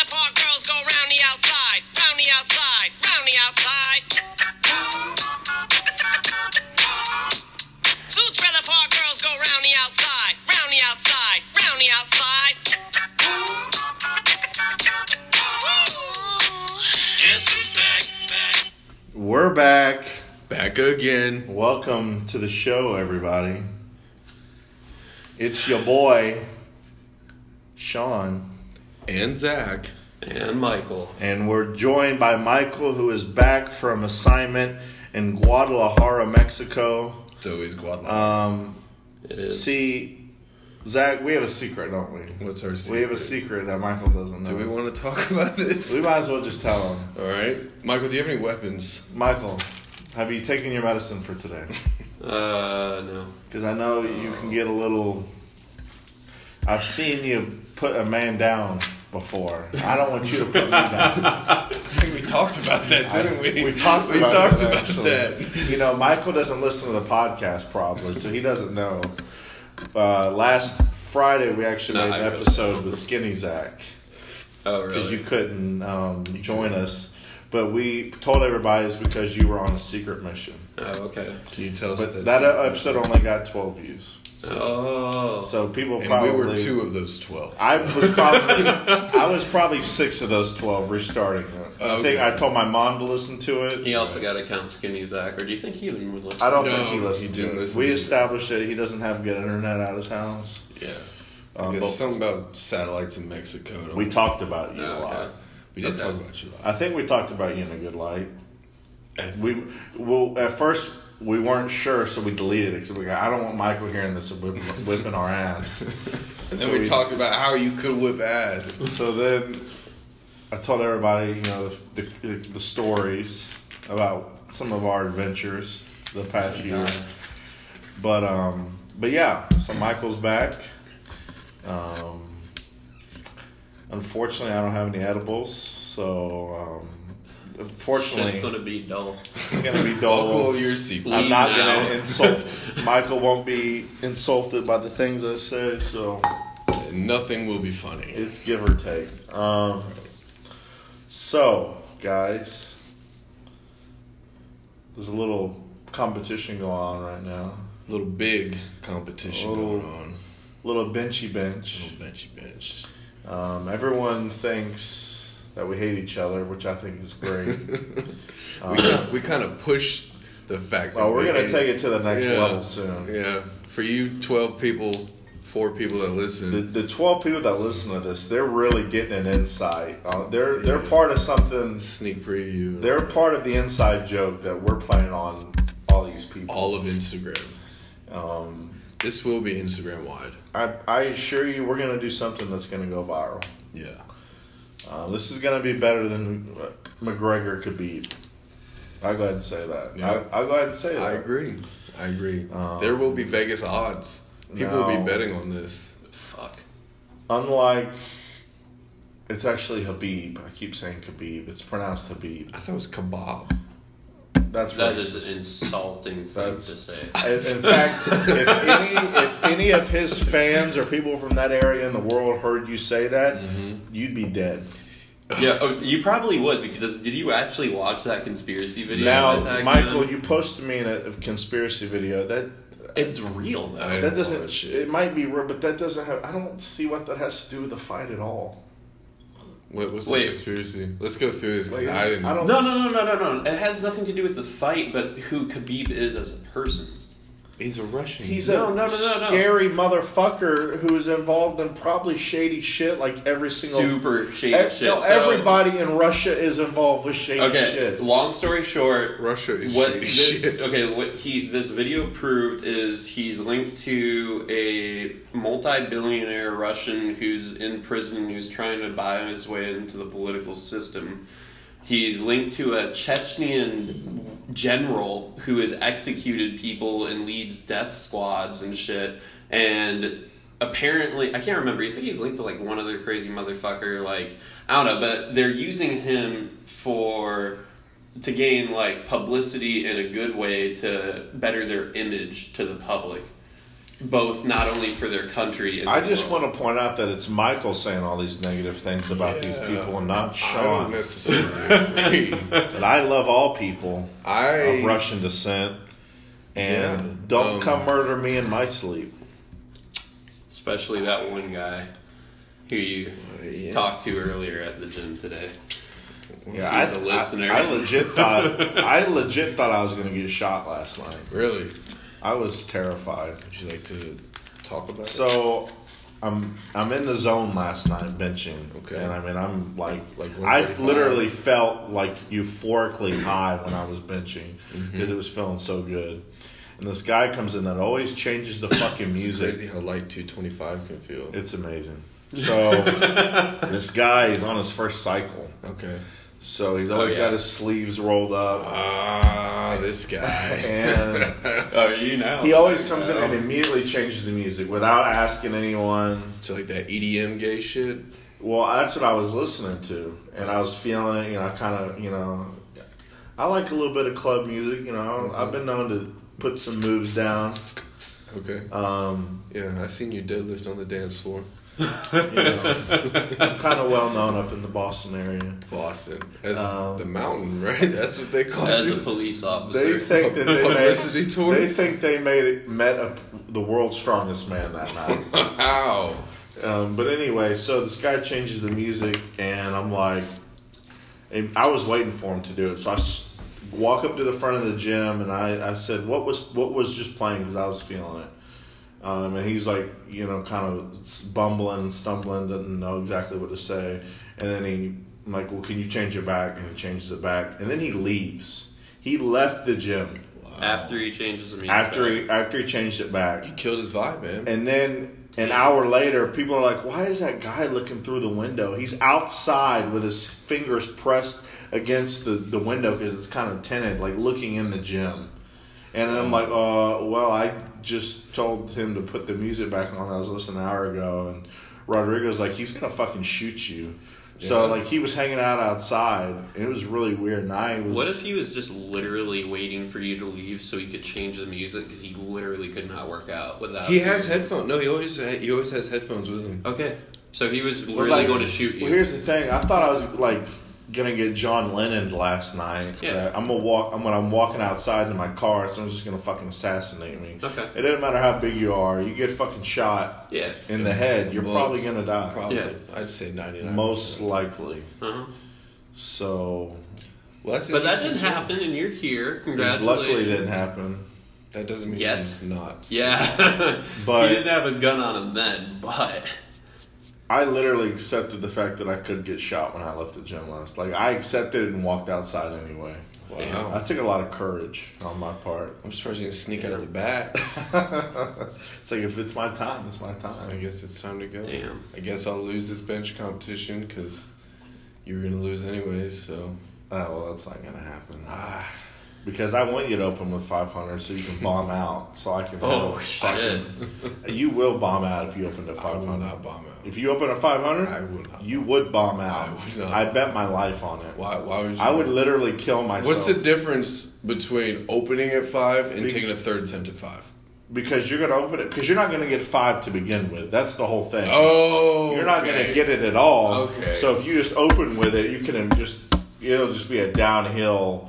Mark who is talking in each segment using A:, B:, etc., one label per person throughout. A: Go round the outside, round the outside, round the outside. Two trailer park girls go round the outside, round the outside, round the outside. Guess who's back, back.
B: We're back.
C: Back again.
B: Welcome to the show, everybody. It's your boy, Sean,
C: And Zach. And Michael.
B: and we're joined by Michael, who is back from assignment in Guadalajara, Mexico.
C: It's always Guadalajara.
D: It is.
B: See, Zach, we have a secret, don't we?
C: What's our secret?
B: Uh, We have a secret that Michael doesn't know.
C: Do we want to talk about
B: we
C: this?
B: might as well just tell him.
C: All right. Michael, do you have any weapons?
B: Michael, have you taken your medicine for today?
D: uh, no.
B: Because I know you can get a little. I've seen you put a man down before. I don't want you to put me down.
C: I think we talked about that, didn't we?
B: We talked.
C: We
B: about
C: talked
B: it,
C: about
B: actually.
C: that.
B: You know, Michael doesn't listen to the podcast probably, so he doesn't know. Uh, last Friday, we actually
D: No,
B: made
D: I
B: an
D: really
B: episode
D: don't.
B: with Skinny Zach.
D: Oh,
B: because
D: really?
B: you couldn't um, join us. But we told everybody it's because you were on a secret mission.
D: oh, okay.
C: Can you tell us
B: But
C: what
B: that
C: secret
B: episode only got 12 views.
D: oh.
B: So people
C: is? And
B: probably.
C: we were two of those 12.
B: I was probably I was probably six of those twelve restarting. it. I
C: Okay.
B: think I told my mom to listen to it.
D: He also got to count Skinny Zach, or do you think he even would listen?
B: I don't
C: No,
B: think he listened.
C: he didn't
B: to it.
C: listen
B: we
C: to it.
B: established that he doesn't have good internet out of his house.
C: yeah.
B: Um,
C: I guess
B: but-
C: something about satellites in Mexico. don't-
B: We talked about you
D: Oh,
B: a lot.
D: okay.
C: We did
D: Okay.
C: talk about you a lot.
B: I think we talked about you in a good light.
C: I-
B: We well at first we weren't sure, so we deleted it because we got, I don't want Michael hearing this and whipping, whipping our ass.
C: and
B: so
C: then we,
B: we-
C: talked about how you could whip ass.
B: so then I told everybody, you know, the, the, the stories about some of our adventures the past year. But um, but yeah, so Michael's back. Um, unfortunately, I don't have any edibles, so um, fortunately,
D: Shit's gonna be dull.
B: it's gonna be dull.
C: Buckle your seatbelt.
B: I'm not
D: now.
B: gonna insult. Michael won't be insulted by the things I say, so
C: Nothing will be funny.
B: it's give or take. Um, so guys, there's a little competition going on right now.
C: little big competition
B: Little-
C: going on.
B: Little benchy bench.
C: Little benchy bench.
B: Um, everyone thinks that we hate each other, which I think is great.
C: we, kind of, we kind of push the fact. that
B: well, Uh, Oh, we're
C: we
B: gonna
C: hate-
B: take it to the next
C: Yeah.
B: level soon.
C: Yeah, for you, twelve people, four people that
B: The,
C: listen.
B: the twelve people that listen to this, they're really getting an insight. Uh, they're they're
C: Yeah.
B: part of something.
C: Sneak preview.
B: They're part of the inside joke that we're playing on all these people.
C: all of Instagram.
B: Um,
C: This will be Instagram wide.
B: I, I assure you, we're gonna do something that's gonna go viral.
C: Yeah,
B: Uh, this is gonna be better than uh, McGregor could beat. I will go ahead and say that.
C: Yeah.
B: I, I'll go ahead and say that.
C: I agree. I agree.
B: Um,
C: there will be Vegas odds. People will
B: no.
C: be betting on this.
D: Fuck.
B: Unlike, it's actually Habib. I keep saying Khabib. It's pronounced Habib.
C: I thought it was kebab.
B: That's
D: That
B: racist.
D: is an insulting thing to
B: That's-
D: say.
B: In in fact, if any if any of his fans or people from that area in the world heard you say that,
D: Mm-hmm.
B: you'd be dead.
D: yeah, oh, you probably would because did you actually watch that conspiracy video? with
B: now,
D: that
B: Michael,
D: guy?
B: you posted me in a, a conspiracy video that
D: it's real though.
C: I-
B: that doesn't.
C: watch it.
B: It might be real, but that doesn't have. I don't see what that has to do with the fight at all.
C: What, what's
D: Wait.
C: the conspiracy? Let's go through this. 'cause
B: Like,
C: I didn't.
B: I don't-
D: no, no, no, no, no, no. It has nothing to do with the fight, but who Khabib is as a person.
C: He's a Russian.
B: He's
D: No,
B: a
D: no, no, no, no.
B: scary motherfucker who is involved in probably shady shit, like every single
D: Super shady
B: Ev-
D: shit.
B: no,
D: So-
B: everybody in Russia is involved with shady
D: Okay.
B: shit.
D: Long story short,
C: Russia is
D: what
C: shady
D: this
C: shit.
D: okay? What he this video proved is he's linked to a multi-billionaire Russian who's in prison who's trying to buy his way into the political system. He's linked to a Chechnyan general who has executed people and leads death squads and shit. And apparently, I can't remember. I think he's linked to like one other crazy motherfucker. Like I don't know, but they're using him for to gain like publicity in a good way to better their image to the public. both not only for their country. And
B: I
D: the
B: just
D: world.
B: want to point out that it's Michael saying all these negative things about these
C: Yeah.
B: people and not
C: I don't
B: Sean.
C: necessarily. agree.
B: But I love all people
C: I
B: of Russian descent. And
C: Yeah.
B: don't
C: Um,
B: come murder me in my sleep.
D: especially that one guy who you
C: yeah.
D: talked to earlier at the gym today.
B: Yeah,
D: he's
B: I-
D: a listener.
B: I, I legit thought I legit thought I was gonna get shot last night.
C: really.
B: I was terrified.
C: Would you like to talk about it?
B: So I'm I'm in the zone last night benching.
C: Okay.
B: And I mean I'm like
C: Like
B: I
C: 145.
B: literally felt like euphorically high when I was benching because
C: Mm-hmm.
B: it was feeling so good. And this guy comes in that always changes the fucking
C: It's
B: music.
C: crazy how light 225 can feel.
B: It's amazing. So this guy is on his first cycle.
C: Okay.
B: So he's always
C: Oh,
D: yeah.
B: got his sleeves rolled up.
C: Ah, this guy.
B: And
D: Oh, you know.
B: he always comes in and immediately changes the music without asking anyone.
C: So like that EDM gay shit.
B: Well, that's what I was listening to, and I was feeling it. You know, I kind of, you know, I like a little bit of club music. You know, I've been known to put some moves down.
C: Okay.
B: Um,
C: Yeah, I seen you deadlift on the dance floor.
B: you know, I'm kind of well known up in the Boston area.
C: Boston. That's
B: Um,
C: the mountain, right? That's what they call
D: As a
C: you.
D: police
B: They
D: officer.
B: think that they
C: Publicity
B: made,
C: tour?
B: They think they made it, met a, the world's strongest man that night.
C: Wow.
B: Um, but anyway, so this guy changes the music, and I'm like, and I was waiting for him to do it. So I s- walk up to the front of the gym, and I, I said, "What was what was just playing?" Because I was feeling it. Um, and he's like, you know, kind of s- bumbling and stumbling, doesn't know exactly what to say. And then he, I'm like, "Well, can you change it back?" And he changes it back, and then he leaves. He left the gym
D: after he changes the music.
B: after he after he changed it back.
C: You killed his vibe, man.
B: And then an hour later, people are like, why is that guy looking through the window? He's outside with his fingers pressed against the, the window because it's kind of tinted, like looking in the gym. And I'm like, uh, well, I just told him to put the music back on. I was listening an hour ago. And Rodrigo's like, he's going to fucking shoot you. So,
C: Yeah.
B: like, he was hanging out outside. And it was really weird. And I was.
D: What if he was just literally waiting for you to leave so he could change the music because he literally could not work out without.
C: He
D: you.
C: has headphones. No, he always ha- he always has headphones with him.
D: Okay, so he was
B: Well,
D: really
B: like-
D: going to shoot you.
B: Well, here's the thing. I thought I was like gonna get John Lennon last night.
D: Yeah.
B: that I'm gonna walk. I'm when I'm walking outside in my car, someone's just gonna fucking assassinate me.
D: Okay.
B: It doesn't matter how big you are. You get fucking shot
D: yeah.
B: in the head. You're
C: Well,
B: probably gonna die.
C: Probably.
D: Yeah.
C: I'd say 99.
B: Most likely.
D: Uh-huh.
B: So
C: Well, that's
D: But that
C: interesting.
D: didn't happen, and you're here. Congratulations.
B: luckily, it didn't happen.
C: That doesn't mean
D: Yet.
C: he's not.
D: Yeah,
B: But-
D: he didn't have his gun on him then. But
B: I literally accepted the fact that I could get shot when I left the gym last. Like I accepted it and walked outside anyway.
C: Wow.
B: I took a lot of courage on my part.
C: I'm surprised you didn't sneak out the back.
B: it's like if it's my time, it's my
C: I
B: time.
C: guess it's time to go.
D: Damn.
C: I guess I'll lose this bench competition because you were gonna lose anyways. So
B: Oh well, that's not gonna happen
C: ah,
B: because I want you to open with 500 so you can bomb out, so I can.
D: oh
B: I
D: shit,
B: can- You will bomb out if you open to
C: I will
B: 500.
C: not bomb out.
B: If you open a 500,
C: I will not.
B: You would bomb out.
C: I would not.
B: bet my life on it.
C: Why? Why would you?
B: I would literally kill myself.
C: What's the difference between opening at five and
B: Be-
C: taking a third attempt at five?
B: because you're gonna open it because you're not gonna get five to begin with. That's the whole thing.
C: Oh,
B: You're not
C: okay.
B: gonna get it at all.
C: Okay.
B: So if you just open with it, you can just it'll just be a downhill.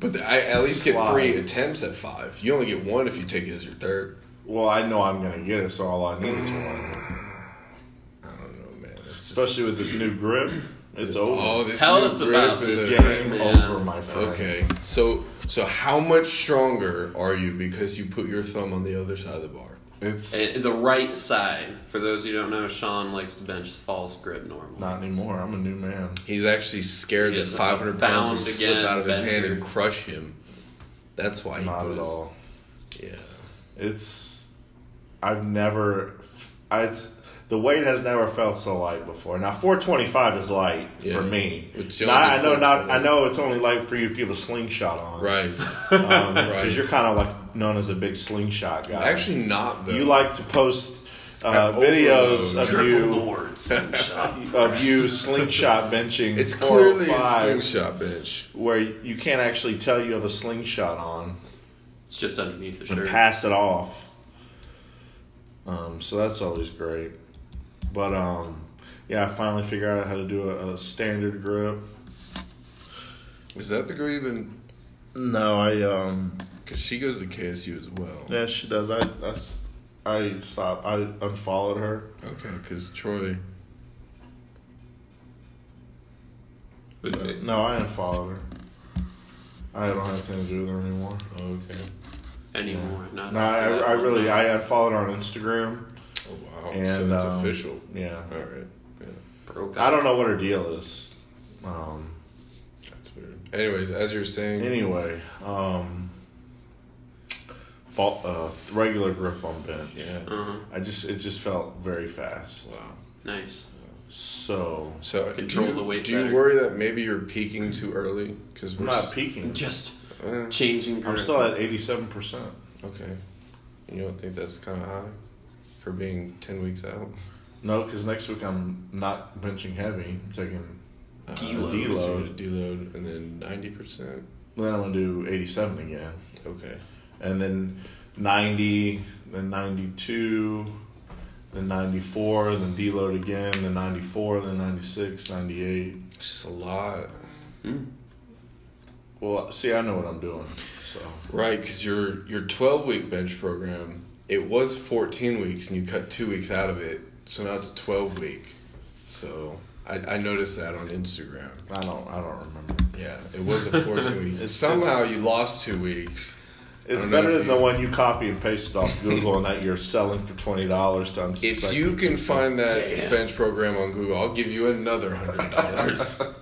C: But I at least get
B: Slide.
C: three attempts at five. You only get one if you take it as your third.
B: Well, I know I'm gonna get it, so all I need is
C: Mm.
B: one.
C: I don't know, man. It's just,
B: Especially with this new grip, it's over.
C: oh, this
D: Tell
C: new
D: us
C: grip
D: about
C: and
D: this
C: the-
B: It's game
D: man.
B: over, my friend.
C: Okay, so so how much stronger are you because you put your thumb on the other side of the bar?
B: It's
D: Eh, the right side. For those who don't know, Sean likes to bench false grip normal.
B: not anymore. I'm a new man.
C: He's actually scared
D: He
C: that
D: is
C: 500 pounds will
D: bound
C: slip
D: again,
C: out of his hand
D: Benji.
C: and crush him. That's why he
B: Not
C: goes.
B: at all.
C: Yeah.
B: It's I've never. I, it's the weight has never felt so light before. Now 425 is light
C: Yeah.
B: for me.
C: It's
B: Now, I
C: generally
B: know not.
C: 420.
B: I know it's only light for you if you have a slingshot on,
C: Right.
B: Because
C: right.
B: you're kind of like known as a big slingshot guy.
C: Actually, not though.
B: you like to post uh,
C: Overload.
B: videos of you
D: boards. Sean.
B: of you slingshot benching.
C: It's clearly a
B: 405,
C: slingshot bench.
B: where you can't actually tell you have a slingshot on
D: it's just underneath the
B: and
D: shirt.
B: pass it off. Um, so that's always great. But um, yeah, I finally figured out how to do a, a standard grip.
C: Is that the girl even?
B: No, I um,
C: Because she goes to KSU as well.
B: yeah, she does. I that's I stopped. I unfollowed her.
C: Okay, because Troy.
B: No, I unfollowed her. I don't have anything to do with her anymore.
C: Okay.
D: anymore. Not
B: No, I,
D: after that
B: I
D: one,
B: really
D: no.
B: I unfollowed her on Instagram.
C: Oh wow. so
B: And,
C: that's
B: um,
C: official.
B: Yeah,
C: All right. Yeah.
D: broke
B: I
D: up.
B: don't know what her deal is. Um,
C: That's weird. Anyways, as you're saying,
B: anyway, um, fall, uh, regular grip on bench.
C: yeah.
D: Uh-huh.
B: I just it just felt very fast.
C: Wow.
D: Nice.
B: So
C: So
D: Control
C: do you,
D: the weight
C: Do you
D: better.
C: worry that maybe you're peaking too early? Because
B: I'm
C: we're
B: not
C: s-
B: peaking.
D: Just
C: Uh,
D: changing.
B: I'm
D: grip.
B: still at eighty-seven percent.
C: okay. You don't think that's kind of high for being ten weeks out?
B: No, because next week I'm not benching heavy. I'm taking
C: Uh,
D: Deload.
C: Deload. Deload, and then ninety percent.
B: then I'm gonna do eighty-seven again,
C: Okay.
B: and then ninety, then ninety-two, then ninety-four, then deload again, then ninety-four, then 96, 98.
C: It's just a lot,
D: Mm.
B: Well, see, I know what I'm doing. So
C: right? Because your your twelve week bench program it was fourteen weeks, and you cut two weeks out of it, so now it's a twelve week. So I, I noticed that on Instagram.
B: I don't, I don't remember.
C: Yeah, it was a fourteen week.
B: It's-
C: Somehow you lost two weeks. I
B: It's
C: don't know
B: better
C: if
B: than
C: you-
B: the one you copy and paste off Google and that you're selling for twenty dollars to
C: If
B: unsuspecting.
C: you can find that
D: Damn.
C: bench program on Google, I'll give you another hundred dollars.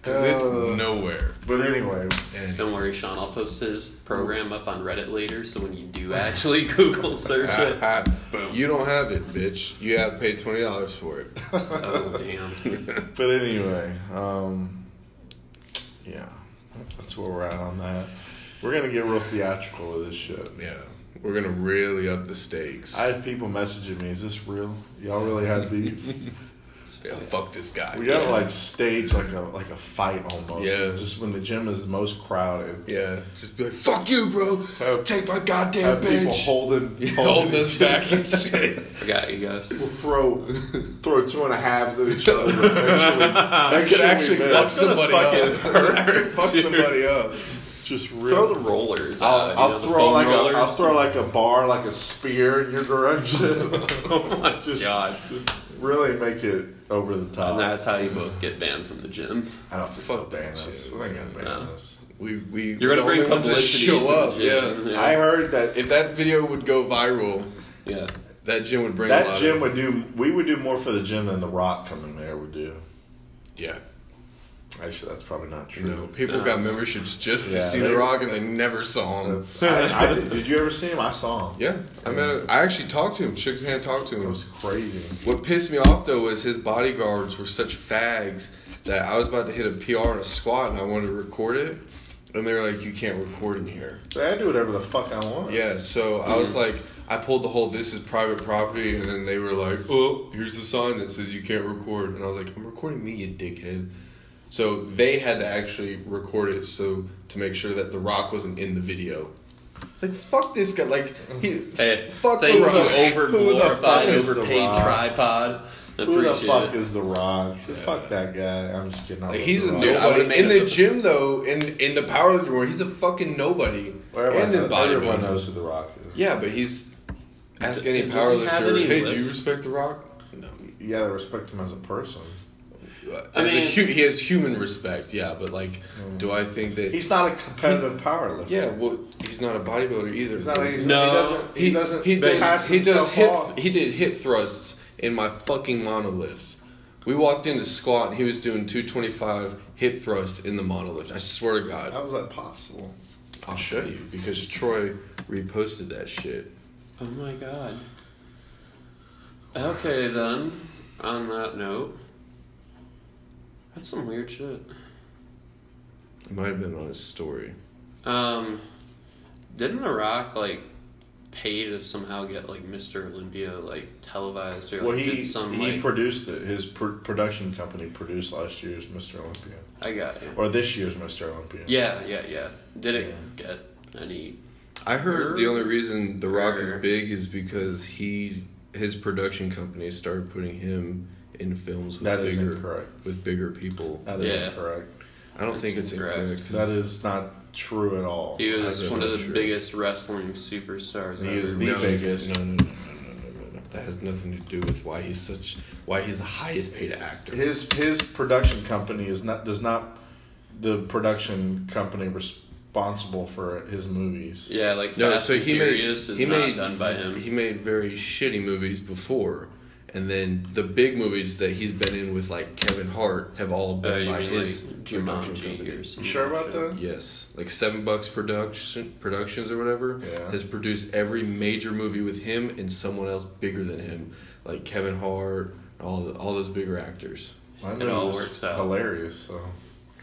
C: Because
B: Uh.
C: it's nowhere.
B: but anyway,
C: And
D: Don't worry, Sean. I'll post his program up on Reddit later, so when you do actually Google search it. Boom.
C: you don't have it, bitch. You have to pay twenty dollars for it.
D: Oh, damn.
B: but anyway, um, yeah, that's where we're at on that. We're gonna get real theatrical with this shit.
C: Yeah, we're gonna really up the stakes.
B: I had people messaging me, "Is this real? Y'all really had these?"
C: yeah, fuck this guy.
B: We gotta like stage like a like a fight almost.
C: Yeah.
B: Just when the gym is most crowded.
C: yeah, just be like, fuck you, bro.
B: Have-
C: Take my goddamn
B: Have people
C: bitch.
B: holding
C: Holding us back and shit.
D: I got you guys.
B: We'll throw throw two and a halves at each other. That
C: I could actually fuck somebody
B: fucking
C: up.
B: hurt,
C: fuck
B: dude.
C: somebody up.
B: Just
D: Throw
B: real.
D: the rollers. out,
B: I'll,
D: you
B: I'll
D: know, the
B: throw
D: foam
B: like
D: rollers.
B: a I'll throw like a bar like a spear in your direction.
D: Oh my
B: Just-
D: god.
B: really make it over the top.
D: And that's how you both get banned from the gym.
B: I don't think
C: Fuck
B: they'll ban
C: that
B: us.
C: shit.
B: They ain't gonna ban
D: No.
B: us.
C: We we
D: You're
C: the
D: gonna bring
C: only ones that
D: publicity
C: Show
D: to
C: up,
D: the gym.
C: yeah.
B: I heard that
C: If that video would go viral,
D: Yeah.
C: that gym would bring a
B: that
C: lot
B: gym
C: of
B: would do. We would do more for the gym than the Rock coming there would do.
C: yeah.
B: Actually, that's probably not true.
C: You know, people got memberships just to
B: Yeah,
C: see
B: they-
C: The Rock, and they never saw him.
B: That's- I, I, did you ever see him? I saw him.
C: Yeah, I met. A, I actually talked to him, shook his hand, talked to
B: It
C: him.
B: was crazy.
C: What pissed me off though was his bodyguards were such fags that I was about to hit a PR in a squat, and I wanted to record it, and they were like, "You can't record in here."
B: I do whatever the fuck I want.
C: Yeah, so I was like, I pulled the whole "this is private property," and then they were like, "Oh, here's the sign that says you can't record," and I was like, "I'm recording me, you dickhead." So they had to actually record it so to make sure that The Rock wasn't in the video. It's like fuck this guy, like he
D: Hey,
C: fuck The
D: thanks
C: Rock.
D: to over
B: Who the fuck
D: glorified,
B: is the
D: overpaid
B: Rock?
D: tripod.
B: Who the
D: Appreciate
B: fuck
D: it.
B: is The Rock? Fuck that guy. I'm just kidding. I
C: Like
B: love
C: he's
B: The
C: a
B: Rock.
D: Dude, I
C: nobody
D: would've made
C: in
D: it
C: the
D: the-
C: gym though. In in the powerlifting room, he's a fucking nobody.
B: Everyone,
C: and in
B: knows, everyone
C: bodybuilding.
B: knows who The Rock is.
C: Yeah, but he's ask
D: D-
C: any
D: does he have
C: powerlifter.
D: any
C: Hey,
D: lift?"
C: do you respect The Rock? No.
B: Yeah, they respect him as a person.
C: I mean,
D: mean-
C: he has human respect. Yeah, but like,
B: Mm.
C: do I think that?
B: He's not a competitive powerlifter.
C: yeah, well, he's not a bodybuilder either.
B: He's not. A, he's,
D: No.
B: He doesn't. He, doesn't.
C: He
B: pass
C: does. He does
B: himself
C: hip.
B: off.
C: He did hip thrusts in my fucking monolift. We walked into squat and he was doing 225 hip thrusts in the monolift. I swear to God.
B: How is that possible?
C: I'll show you because Troy reposted that shit.
D: Oh my god. Okay then. On that note, that's some weird shit.
C: It might have been on his story.
D: Um, didn't The Rock like pay to somehow get like Mr. Olympia like televised or like,
B: Well, he
D: did some
B: he
D: like
B: produced it. His pr- production company produced last year's Mr. Olympia
D: I got you.
B: or this year's Mr. Olympia.
D: Yeah, yeah, yeah. Did it get any?
C: I heard the only reason The Rock is
D: Err.
C: big is because he's his production company started putting him in films with
B: That is
C: bigger
B: incorrect.
C: with bigger people.
B: That is
D: Yeah.
B: incorrect.
C: I don't
D: That's
C: think it's
D: incorrect.
C: incorrect. 'cause
B: That is not true at all.
D: He was
C: I'm
D: one of
C: not
D: the
C: sure.
D: biggest wrestling superstars.
B: He
D: ever.
B: is the
C: no,
B: biggest.
C: No, no, no, no, no, no, no, no. That has nothing to do with why he's such why he's the highest paid actor.
B: His his production company is not does not the production company responsible for his movies.
D: Yeah, like
C: No,
D: Fast
C: so
D: and
C: he made
D: Furious is
C: he
D: not
C: made
D: done by him.
C: He made very shitty movies before, and then the big movies that he's been in with like Kevin Hart have all
D: uh,
C: been
D: you
C: by
D: mean
C: his
D: like
C: production
D: Jumanji or
C: company.
D: something?
B: You sure about that?
C: Yes, like Seven Bucks Production Productions or whatever
B: Yeah.
C: has produced every major movie with him and someone else bigger than him, like Kevin Hart, all the, all those bigger actors.
B: That
D: It
B: movie
D: all
B: was
D: works out.
B: hilarious. So,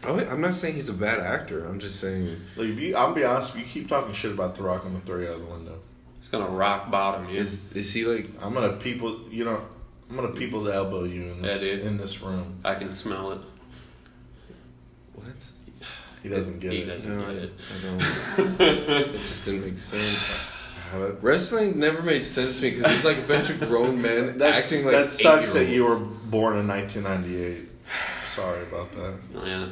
C: Oh, I'm not saying he's a bad actor. I'm just saying
B: like, if you, I'll be honest. If you keep talking shit about The Rock, I'm gonna throw you out of the window.
D: He's gonna rock bottom you.
C: is is he like
B: I'm gonna people. You know, I'm gonna people's elbow you in this,
D: Yeah, dude.
B: in this room.
D: I can smell it.
C: what?
B: He doesn't get
D: He
B: it.
D: doesn't
C: No, I,
D: get it.
C: I don't. it just didn't make sense.
B: Have it.
C: Wrestling never made sense to me because it's like a bunch of grown men
B: That's,
C: acting like
B: that sucks that you were
C: eight-year-olds.
B: born in 1998. Sorry about that.
D: Yeah.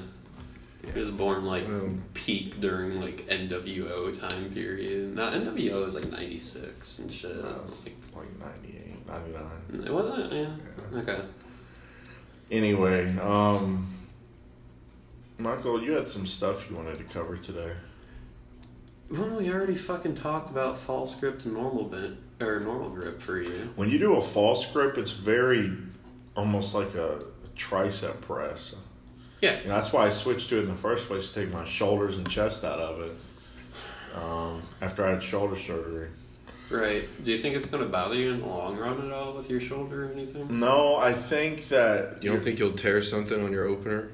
D: He was born like
C: Um,
D: peak during like NWO time period. Now NWO is like ninety six and shit.
B: That was like 98, 99.
D: It wasn't. Yeah.
B: Yeah.
D: Okay.
B: Anyway, um, Michael, you had some stuff you wanted to cover today.
D: Well, we already fucking talked about false grip to normal bent or normal grip for you.
B: When you do a false grip, it's very almost like a tricep press.
D: Yeah.
B: And that's why I switched to it in the first place to take my shoulders and chest out of it um, after I had shoulder surgery.
D: Right. Do you think it's gonna bother you in the long run at all with your shoulder or anything?
B: No, I think that
C: You don't think you'll tear something on your opener?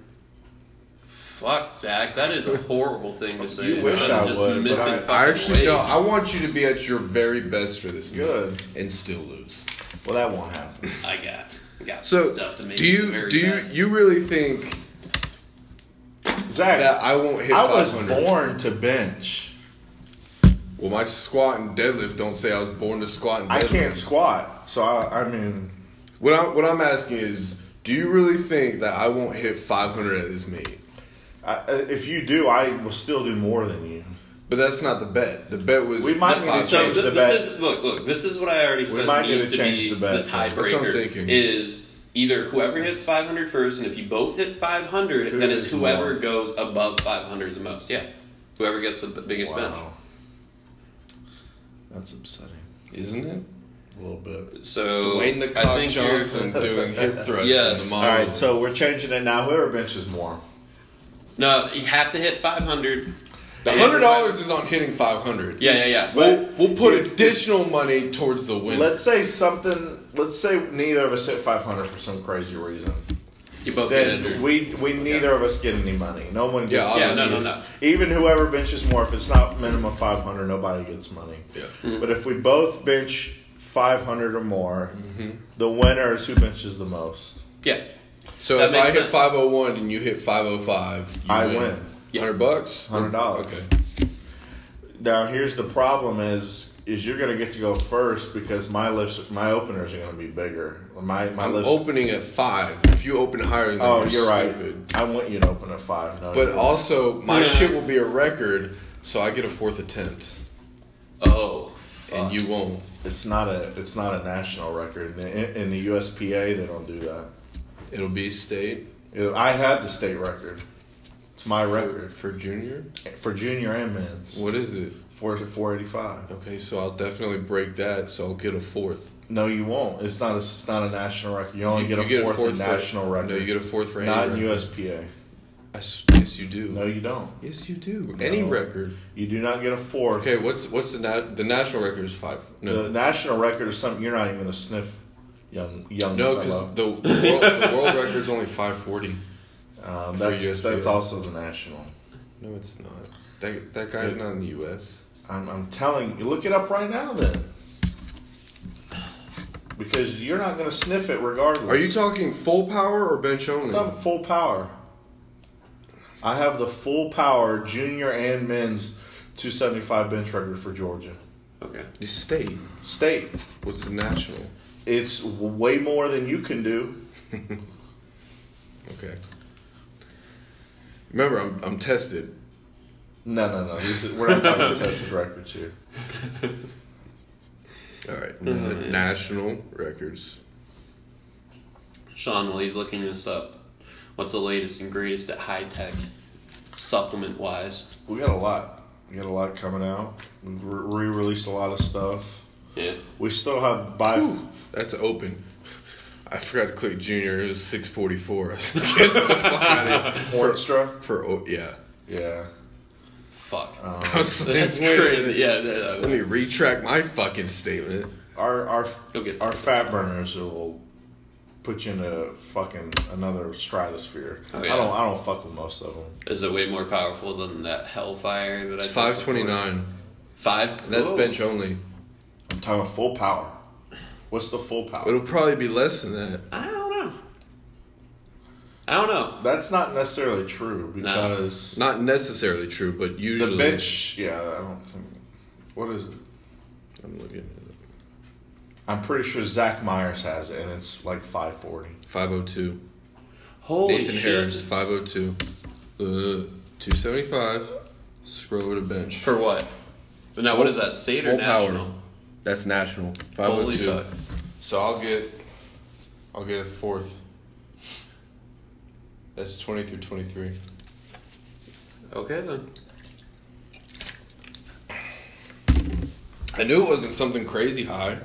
D: Fuck, Zach. That is a horrible thing to say.
B: You wish
D: I'm
B: I
D: just
B: would, but
D: missing
B: I- I
D: fucking
C: I actually
D: weight.
C: no. I want you to be at your very best for this. meet
B: Good.
C: and still lose.
B: well that won't happen.
D: I got. I got
C: So
D: some stuff to make.
C: do
D: me
C: you
D: the very
C: do you,
D: best.
C: you really think
B: Zach,
C: that I won't hit
B: I was
C: 500?
B: born to bench.
C: Well, my squat and deadlift don't say I was born to squat and deadlift.
B: I can't squat, so I, I mean,
C: What I'm what I'm asking is, do you really think that I won't hit 500 at this meet?
B: I, uh, if you do, I will still do more than you.
C: But that's not the bet. The bet was
B: We might
C: the
B: need
C: 500.
B: to
D: So
B: Change
D: th-
B: the
D: this
B: bet.
D: is look, look. This is what I already said
B: might need
D: needs
B: to
D: to,
B: change
D: be
B: the
D: the,
B: bet. That's
C: what I'm
D: tiebreaker.
C: thinking.
D: Is either whoever hits 500 first, and if you both hit 500,
B: Who
D: then it's
B: is
D: whoever
B: more?
D: goes above 500 the most. Yeah, whoever gets the b- biggest
B: That's upsetting.
C: isn't it?
B: A little bit.
D: bench. So
C: Dwayne the
D: I
C: Cock
D: think you're-
C: Johnson doing hip thrusts
D: Yes.
C: in the
B: All
C: model.
B: right, so we're changing it now. Whoever benches more.
D: No, you have to hit 500.
C: the
D: And-
C: hundred dollars is on hitting five hundred.
D: Yeah, yeah, yeah.
C: We'll, we'll put
B: If-
C: additional money towards the win.
B: Let's say something. Let's say neither of us hit 500 for some crazy reason.
D: You both hit it.
B: Then we we neither of us get any money. No one gets.
C: Yeah,
D: yeah, no, no,
B: benches.
D: no.
B: Even whoever benches more, if it's not minimum 500, nobody gets money.
C: Yeah.
B: But if we both bench 500 or more,
C: Mm-hmm.
B: the winner is who benches the most.
D: Yeah.
C: So
D: That
C: if I
D: makes
C: hit
D: sense.
C: five hundred one and you hit five hundred five,
B: I win.
D: Yeah.
C: Hundred bucks.
B: $100.
C: Okay.
B: Now here's the problem: is is you're gonna get to go first because my lifts, my openers are gonna be bigger. My my
C: I'm
B: lifts.
C: opening at five. If you open higher than
B: oh,
C: that,
B: you're
C: stupid.
B: right. I want you to open at five. No,
C: But
B: you're-
C: also, my
D: Yeah.
C: shit will be a record, so I get a fourth attempt,
D: Oh.
C: and you won't.
B: it's not a it's not a national record. In the, in the USPA, they don't do that.
C: It'll be state
B: You know, I had the state record. It's my
C: for,
B: record
C: for junior.
B: for junior and men's.
C: What is it?
B: Four four eighty five.
C: Okay, so I'll definitely break that. So I'll get a fourth.
B: No, you won't. It's not. A, it's not a national record. You only
C: You-
B: get,
C: you
B: a, fourth in
C: for-
B: national record.
C: No, you get a fourth for any
B: not in
C: record.
B: USPA.
C: I s- yes, you do.
B: No, you don't.
C: Yes, you do. Any
B: No.
C: record.
B: You do not get a fourth.
C: Okay, what's what's the nat- the national record is five.
B: The
C: No,
B: national record is something you're not even gonna sniff, young young
C: no,
B: fellow.
C: because the world, the world record's only five forty.
B: um,
C: for
B: that's
C: USPA.
B: that's also the national.
C: No, it's not. That that guy's
B: Yeah.
C: not in the U.S.
B: I'm I'm telling you, look it up right now then, because you're not gonna sniff it regardless.
C: Are you talking full power or bench only?
B: I'm full power. I have the full power junior and men's 275 bench record for Georgia.
D: Okay.
C: Your state.
B: State.
C: What's the national?
B: It's w- way more than you can do.
C: Okay. Remember, I'm I'm tested.
B: No, no, no. This is, we're not talking about tested records here.
C: All right.
D: man.
C: national records.
D: Sean, while he's looking this up, what's the latest and greatest at high tech, supplement wise?
B: We got a lot. We got a lot coming out. We've re released a lot of stuff.
D: Yeah.
B: We still have by.
C: Ooh, that's open. I forgot to click junior. It was six forty four. Get the fuck out of here.
B: Hornstra?
C: For oh yeah.
B: Yeah.
D: Fuck.
C: I was like,
D: That's
C: wait a minute.
D: crazy. Yeah. yeah,
C: Let
D: yeah.
C: me retract my fucking statement.
B: Our our
D: Go get-
B: our fat burners will put you in a fucking another stratosphere.
D: Oh,
B: I
D: yeah.
B: don't I don't fuck with most of them.
D: Is it way more powerful than that Hellfire that I?
C: It's
D: did
C: five twenty nine.
D: before? Five.
C: That's
B: Whoa.
C: bench only.
B: I'm talking about full power. What's the full power?
C: It'll probably be less than that.
D: I don't know. I don't know.
B: That's not necessarily true because
C: Not necessarily true, but usually
B: the bench. Yeah, I don't think. What is it?
C: I'm looking at
B: I'm pretty sure Zach Myers has it, and it's like 540.
C: five oh two.
D: Holy
C: Nathan
D: shit!
C: Harris, 502. Uh, 275. Scroll over to bench.
D: For what? But now, what is that state or
C: Full power.
D: national?
C: That's national.
B: oh
D: Holy
C: 502.
D: fuck!
C: So I'll get I'll get a fourth. That's 20 through 23.
D: Okay then.
C: I knew it wasn't something crazy high.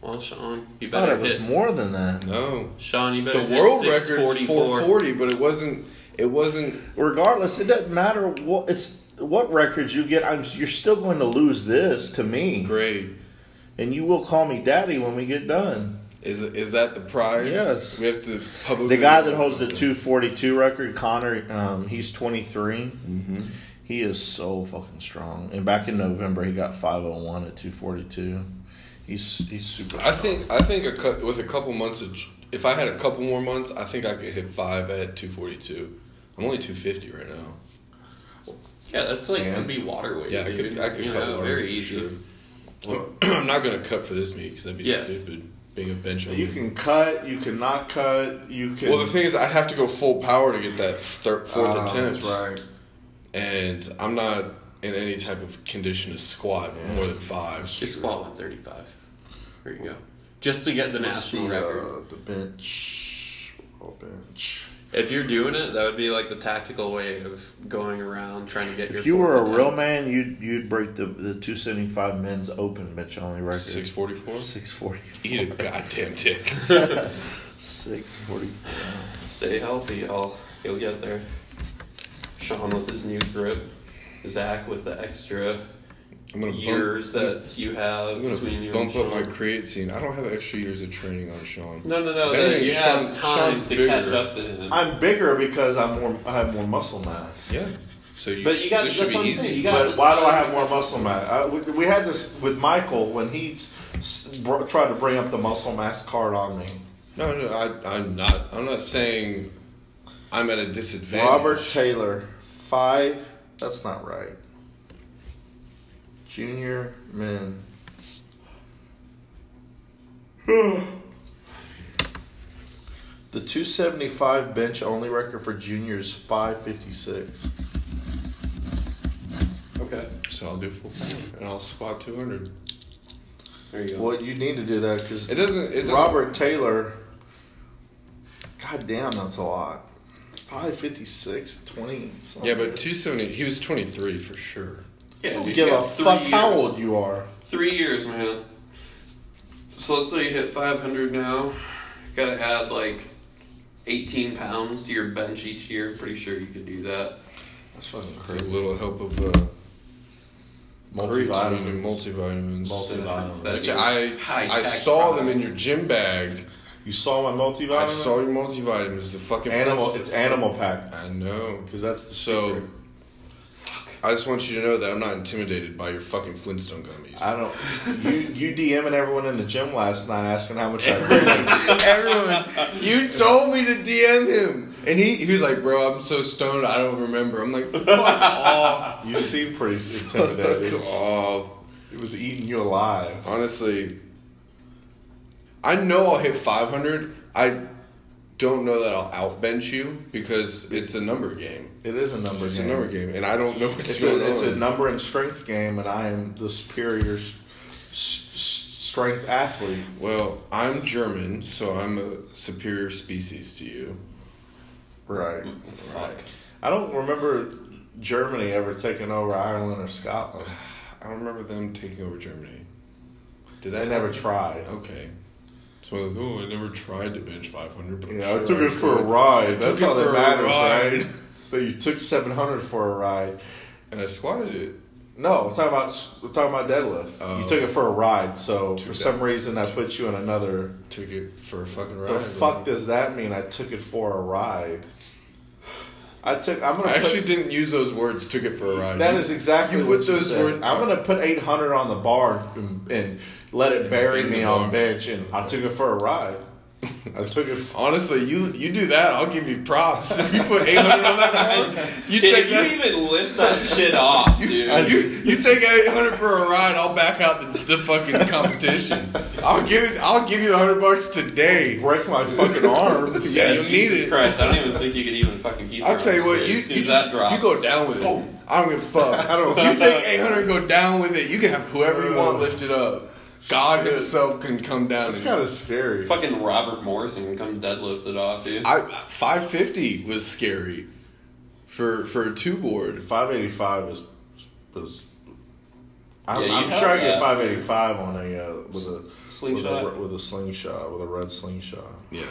D: Well, Sean, you better hit.
B: more than that.
C: No.
D: Sean, you better
C: The
D: hit
C: world record is
D: 644.
C: 440, but it wasn't it wasn't
B: Regardless, it doesn't matter what it's what records you get. I'm you're still going to lose this to me,
C: great.
B: and you will call me daddy when we get done.
C: Is is that the prize?
B: Yes.
C: We have to publicly
B: The guy that holds the 242 record, Connor, um, he's 23. Mm-hmm. He is so fucking strong. And back in November, he got 501 at 242. He's he's super.
C: I
B: Strong.
C: think I think a cou- with a couple months of tr- if I had a couple more months, I think I could hit five at two forty two. I'm only two fifty right now.
D: Yeah, that's like
B: Yeah.
D: could be water weight.
C: Yeah, I
D: dude.
C: could I could
D: You
C: cut
D: know,
C: water
D: very
C: for
D: easy.
C: sure. Well, I'm not gonna cut for this meet because that'd be
D: Yeah.
C: stupid being a bench.
B: you
C: only.
B: can cut. You can not cut. You can.
C: Well, the thing is, I'd have to go full power to get that thir- fourth
B: Ah,
C: attempt,
B: right.
C: and I'm not in any type of condition to squat more than five.
D: Just squat 135. There you go. Just to get the
B: Let's
D: national
B: see, uh,
D: record.
B: the bench. Oh, bench.
D: If you're doing it, that would be like the tactical way of going around trying to get your.
B: If you were a
D: fourth
B: real
D: attempt.
B: man, you'd you'd break the the 275 men's open bench only record.
C: Six forty four.
B: 640.
C: Eat a goddamn dick.
B: 640.
D: stay healthy, y'all. You'll get there. Sean with his new grip, Zach with the extra
C: I'm gonna bump,
D: years that you have
C: I'm
D: between you
C: gonna bump
D: and
C: up my
D: Sean.
C: creatine. I don't have extra years of training on Sean.
D: No, no, no.
C: If
D: That
C: anything,
D: you
C: Sean-
D: have time
C: Sean's
D: to
C: bigger.
D: catch up to him.
B: I'm bigger because I'm more. I have more muscle mass.
C: Yeah. So you,
D: But you got-
C: this should
D: that's
C: be
D: what I'm
C: easy.
D: saying, you got-
B: But why do I have more muscle mass? I, we, we had this with Michael when he s- s- br- tried to bring up the muscle mass card on me.
C: no, no, I, I'm not. I'm not saying I'm at a disadvantage.
B: Robert Taylor, five. That's not right. Junior men. the 275 bench only record for juniors 556.
D: okay.
C: So I'll do full power and I'll squat 200.
D: There you go.
B: Well, you need to do that because
C: It doesn't. It doesn't
B: Robert Taylor. God damn, that's a lot. 556, 20. something.
C: Yeah, but 270. He was 23 for sure.
D: Yeah,
B: I
D: dude,
B: don't
D: you
B: give a
D: got three
B: fuck how
D: years.
B: old you are.
D: Three years, man. So let's say you hit 500 now. Gotta add like 18 pounds to your bench each year. Pretty sure you could do that.
B: That's fucking
C: For a little help of uh, creatine and
B: Multivitamins.
C: multivitamins.
B: Multi- Multivitamin.
D: That'd
C: which
D: be
C: I I
D: high-tech
C: saw them
D: product.
C: in your gym bag.
B: You saw my multivitamin?
C: I saw your multivitamins. The fucking
B: animal.
C: first-
B: It's animal pack
C: I know.
B: because that's the
C: So,
B: secret.
C: I just want you to know that I'm not intimidated by your fucking Flintstone gummies.
B: I don't. You you DMing everyone in the gym last night asking how much I weigh.
C: Everyone, you told me to DM him. And he, he was like, bro, I'm so stoned, I don't remember. I'm like, fuck off.
B: You seem pretty
C: Fuck
B: intimidated.
C: off.
B: it was eating you alive.
C: Honestly, I know I'll hit 500. I don't know that I'll outbench you because it's a number game.
B: It is a number
C: It's
B: game.
C: a number game, and I don't know what's
B: It's,
C: going
B: a, it's
C: on.
B: a number and strength game, and I am the superior s- s- strength athlete.
C: Well, I'm German, so I'm a superior species to you.
B: Right.
C: Right.
B: I don't remember Germany ever taking over Ireland or Scotland.
C: I don't remember them taking over Germany. Did
B: They
C: that
B: never
C: happen?
B: tried.
C: Okay. So I was, oh, I never tried to bench 500, but I'm
B: Yeah, I
C: sure
B: took it for a
C: could." I
B: ride.
C: took
B: That's
C: it
B: all
C: for
B: that
C: a
B: matters,
C: ride.
B: right? But you took seven hundred for a ride.
C: And I squatted it.
B: No, we're talking about s- we're talking about deadlift.
C: Oh.
B: you took it for a ride, so for
C: dead-
B: some reason I put you in another.
C: Took it for a fucking ride.
B: The fuck
C: bro.
B: does that mean? I took it for a ride. I took. I'm gonna.
C: I
B: put-
C: actually didn't use those words, took it for a ride.
B: That
C: You-
B: is exactly
C: you
B: what
C: put
B: you
C: those
B: said.
C: words.
B: I'm gonna put 800 on the bar and, and let it bury
C: in
B: me
C: the
B: on
C: bar.
B: bench, and I took it for a ride. I took it. f-
C: Honestly, you you do that, I'll give you props. If you put 800 on that ride, you
D: Dude,
C: take
D: if
C: that.
D: you even lift that shit off, dude.
C: You, you take 800 for a ride, I'll back out the, the fucking competition. I'll give it. I'll give you the 100 bucks today.
B: Break my fucking arm.
C: Yeah, you
D: Jesus
C: need it.
D: Christ, I don't even think you could even fucking keep.
C: I'll
D: your
C: tell you
D: arms
C: what,
D: straight
C: you
D: as soon
C: you,
D: as that drops. Oh,
C: you go down with
B: Oh.
C: it.
D: Boom.
C: I don't give a fuck. I don't. You
B: uh,
C: take 800 and go down with it. You can have whoever you want lifted up. God himself can come down.
B: It's
C: and-
B: kind of scary.
D: Fucking Robert Morrison come deadlift it off, dude.
C: I 550 was scary for for a two board.
B: 585 is was. I'm,
D: Yeah, you
B: I'm
D: have
B: sure I get
D: that.
B: 585 on a uh, with a
D: Slingshot?
B: with a, with a slingshot with a red slingshot.
C: Yeah,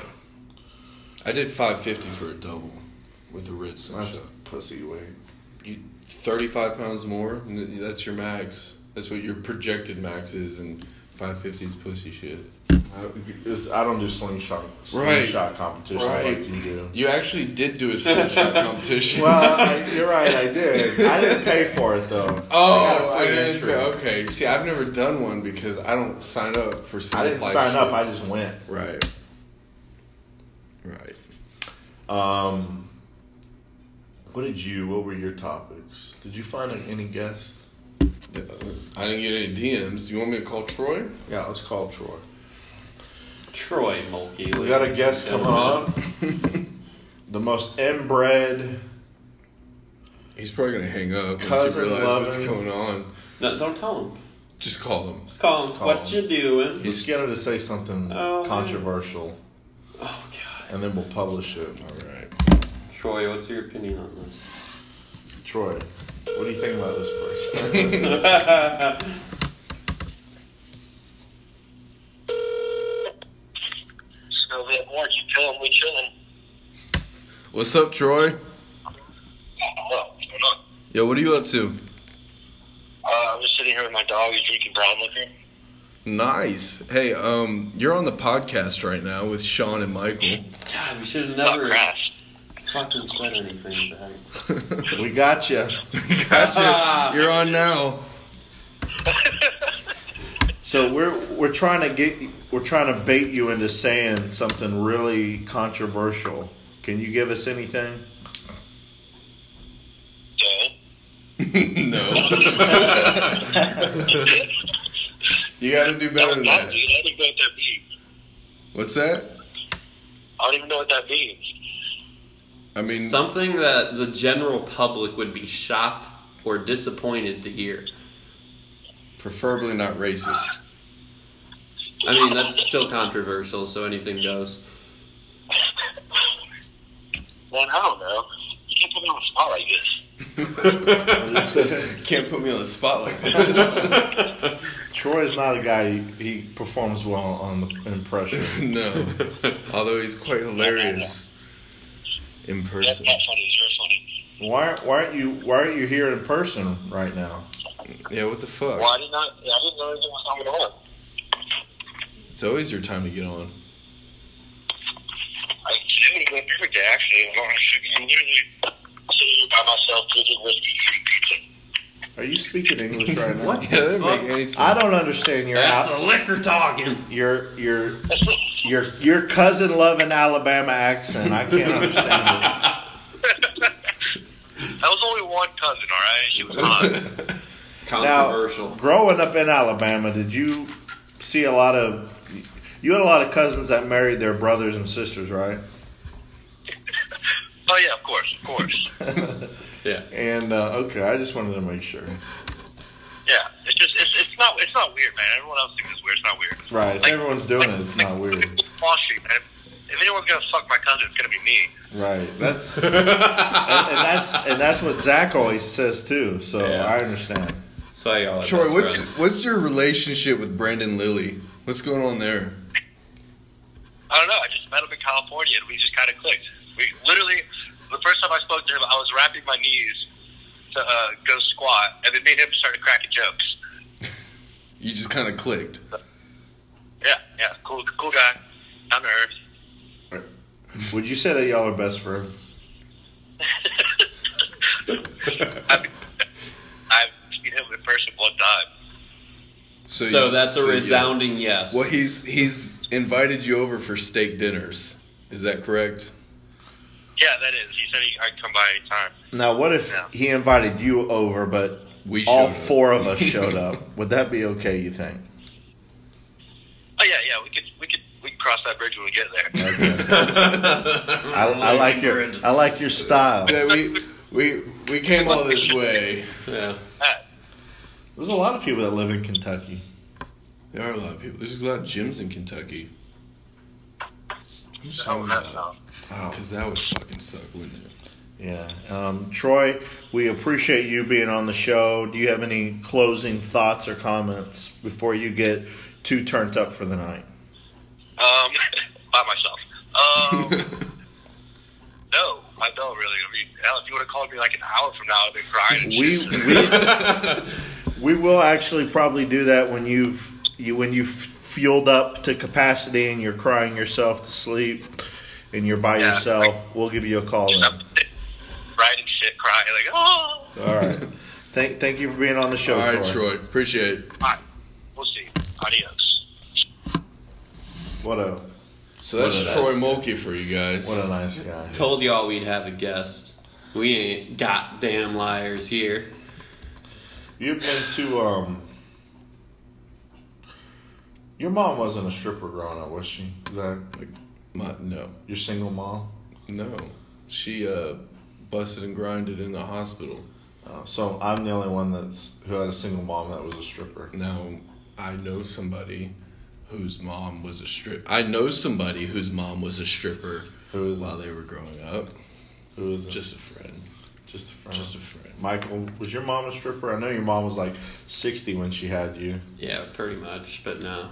C: I did 550 for a double with the Ritz.
B: That's a pussy weight.
C: you 35 pounds more n- that's your max that's what your projected max is and 550's pussy shit
B: I, it's, I don't do slingshot
C: Right.
B: slingshot competitions
C: Right.
B: like you do.
C: you actually did do a slingshot competition
B: Well, I, you're right. I did. I didn't pay for it though. got a
C: oh
B: free
C: I didn't,
B: entry.
C: okay see i've never done one because i don't sign up for
B: I didn't
C: like
B: sign
C: shit.
B: up. I just went.
C: right right
B: Um, what did you? What were your topics? Did you find any guests?
C: Yeah, i didn't get any dms do you want me to call troy
B: Yeah, let's call Troy.
D: Troy Mulkey.
B: We got a
D: ladies
B: guest
D: and
B: coming
D: gentlemen.
B: on. the most inbred.
C: he's probably gonna hang up once he
B: Cousin
C: realizes what's
B: loving.
C: going on
D: No, don't tell him.
C: just call him
D: Just call him.
B: Call
D: what
B: him.
D: you doing?
B: He's scared to say something
D: Oh, man.
B: controversial,
D: Oh God.
B: and then we'll publish it.
C: all right
D: Troy, what's your opinion on this?
B: Troy, what do you think about this person?
E: Still bit more. You tell them we chilling.
C: what's up troy
E: Well, what's going on?
C: yo what are you up to
E: Uh, I'm just sitting here with my dog. He's drinking brown liquor.
C: Nice. Hey, um, you're on the podcast right now with Sean and Michael.
D: God, we should have
E: Not
D: never
E: grass.
D: fucking said anything. Zach.
B: we got you.
C: gotcha. You're on now.
B: So we're we're trying to get we're trying to bait you into saying something really controversial. Can you give us anything?
E: So,
C: no. you got to do better than
E: I don't
C: that.
E: even know what that means.
C: What's that?
E: I don't even know what that means.
C: I mean,
D: Something that the general public would be shocked or disappointed to hear.
C: preferably not racist.
D: I mean, that's still controversial, so anything goes.
E: Man, I don't know. You can't put me on a spot like this.
C: Can't put me on the spot like that.
B: Troy's not a guy. He, he performs well on the impression.
C: no. Although he's quite hilarious in
E: That's
C: person.
E: not funny. You're funny.
B: Why why aren't you why aren't you here in person right now?
C: Yeah, what the fuck?
E: Well, I did not. I didn't know anything was going on.
C: It's always your time to get on.
E: I today was a perfect day. Actually, I'm going to. I'm usually sitting here by myself drinking whiskey, eating pizza.
B: Are you speaking English right now?
C: Yeah, that doesn't make any sense.
B: I don't understand your
D: That's
B: out,
D: a liquor talking.
B: your your Your your cousin loving Alabama accent. I can't understand it.
E: That was only one cousin, all right? He was hot.
B: Now,
D: Controversial.
B: growing up in Alabama, did you see a lot of? You had a lot of cousins that married their brothers and sisters, right?
E: oh, yeah, of course, of course.
D: yeah.
B: And uh, okay, I just wanted to make sure.
E: Yeah, it's just, it's, it's not it's not weird, man. Everyone else thinks it's weird. It's not weird.
B: Right, if everyone's doing it, it's not weird.
E: Wall Street, man. If anyone's going to fuck my cousin, it's going to be me.
B: Right. That's and, and that's and that's what Zach always says too. So
D: Yeah.
B: I understand.
D: So I all
C: Troy, what's what's your relationship with Brandon Lilly? What's going on there?
E: I don't know. I just met him in California, and we just kind of clicked. We literally, the first time I spoke to him, I was wrapping my knees to uh, go squat, and then me and him started cracking jokes.
C: You just kind of clicked.
E: Yeah, yeah, cool, cool guy, down to earth.
B: Would you say that y'all are best friends?
E: I've, I've seen him in person one time.
D: So,
C: you-
D: that's a
C: so you-
D: resounding yes.
C: Well, he's he's invited you over for steak dinners. Is that correct?
E: Yeah, that is. He said he, I'd come by anytime.
B: Now, what if
E: Yeah.
B: he invited you over, but
C: We
B: all
C: showed up.
B: four of us showed up? Would that be okay? You think?
E: Oh yeah, yeah. We could, we could, we could cross that bridge when we get there.
B: I, I like your I like your style.
C: Yeah, we we we came all this way.
D: yeah.
E: Alright.
B: There's a lot of people that live in Kentucky.
C: There are a lot of people. There's a lot of gyms in Kentucky. I'm
E: I don't
C: sorry
E: have no.
B: Oh.
C: because that would fucking suck, wouldn't it?
B: Yeah, um, Troy, we appreciate you being on the show. Do you have any closing thoughts or comments before you get too turned up for the night?
E: Um, by myself. Um, no, I don't really. I mean, hell, if you would have called me like an hour from now, I'd been grinding.
B: We we, we will actually probably do that when you've you when you've fueled up to capacity and you're crying yourself to sleep and you're by
E: Yeah.
B: yourself. We'll give you a call
E: Just
B: then.
E: up there, riding shit, crying like, oh.
B: All right. Thank thank you for being on the show,
C: All right,
B: Troy.
C: Troy. Appreciate it.
E: All right, we'll see. Adios.
B: What a
C: So that's
B: What a
C: Troy
B: nice-
C: Mulkey for you guys.
B: what a nice guy.
D: Told y'all we'd have a guest. We ain't goddamn liars here.
B: You've been to um. Your mom wasn't a stripper growing up, was she? Zach?
C: like, my, no,
B: Your single mom.
C: no. She uh, busted and grinded in the hospital.
B: Uh, so I'm the only one that's who had a single mom that was a stripper.
C: Now, I know somebody whose mom was a strip. I know somebody whose mom was a stripper
B: Who is it?
C: while they were growing up.
B: Who is it? Uh-huh.
C: Just a friend.
B: just a friend.
C: Just a friend.
B: Michael, was your mom a stripper? I know your mom was like 60 when she had you.
D: Yeah, pretty much, but no.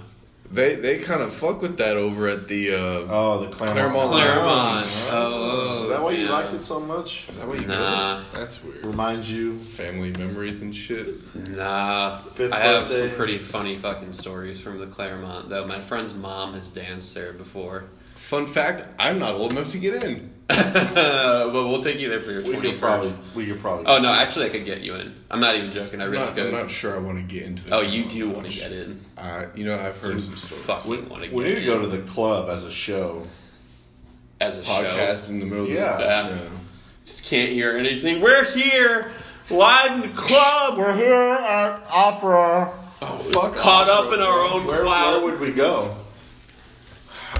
C: They they kind of fuck with that over at the. Uh,
B: Oh, the Claremont.
C: Claremont.
D: Claremont.
C: Oh,
D: Oh,
B: Is that why you
D: yeah.
B: liked it so much?
C: is that what you
D: Nah.
C: call it? That's weird.
B: Reminds you.
C: Family memories and shit.
D: Nah,
B: Fifth
D: I have
B: birthday.
D: some pretty funny fucking stories from the Claremont. Though my friend's mom has danced there before,
C: Fun fact: I'm not old enough to get in.
D: but we'll take you there for your
B: We
D: twenty
B: could probably.
D: first.
B: We could probably.
D: Oh no, actually, I could get you in. I'm not even joking. I
C: I'm
D: really
C: not, I'm
D: could.
C: not sure I want to get into. The
D: oh, you
C: Claremont
D: do want
C: Lodge.
D: to get in?
C: I, you know, I've heard some stories.
D: Fuck,
B: We,
D: want to.
B: we need to go to the club as a show.
D: as a
C: Podcast
D: show.
C: in the middle.
B: Yeah.
C: Of the,
D: Yeah. Just can't hear anything. We're here, live in the club.
B: We're here at Opera.
C: Oh, fuck.
D: Caught
C: opera,
D: up in our
C: bro.
D: own
B: Where,
D: cloud.
B: where would we go?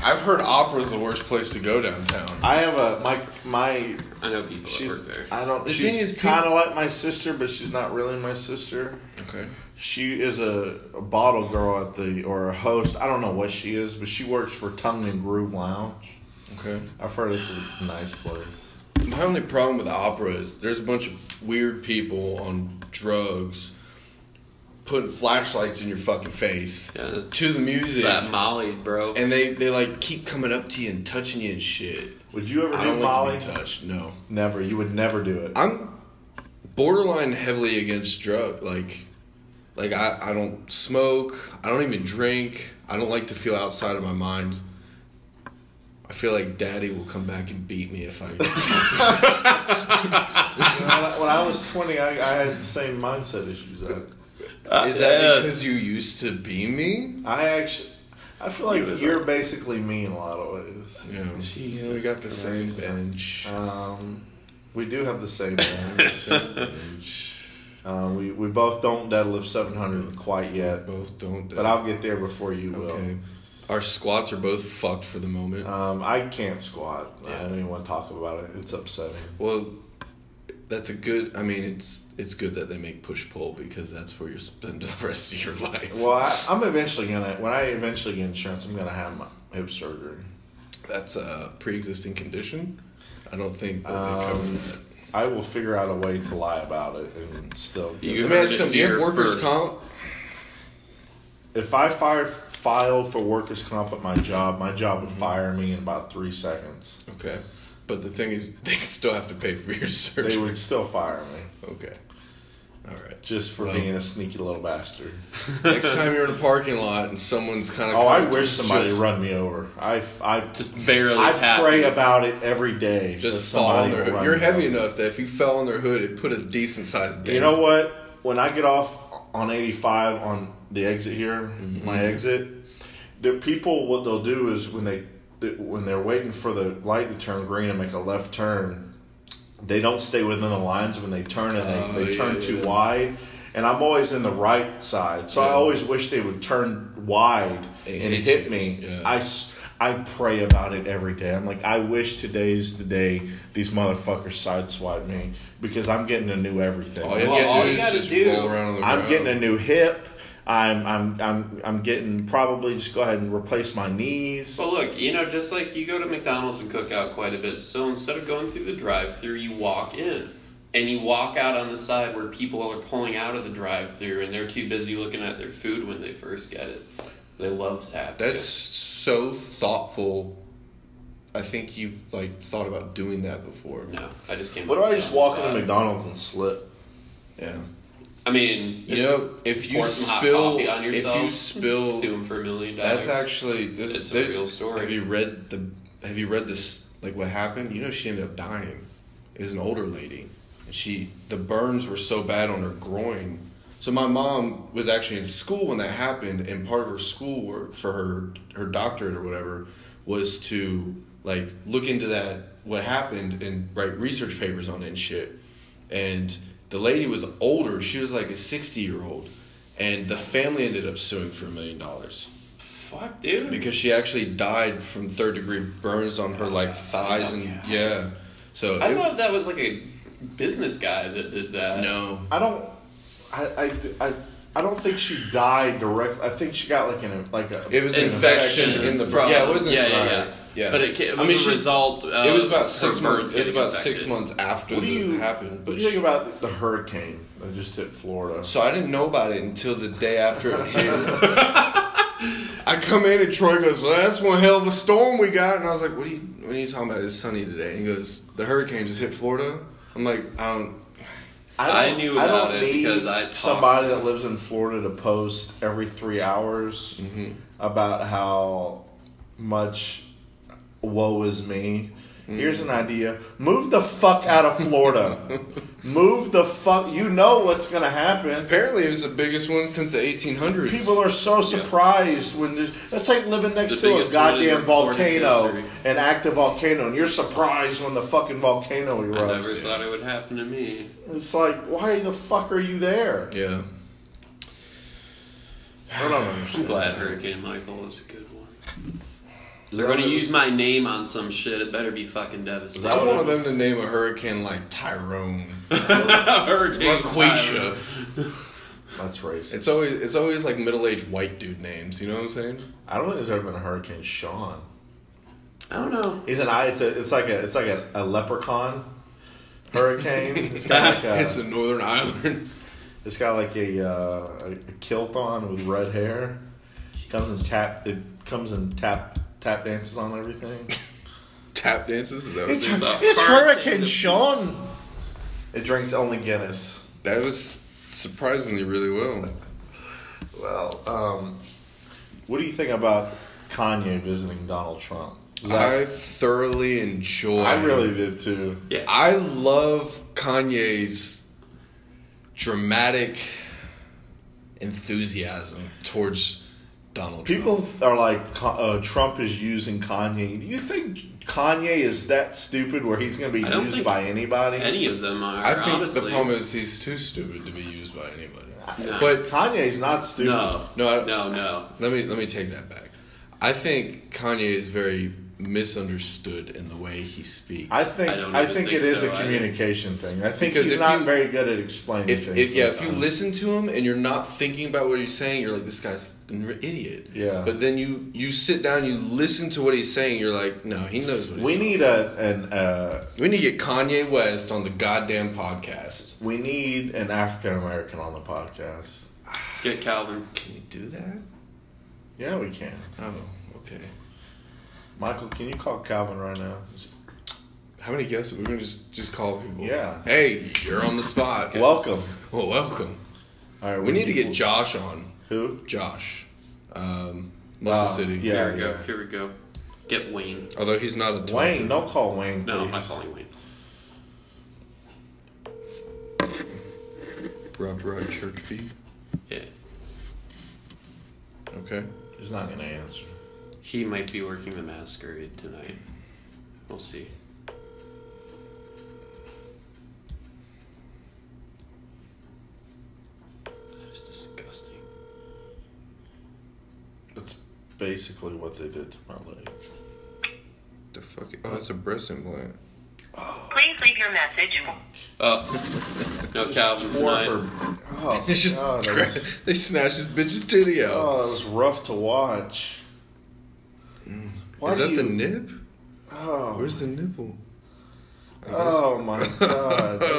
C: I've heard opera's the worst place to go downtown.
B: I have a my my.
D: I know people that
B: She's
D: work there.
B: I don't.
C: The
B: she's
C: thing is, peop-
B: kind of like my sister, but she's not really my sister.
C: okay.
B: She is a, a bottle girl at the or a host. I don't know what she is, but she works for Tongue and Groove Lounge.
C: Okay.
B: I've heard it's a nice place.
C: My only problem with opera is there's a bunch of weird people on drugs putting flashlights in your fucking face
D: Yeah, that's-
C: to the
D: It's
C: music.
D: that Molly, bro.
C: and they, they like keep coming up to you and touching you and shit.
B: Would you ever
C: I
B: do
C: don't
B: Molly?
C: like to be touched. No.
B: never. You would never do it.
C: I'm borderline heavily against drug. Like, like I, I don't smoke. I don't even drink. I don't like to feel outside of my mind. I feel like daddy will come back and beat me if I.
B: You know, when, I, when I was twenty, I, I had the same mindset issues. I,
C: Is that because you used to be me?
B: I actually,
F: I feel like
D: He was
F: you're
D: like-
F: basically me in a lot of ways.
C: Yeah.
F: Jesus
C: we got the same
F: Christ.
C: bench.
F: Um, we do have the same ones.
C: Same bench.
F: uh, we we both don't deadlift 700 quite yet,
C: Both don't.
F: but I'll get there before you will.
C: Okay. Our squats are both fucked for the moment.
F: Um, I can't squat. I
C: Yeah.
F: don't even want to talk about it. It's upsetting.
C: Well, that's a good. I mean, it's it's good that they make push pull because that's where you spend the rest of your life.
F: Well, I, I'm eventually gonna. When I eventually get insurance, I'm gonna have my hip surgery.
C: That's a pre-existing condition. I don't think that they cover
F: Um,
C: that.
F: I will figure out a way to lie about it and still. get
C: Let
D: You-
C: me
F: it.
D: heard
C: ask
D: it
C: you, do you have
D: here
C: workers'
D: first.
C: comp?
F: If I fire, file for workers' comp at my job, my job would fire me in about three seconds.
C: Okay, but the thing is, they still have to pay for your
F: They
C: surgery.
F: would still fire me
C: Okay, all right.
F: just for
C: Well.
F: being a sneaky little bastard.
C: Next time you're in a parking lot and someone's kind of
F: Oh, I wish somebody run me over. I, I,
D: Just barely
F: I
D: tap.
F: pray
D: you.
F: about it every day. that
C: Just fall on
F: somebody
C: their
F: will
C: hood.
F: run
C: You're
F: me
C: heavy
F: over.
C: enough that if you fell on their hood, it put a decent sized dent.
F: You know what? When I get off on 85 on the exit here,
C: Mm-hmm.
F: my exit, the people what they'll do is when they when they're waiting for the light to turn green and make a left turn, they don't stay within the lines when they turn and they,
C: Oh,
F: they
C: yeah,
F: turn too
C: yeah.
F: wide. And I'm always in the right side, so I
C: Yeah.
F: always wish they would turn wide
C: It
F: and
C: hits
F: hit
C: you.
F: me.
C: Yeah.
F: I s I I pray about it every day. I'm like, I wish today's the day these motherfuckers sideswipe me because I'm getting a new everything.
C: All you
D: Well, all you
C: have to
D: gotta
C: do is just
D: do-
C: roll around on the ground.
F: I'm getting a new hip. I'm I'm I'm I'm getting probably just go ahead and replace my knees.
D: Well, look, you know, just like you go to McDonald's and cook out quite a bit, so instead of going through the drive-through, you walk in, and you walk out on the side where people are pulling out of the drive-through, and they're too busy looking at their food when they first get it. They love tap.
C: That's so thoughtful. I think you've like thought about doing that before.
D: no. I just can't.
F: What if I just walk into
D: McDonald's?
F: McDonald's and slip?
C: Yeah.
D: I mean,
C: You know, if you
D: pour some hot
C: spill,
D: coffee on
C: if
D: yourself,
C: you spill,
D: sue them for a million dollars.
C: that's actually this.
D: It's a
C: there-
D: real story.
C: Have you read the? Have you read this? Like what happened? You know, she ended up dying. It was an older lady, and she the burns were so bad on her groin. So my mom was actually in school when that happened, and part of her schoolwork for her her doctorate or whatever was to like look into that what happened and write research papers on it and shit and the lady was older. She was like a 60 year old. And the family ended up suing for a million dollars
D: fuck, dude.
C: because she actually died from third degree burns on her like thighs and
D: Yeah.
C: yeah. So
D: I
C: it-
D: thought that was like a business guy that did that.
C: no,
F: I don't. I I I, I don't think she died directly. I think she got like an like a.
C: it was an
D: Infection,
C: infection in the
D: from,
C: yeah. It wasn't
D: yeah, yeah, yeah.
C: right. yeah.
D: But it, ca- it was
C: I mean,
D: a
C: she-
D: result. Of
C: It was about
D: her
C: six months.
D: birds
C: It was
D: getting
C: about six
D: infected.
C: months after
F: what do you
C: it happened.
F: What
C: But
F: do you
C: she-
F: think about the hurricane that just hit Florida?
C: So I didn't know about it until the day after it hit. I come in and Troy goes, "Well, that's one hell of a storm we got," and I was like, "What are you? What are you talking about? It's sunny today." And he goes, "The hurricane just hit Florida." I'm like, "I don't."
D: I
F: don't-
D: knew
F: don't
D: about it
F: need
D: because I talked.
F: somebody that lives in Florida to post every three hours
D: Mm-hmm.
F: about how much woe is me.
D: Mm.
F: Here's an idea: move the fuck out of Florida. move the fuck. You know what's gonna happen.
C: Apparently, it was the biggest one since the 1800s.
F: People are so surprised when there's, that's like living next
D: The
F: to a
D: biggest one in
F: goddamn
D: recorded
F: volcano,
D: history.
F: an active volcano, and you're surprised when the fucking volcano
D: I never
F: erupts.
D: thought it would happen to me.
F: It's like, why the fuck are you there?
C: yeah.
F: I don't understand.
D: I'm glad Hurricane Michael was a good one. They're gonna use my name on some shit. It better be fucking devastating.
C: I
F: that
C: wanted them to name a hurricane like Tyrone,
D: Hurricane
C: Laquisha.
D: Tyler.
F: That's racist.
C: It's always it's always like middle aged white dude names. You know what I'm saying?
F: I don't think there's ever been a Hurricane Sean.
D: I don't know.
F: He's an eye. It's a, It's like a. It's like a, a leprechaun hurricane. It's got like uh, a.
C: it's the Northern Island.
F: it's got like a, uh, a, a kilt on with red hair. Comes and tap. It comes and tap tap dances on everything.
C: Tap dances. Is that what
F: It's,
C: they-
D: a
F: it's
D: hurricane.
F: Hurricane Sean. It drinks only Guinness.
C: that was surprisingly really well.
F: Well, um, what do you think about Kanye visiting Donald Trump?
C: I thoroughly enjoy.
F: I really did too.
C: I love Kanye's dramatic enthusiasm towards Donald Trump.
F: People are like, Ka- uh, Trump is using Kanye. Do you think Kanye is that stupid where he's going to
D: I
F: be
D: don't
F: used
D: think
F: by anybody?
D: Any of them are.
C: I think
D: honestly.
C: the problem is he's too stupid to be used by anybody.
D: No.
C: But
F: Kanye's not stupid.
D: no,
C: No, I
D: no,
C: don't-
D: no, no.
C: let me let me take that back. I think Kanye is very misunderstood in the way he speaks.
F: I think
D: I
F: I,
D: don't even
F: think,
D: think
F: it is
D: so,
F: a
D: I-
F: communication thing. I think
C: Because
F: he's
C: if
F: not
C: you-
F: very good at explaining
C: if,
F: things.
C: if yeah, if you
F: sometimes.
C: listen to him and you're not thinking about what he's saying, you're like, this guy's fucking an idiot.
F: Yeah.
C: But then you you sit down, you listen to what he's saying, you're like, no, he knows what he's.
F: we
C: talking
F: need a an uh,
C: about." we need to get Kanye West on the goddamn podcast.
F: we need an African American on the podcast.
D: Let's get Calvin.
C: Can you do that?
F: Yeah, we can.
C: Oh, okay.
F: Michael, can you call Calvin right now?
C: How many guests? We're gonna just just call people.
F: Yeah.
C: Hey, you're on the spot.
F: Welcome.
C: Well, welcome.
F: All right,
C: We need to get Josh on.
F: Who?
C: Josh, um, Muscle
F: Uh,
C: City.
F: yeah.
D: Here we go. Here we go. Get Wayne.
C: Although he's not a talker.
F: Wayne. Don't call Wayne.
D: No, I'm
F: please.
D: not calling Wayne.
C: Rub rub church beat.
D: Yeah.
C: Okay.
F: He's not gonna answer.
D: He might be working the masquerade tonight. We'll see. That is disgusting.
F: That's basically what they did to my leg.
C: The fuck? Oh, that's a breast implant.
G: Please leave your message.
D: Oh. No Calvin
F: Or-
D: tonight.
F: Oh,
C: It's just
F: God, that
C: gra-
F: was-
C: they snatched this bitch's titty out.
F: Oh, that was rough to watch.
C: Mm.
F: Why
C: Is
F: do
C: that the
F: you-
C: nip?
F: Oh,
C: Where's the nipple?
F: oh my god. That's-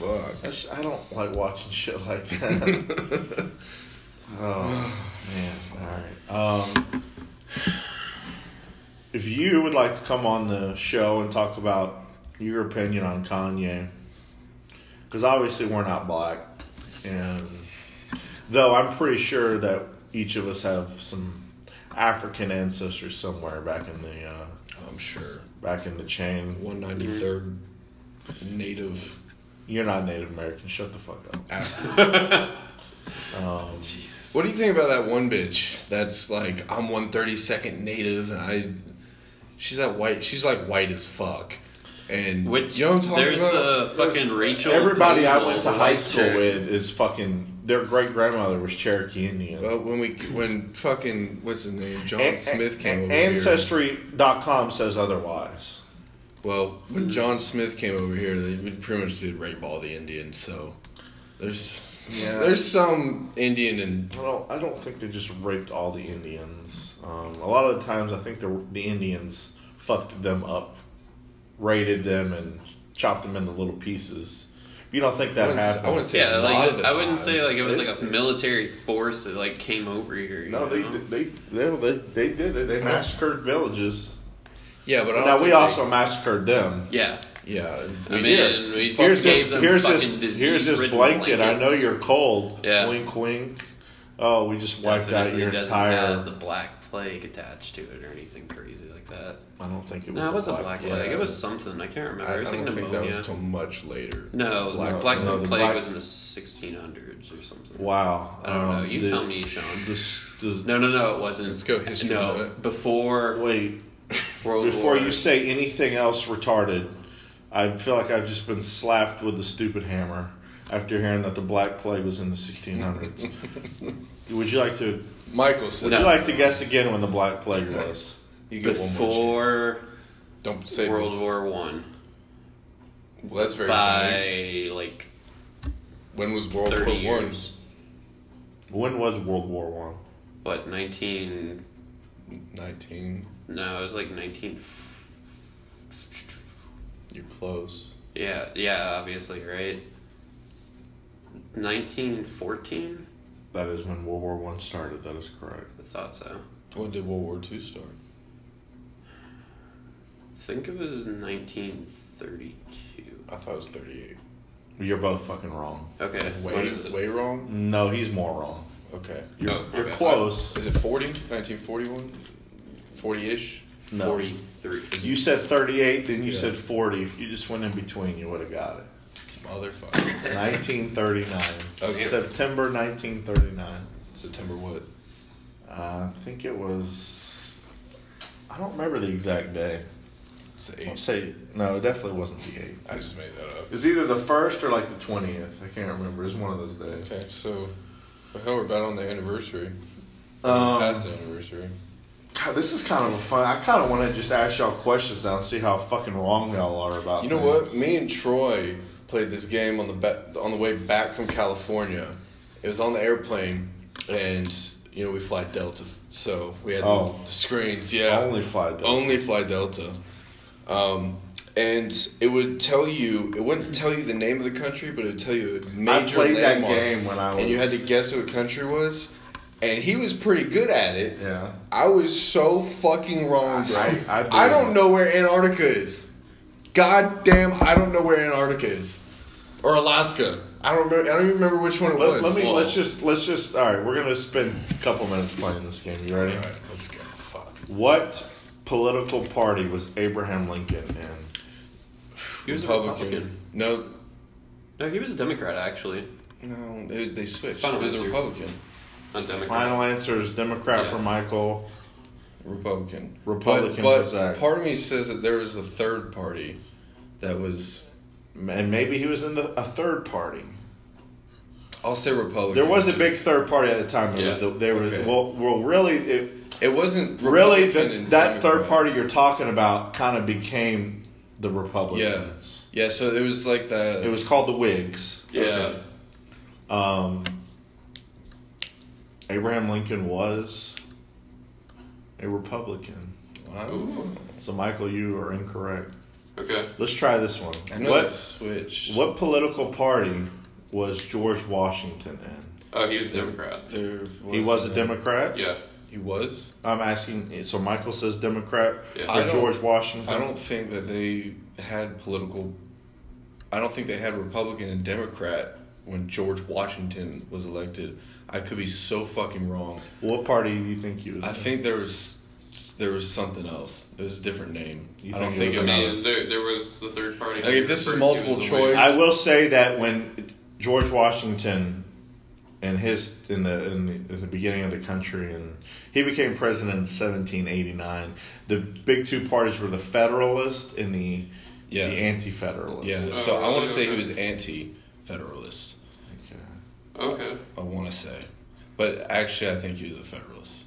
C: Oh fuck.
F: that's- I don't like watching shit like that. oh man. All right. Um, if you would like to come on the show and talk about your opinion on Kanye, because obviously we're not black, and though I'm pretty sure that each of us have some African ancestors somewhere back in the. Uh,
C: I'm sure.
F: back in the chain.
C: One ninety third native
F: You're not Native American. Shut the fuck up.
C: African.
D: Jesus.
C: what do you think about that one bitch? That's like I'm one thirty second native, and I. She's that white. She's like white as fuck. And
D: Which
C: you know what I'm talking
D: there's
C: about?
D: the fucking Rachel.
F: Everybody I
D: Dolezal,
F: went
D: the
F: to high
D: white
F: school
D: chick.
F: with is fucking. Their great grandmother was Cherokee Indian.
C: Well, when we when fucking what's his name John
F: An-
C: Smith came
F: an-
C: over here.
F: Ancestry.com says otherwise.
C: Well, when John Smith came over here, they we pretty much did rape all the Indians. So there's
F: Yeah.
C: there's some Indian and
F: I don't. I don't think they just raped all the Indians. Um, a lot of the times, I think the the Indians fucked them up, raided them, and chopped them into little pieces. You don't think
C: I
F: that
C: wouldn't, s-
F: happened?
C: I wouldn't say
D: Yeah,
C: a lot
D: like
C: of the
D: I wouldn't
C: time.
D: say like it was like a military force that like came over here. you
F: no, they,
D: know?
F: they they they they did it. They massacred villages.
C: yeah, but I don't
F: Now we
C: think
F: also
C: they,
F: massacred them.
D: yeah.
C: yeah.
D: I
C: we-
D: mean, and we
F: here's
D: gave
F: this,
D: them
F: here's
D: fucking
F: this,
D: disease.
F: here's this blanket. I know you're cold.
D: Yeah.
F: Wink, wink. Oh, we just wiped out your
D: doesn't
F: entire.
D: have the black plague attached to it or anything crazy like that.
F: I don't think it was.
D: No, it
F: the
D: wasn't
F: black-
D: black
C: yeah.
D: plague. It was something. I can't remember.
C: I, I
D: it was like
C: don't think that
D: pneumonia.
C: was till much later.
D: no,
F: Black-
D: the black
F: no, the
D: plague
F: black-
D: was in the 1600s or something.
F: Wow.
D: I don't know.
F: Um,
D: You
F: the-
D: tell me, Sean.
F: The, s- the,
D: No, no, no. It wasn't.
C: Let's go history on
D: No,
C: it.
D: before
F: Wait.
D: World
F: Before
D: War.
F: you say anything else retarded, I feel like I've just been slapped with the stupid hammer after hearing that the Black Plague was in the 1600s. would you like to?
C: Michael said
F: Would you like to guess again when the Black Plague was?
C: you get one more chance.
D: before
C: Don't say
D: World War One
C: Well, that's very vague.
D: by like
C: When was World
D: 30
C: War One?
D: years.
F: When was World War One?
D: what 19
C: Nineteen.
D: no it was like 19
C: You're close.
D: yeah yeah obviously right 1914
F: That is when World War One started. That is correct.
D: i thought so
C: When did World War Two start?
D: i think it was 1932
C: I thought it was thirty-eight.
F: You're both fucking wrong.
D: okay what
C: Way,
D: is it
C: way wrong.
F: No, he's more wrong.
C: Okay.
F: You're,
D: Oh,
F: you're
D: okay.
F: close.
C: Is it 40? 1941? 40 ish?
F: No.
D: 43
F: You said 38, then you
C: Yeah.
F: said 40. If you just went in between, you would have got it.
C: Motherfucker.
F: 1939.
C: Okay.
F: September 1939.
C: September what?
F: Uh, I think it was. I don't remember the exact day.
C: It's
F: I
C: the
F: won't
C: eighth.
F: say no. It definitely wasn't the eighth.
C: I just made that up.
F: It was either the first or like the twentieth. I can't remember. It was one of those days.
C: Okay, so well, hell, we're about on the anniversary.
F: Um,
C: past the anniversary.
F: God, this is kind of a fun. I kind of want to just ask y'all questions now and see how fucking wrong y'all are about.
C: You know
F: things.
C: what? Me and Troy played this game on the ba- on the way back from California. It was on the airplane, and you know we fly Delta, so we had
F: Oh.
C: the, the screens. Yeah, Oh,
F: Only fly Delta.
C: Only fly Delta. Um, and it would tell you. It wouldn't tell you the name of the country, but it would tell you a
F: I
C: major
F: played that
C: landmark.
F: game when I was.
C: and you had to guess what the country was. And he was pretty good at it.
F: Yeah.
C: I was so fucking wrong, bro.
F: I-
C: I,
F: I believe it.
C: don't know where Antarctica is. God damn, I don't know where Antarctica is, or Alaska. I don't remember. I don't even remember which one it was.
F: Let, let me.
C: Well,
F: Let's just. Let's just. All right. We're gonna spend a couple minutes playing this game. You ready?
C: All right, let's go. Fuck.
F: What political party was Abraham Lincoln in?
D: He was a Republican.
C: No,
D: No, he was a Democrat actually.
C: no, they, they switched.
D: Final
C: it was a
D: answer.
C: Republican.
D: Not Democrat.
F: Final answer is Democrat for
D: Yeah.
F: Michael.
C: Republican.
F: Republican
C: But,
F: for Zach.
C: but part of me says that there was a third party that was.
F: And maybe he was in the, a third party.
C: I'll say Republican.
F: There was a
C: just-
F: big third party at the time.
D: Yeah.
F: They were- They were
C: Okay.
F: well, well, really, it,
C: It wasn't
F: really
C: Republican
F: the,
C: and
F: that third
C: Democrat.
F: party you're talking about kind of became the
C: Yeah,
F: Republicans.
C: yeah. So it was like the.
F: It was called the Whigs.
D: yeah.
C: okay.
F: Um, Abraham Lincoln was a Republican.
C: Wow.
D: Ooh.
F: So Michael, you are incorrect.
D: Okay.
F: Let's try this one.
C: I know
F: what
C: that switch.
F: what political party was George Washington in?
D: Oh, he was a Democrat.
C: There was
F: he was a
C: no-
F: Democrat.
D: Yeah.
C: He was.
F: I'm asking. So Michael says Democrat
D: Yeah.
F: for
D: I
C: don't-
F: George Washington.
C: I don't think that they had political. I don't think they had Republican and Democrat when George Washington was elected. I could be so fucking wrong.
F: What party do you think he was?
C: I
F: in?
C: think there was there was something else. It was a different name.
F: You
C: I don't
F: think
C: think
F: it
C: it
D: I
F: was
C: was.
D: mean, there, there was the third party.
C: Like, if this is
D: He was
C: multiple
D: the
C: choice-
D: leader.
F: I will say that when George Washington and his in the in the, in the beginning of the country and he became president in 1789 the big two parties were the federalist and the
C: Yeah.
F: the anti-federalist
C: yeah.
D: Oh,
C: So I want
D: really?
C: to say he
D: Okay.
C: was anti-federalist.
F: Okay.
D: Okay.
C: I want to say, but actually, I think he was a federalist.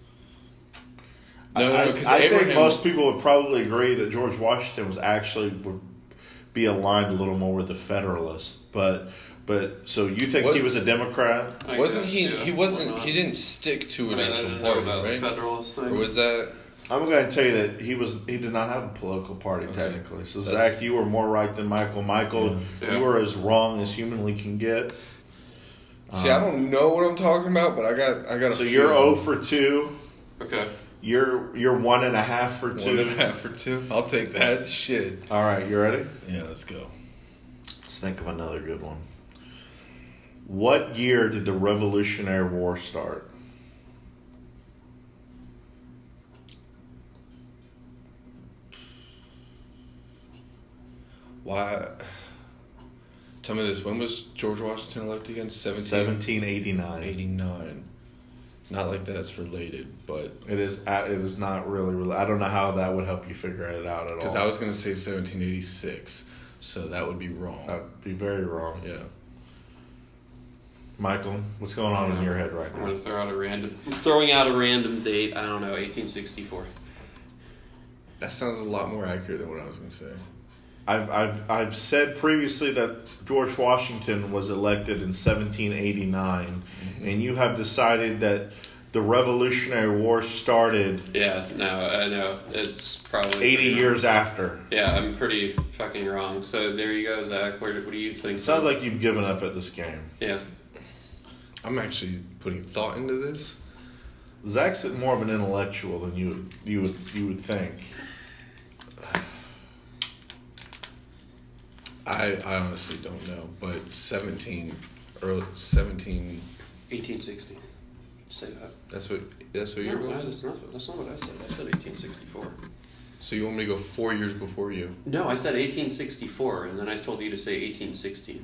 F: I,
C: No, no, because
F: I
C: Abraham.
F: think most people would probably agree that George Washington was actually would be aligned a little more with the federalist but but so you think
C: What-
F: he was a democrat
D: I
C: wasn't
D: guess,
C: he?
D: yeah,
C: he
D: why
C: wasn't.
D: not?
C: He didn't stick to
D: I
C: an
D: mean, I
C: actual
D: didn't know
C: party,
D: about the
C: right?
D: Federalist thing.
C: Or was that?
F: I'm going to tell you that he was he did not have a political party
C: Okay.
F: technically. So
C: That's-
F: Zach, you were more right than Michael. Michael,
D: Yeah.
F: you were as wrong as humanly can get.
C: See, I don't know what I'm talking about, but I got. I got. A
F: Uh-huh. So you're
C: feeling.
F: 0 for two.
D: okay.
F: You're you're one and a half for
C: One and a
F: two.
C: half for two. I'll take that shit.
F: All right, you ready?
C: Yeah, let's go.
F: Let's think of another good one. What year did the Revolutionary War start?
C: Why? Tell me this. When was George Washington elected again? 1789.
F: 1789.
C: Not like that's related, but
F: It is uh, it is not really really. I don't know how that would help you figure it out at all.
C: because I was gonna say 1786, so that would be wrong.
F: That'd be very wrong.
C: yeah.
F: Michael, what's going on in your head right
D: I'm
F: now?
D: gonna throw out a random. I'm throwing out a random date. I don't know. 1864.
C: That sounds a lot more accurate than what I was gonna say.
F: I've, I've, I've said previously that George Washington was elected in 1789,
C: Mm-hmm.
F: and you have decided that the Revolutionary War started
D: Yeah. No, I know. It's probably
F: 80 years after.
D: Yeah, I'm pretty fucking wrong. So there you go, Zach. Where, what do you think?
F: It sounds like you've given up at this game.
D: Yeah.
C: I'm actually putting thought into this.
F: Zach's more of an intellectual than you you would you would think.
C: I, I honestly don't know, but 17 or 17
D: 1860. Say that.
C: that's what that's what you're
D: No, no,
C: going.
D: that's not. That's not what I said. I said 1864.
C: So you want me to go 4 years before you.
D: No, I said 1864, and then I told you to say 1816.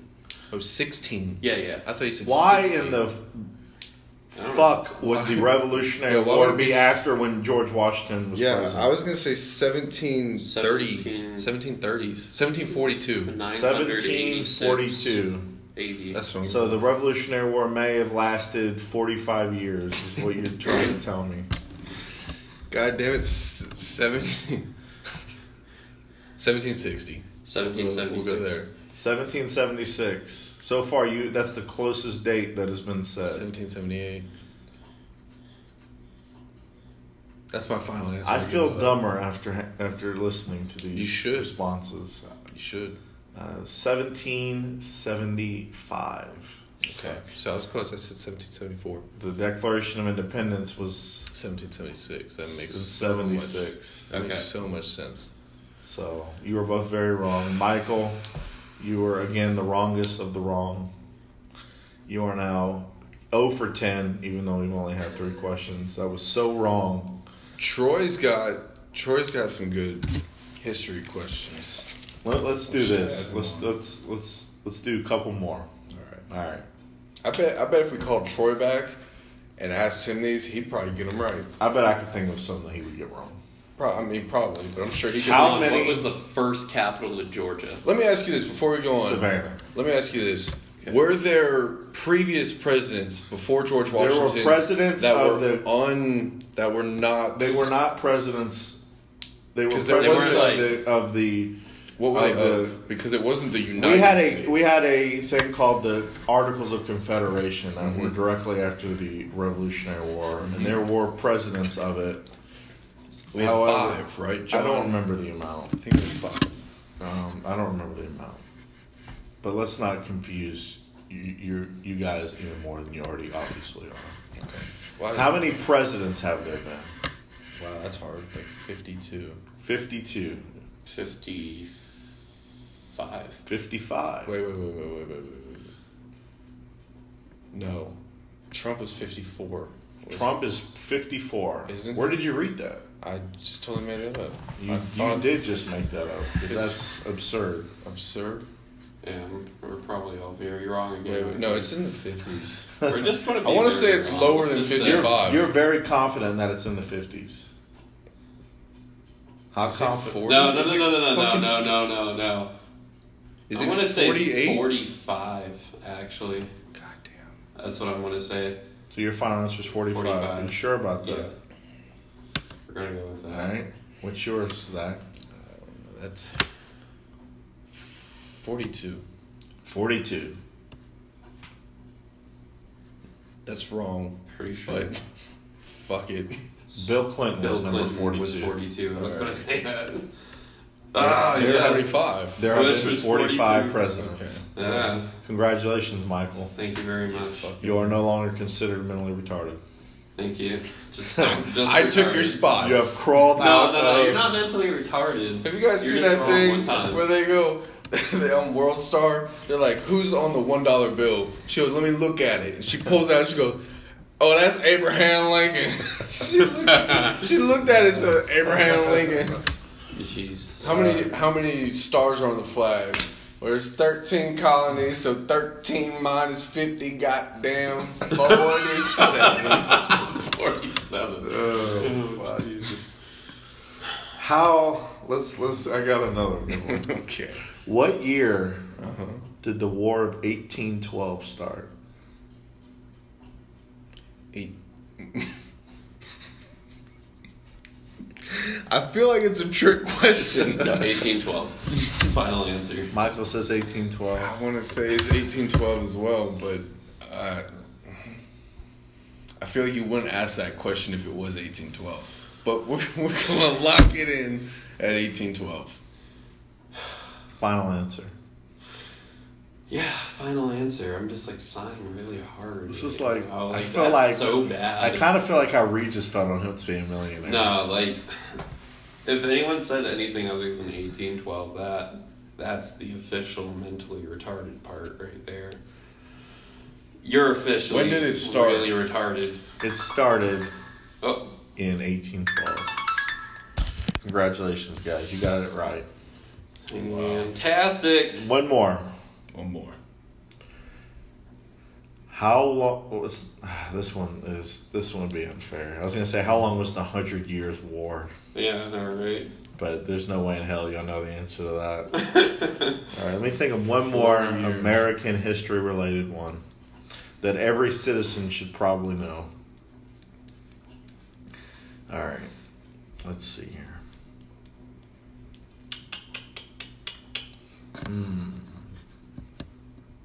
C: Oh, 16.
D: Yeah, yeah.
C: I thought you said
F: Why
C: 16.
F: in the fuck would the Revolutionary
C: Yeah, why
F: War
C: would it
F: be
C: be-
F: after when George Washington was
C: Yeah,
F: president?
C: I was gonna say 1730,
D: 17
C: 1730s, 1742.
F: 1742.
D: AD.
C: That's what I'm-
F: So the Revolutionary War may have lasted 45 years, is what you're trying to tell me.
C: God damn it, s- 17, 1760. We'll
D: 1776.
C: go there.
F: 1776. So far, you that's the closest date that has been said.
C: 1778. That's my final answer.
F: I
C: give
F: feel
C: that.
F: dumber after after listening to these
C: You should.
F: responses.
C: You should.
F: Uh, 1775.
C: Okay. So I was close. I said 1774.
F: The Declaration of Independence was
C: 1776. That makes so much-
F: 76.
C: that makes
D: Okay.
C: so much sense.
F: So you were both very wrong. Michael, you were again the wrongest of the wrong. You are now 0 for 10, even though we've only had three questions. That was so wrong.
C: Troy's got Troy's got some good history questions.
F: Let, let's do
C: Shit,
F: this.
C: that's
F: Let's
C: wrong.
F: let's let's let's do a couple more.
C: All right.
F: All right.
C: I bet I bet if we called Troy back and asked him these, he'd probably get them right.
F: I bet I could think of something he would get wrong.
C: Pro- I mean, probably, but I'm sure he could.
F: How
D: What
F: many-
D: was the first capital of Georgia?
C: Let me ask you this before we go on.
F: Savannah.
C: Let me ask you this:
D: Okay.
C: Were there previous presidents before George
F: were
C: Washington?
F: presidents
C: that
F: of
C: were
F: the-
C: un that were not
F: They were not presidents. They were
C: 'Cause they weren't,
F: presidents
D: like-
F: of the. Of the
C: what were
F: of
C: they
F: the-
C: of? Because it wasn't the United
F: we had
C: States.
F: a we had a thing called the Articles of Confederation that were directly after the Revolutionary War, and there were presidents of it.
C: We had
F: However,
C: five, right?
F: I don't remember the amount.
C: I think it was five.
F: Um, I don't remember the amount. But let's not confuse you, you, you guys even more than you already obviously are.
C: Okay. Wow,
F: How many presidents have there been?
C: Wow, that's hard. Like fifty-two.
F: Fifty-two.
D: 55.
F: 55.
C: Wait, wait, wait, wait, wait, wait, wait, wait. wait. No, Trump was fifty-four. Was-
F: Trump is 54.
C: Isn't-
F: Where did you read that?
C: I just totally made that up.
F: You,
C: I
F: you
C: thought-
F: did just make that up. 'cause
C: It's-
F: That's absurd.
C: absurd.
D: Yeah, we're, we're probably all very wrong again.
C: Wait, wait, no, it's in the fifties.
D: We're just gonna be
C: I wanna
D: very
C: say it's
D: wrong.
C: lower
D: Let's
C: than
D: just say-
C: 50.
F: You're,
C: Five.
F: you're very confident that it's in the 50s. How
C: Is it
F: confident?
C: four?
D: No, no,
C: Is
D: no,
C: it
D: no, no, no,
C: fucking-
D: no, no, no, no.
C: Is
D: I
C: it
D: want to say
C: 48?
D: 45, actually.
C: God damn.
D: That's what I want to say.
F: So your final answer is 45.
D: 45.
F: Are you sure about that?
D: Yeah. We're going to go with that.
F: All right. What's yours, Zach?
C: That's forty-two.
F: 42.
C: That's wrong,
D: Pretty sure.
C: but fuck it.
F: Bill Clinton
D: Bill
F: was number
D: Clinton
F: 42.
D: was 42. I was
C: Alright.
D: going to say that. Ah,
C: So
D: yes.
C: forty-five.
F: Oh, There
D: Bush
F: have been
D: was
C: Okay.
D: 42.
F: 45 presidents.
D: Ah,
F: Congratulations, Michael.
D: thank you very much.
F: You are no longer considered mentally retarded.
D: Thank you. Just, just
C: I took your
D: retarded.
C: spot.
F: You have crawled
D: No,
F: out
D: no, no.
F: of
D: You're not mentally retarded.
C: Have you guys
D: You're
C: seen
D: just
C: that
D: wrong
C: thing
D: one time.
C: where they go they on World Star? They're like, "Who's on the one dollar bill?" She goes, "Let me look at it." And she pulls out. She goes, "Oh, that's Abraham Lincoln." she, looked, she looked at it. So Abraham Lincoln.
D: Jesus.
C: How many how many stars are on the flag? Well, there's 13 colonies, so 13 minus 50, goddamn 47.
D: 47.
F: Oh, Jesus. How? Let's let's. I got another good one.
C: okay.
F: What year
D: Uh-huh.
F: did the War of 1812 start?
C: Eight. I feel like it's a trick question.
D: No, 1812. Final answer.
F: Michael says 1812.
C: I want to say it's 1812 as well, but uh, I feel like you wouldn't ask that question if it was 1812. But we're, we're going to lock it in at 1812.
F: Final answer.
D: Yeah, final answer. I'm just like sighing really hard.
F: This is like,
D: Oh,
F: I feel
D: that's
F: like
D: so bad.
F: I kind of feel like how Regis felt on him to be a millionaire.
D: no, like if anyone said anything other than 1812, that that's the official mentally retarded part right there. You're officially
C: When did it start?
D: Really retarded.
F: It started
D: Oh,
F: in 1812. Congratulations, guys. You got it right.
D: fantastic.
F: One more.
C: One more.
F: How long was this one? Is this one would be unfair? I was gonna say how long was the Hundred Years' War,
D: Yeah, all right.
F: but there's no way in hell you'll know the answer to that. All right, let me think of one more
C: Four years.
F: American history related one that every citizen should probably know. All right, let's see here.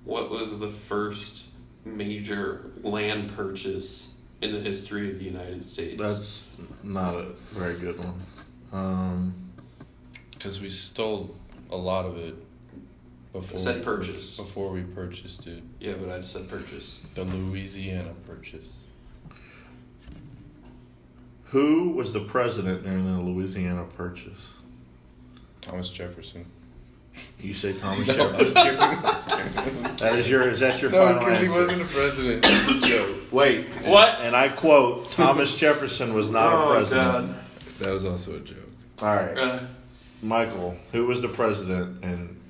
D: what was the first major land purchase in the history of the United States?
F: That's not a very good one. Um,
C: Because we stole a lot of it before.
D: I said
C: we-
D: purchase.
C: Before we purchased it.
D: yeah, but I just said purchase.
C: The Louisiana purchase.
F: who was the president during the Louisiana Purchase?
C: Thomas Jefferson.
F: You say Thomas
C: No, I'm
F: Jefferson.
C: kidding. I'm kidding.
F: That is your. Is that your
C: No,
F: final
C: because
F: answer?
C: he wasn't a president. It's a joke.
F: Wait.
D: What? Oh,
F: And I quote: Thomas Jefferson was not a president.
C: That was also a joke.
F: All right.
D: Uh,
F: Michael, who was the president and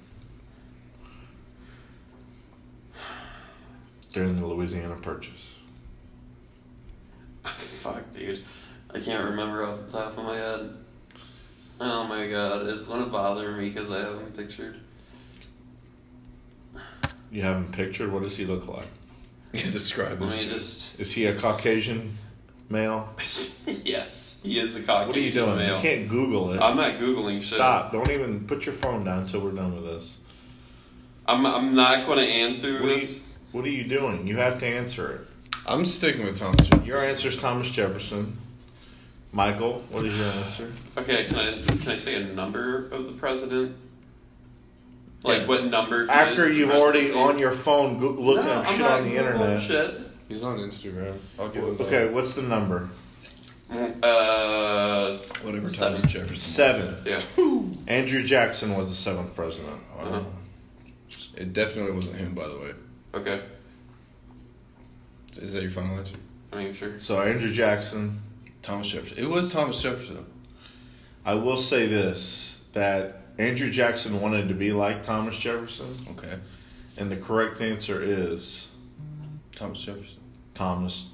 F: during the Louisiana Purchase?
D: fuck, dude. I can't remember off the top of my head. Oh my god, it's gonna bother me because I haven't pictured.
F: You haven't pictured. What does he look like?
C: You describe
D: Let
C: this.
D: me
C: joke.
D: just.
F: Is he a Caucasian male?
D: yes, he is a Caucasian
F: What are you doing?
D: male.
F: You can't Google it.
D: I'm not googling shit.
F: Stop! Don't even put your phone down until we're done with this.
D: I'm. I'm not gonna answer
F: What are, you,
D: this.
F: what are you doing? You have to answer it.
C: I'm sticking with Thomas Jefferson.
F: Your answer is Thomas Jefferson. Michael, what is your answer?
D: Okay, can I can I say a number of the president? Like
F: Yeah.
D: what number? he is
F: After
D: the
F: you've already
D: presidency?
F: on your phone go- looking
D: No,
F: up
D: I'm
F: shit
D: not
F: on the
D: Googling
F: internet.
D: Shit.
C: He's on Instagram. I'll give him that.
F: Okay, what's the number? Mm.
D: Uh,
C: Whatever
D: Seven.
C: Thomas Jefferson.
F: Seven.
D: yeah.
F: Andrew Jackson was the seventh president.
C: Wow. It definitely wasn't him, by the way.
D: Okay.
C: Is that your final answer?
D: I mean, sure.
F: So Andrew Jackson.
C: Thomas Jefferson. It was Thomas Jefferson.
F: I will say this that Andrew Jackson wanted to be like Thomas Jefferson,
C: Okay.
F: and the correct answer is
C: Thomas Jefferson.
F: Thomas.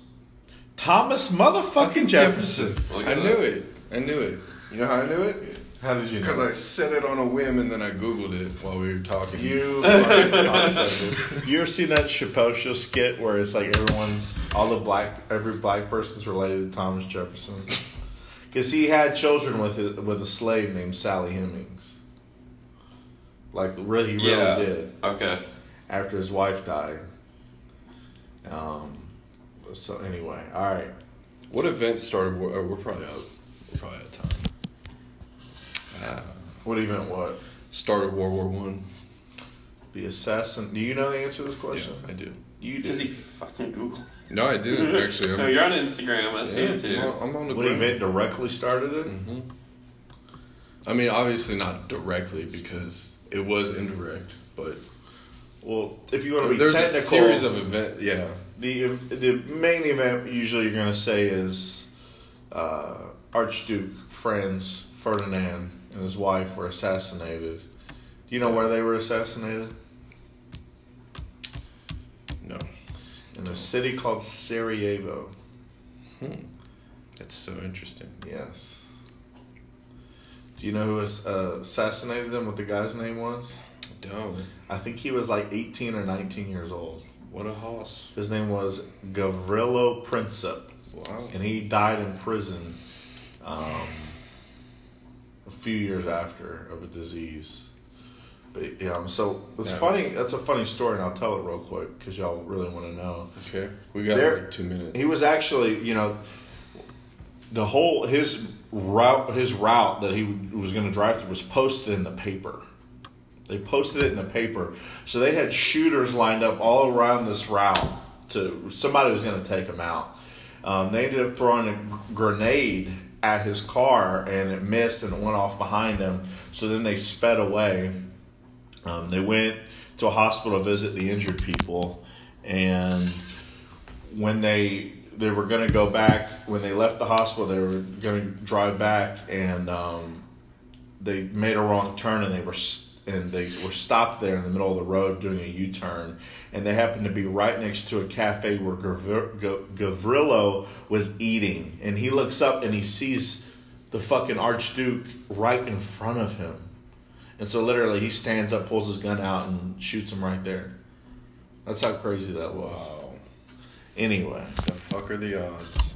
F: Thomas motherfucking Jefferson.
D: Look
C: I
D: at
C: knew
D: that.
C: it. I knew it. You know how I knew it?
F: How did you
C: Because I said it on a whim and then I Googled it while we were talking.
F: You fucking cocksucker. you ever seen that Chappelle show skit where it's like everyone's all the black every black person's related to Thomas Jefferson? Because he had children with a, with a slave named Sally Hemings. Like really, he really
D: yeah.
F: did
D: Okay.
F: after his wife died. Um. So anyway, all right.
C: What event started? War? oh, We're probably out. We're probably out of time.
F: What event? What
C: Started World War One.
F: the assassin? Do you know the answer to this
C: Yeah,
F: question?
C: I do.
F: You
D: Does
F: did.
D: he fucking Google?
C: No, I didn't actually. I'm,
D: no, you're on Instagram. I see
C: yeah,
D: it too.
C: I'm, on- I'm on the
F: What
C: ground.
F: event directly started it?
C: I mean, obviously not directly because it was indirect, but
F: Well, if you want to be
C: there's
F: technical,
C: a series of events. Yeah,
F: the the main event usually you're gonna say is uh, Archduke Franz Ferdinand and his wife were assassinated. Do you know where they were assassinated?
C: no,
F: In a city called Sarajevo.
C: that's so interesting.
F: Yes. Do you know who as- uh, assassinated them? What the guy's name was?
C: Dumb.
F: I think he was like 18 or 19 years old.
C: What a hoss!
F: His name was Gavrilo Princip.
C: Wow.
F: and he died in prison um, a few years after of a disease. But yeah, um, so it's
C: Yeah.
F: funny. That's a funny story, and I'll tell it real quick because y'all really want to know.
C: Okay, we got
F: There-
C: like two minutes.
F: He was actually, you know, the whole his route, his route that he was going to drive through was posted in the paper. They posted it in the paper, so they had shooters lined up all around this route to somebody was going to take him out. Um, they ended up throwing a gr- grenade at his car, and it missed and it went off behind him. So then they sped away. Um, they went to a hospital to visit the injured people, and when they they were going to go back when they left the hospital they were going to drive back and um, they made a wrong turn and they were s- and they were stopped there in the middle of the road doing a U turn, and they happened to be right next to a cafe where Gavr- Gav- Gavrillo was eating, and he looks up and he sees the fucking Archduke right in front of him, and so literally he stands up, pulls his gun out, and shoots him right there. That's how crazy that was.
C: Wow.
F: Anyway,
C: The fuck are the odds?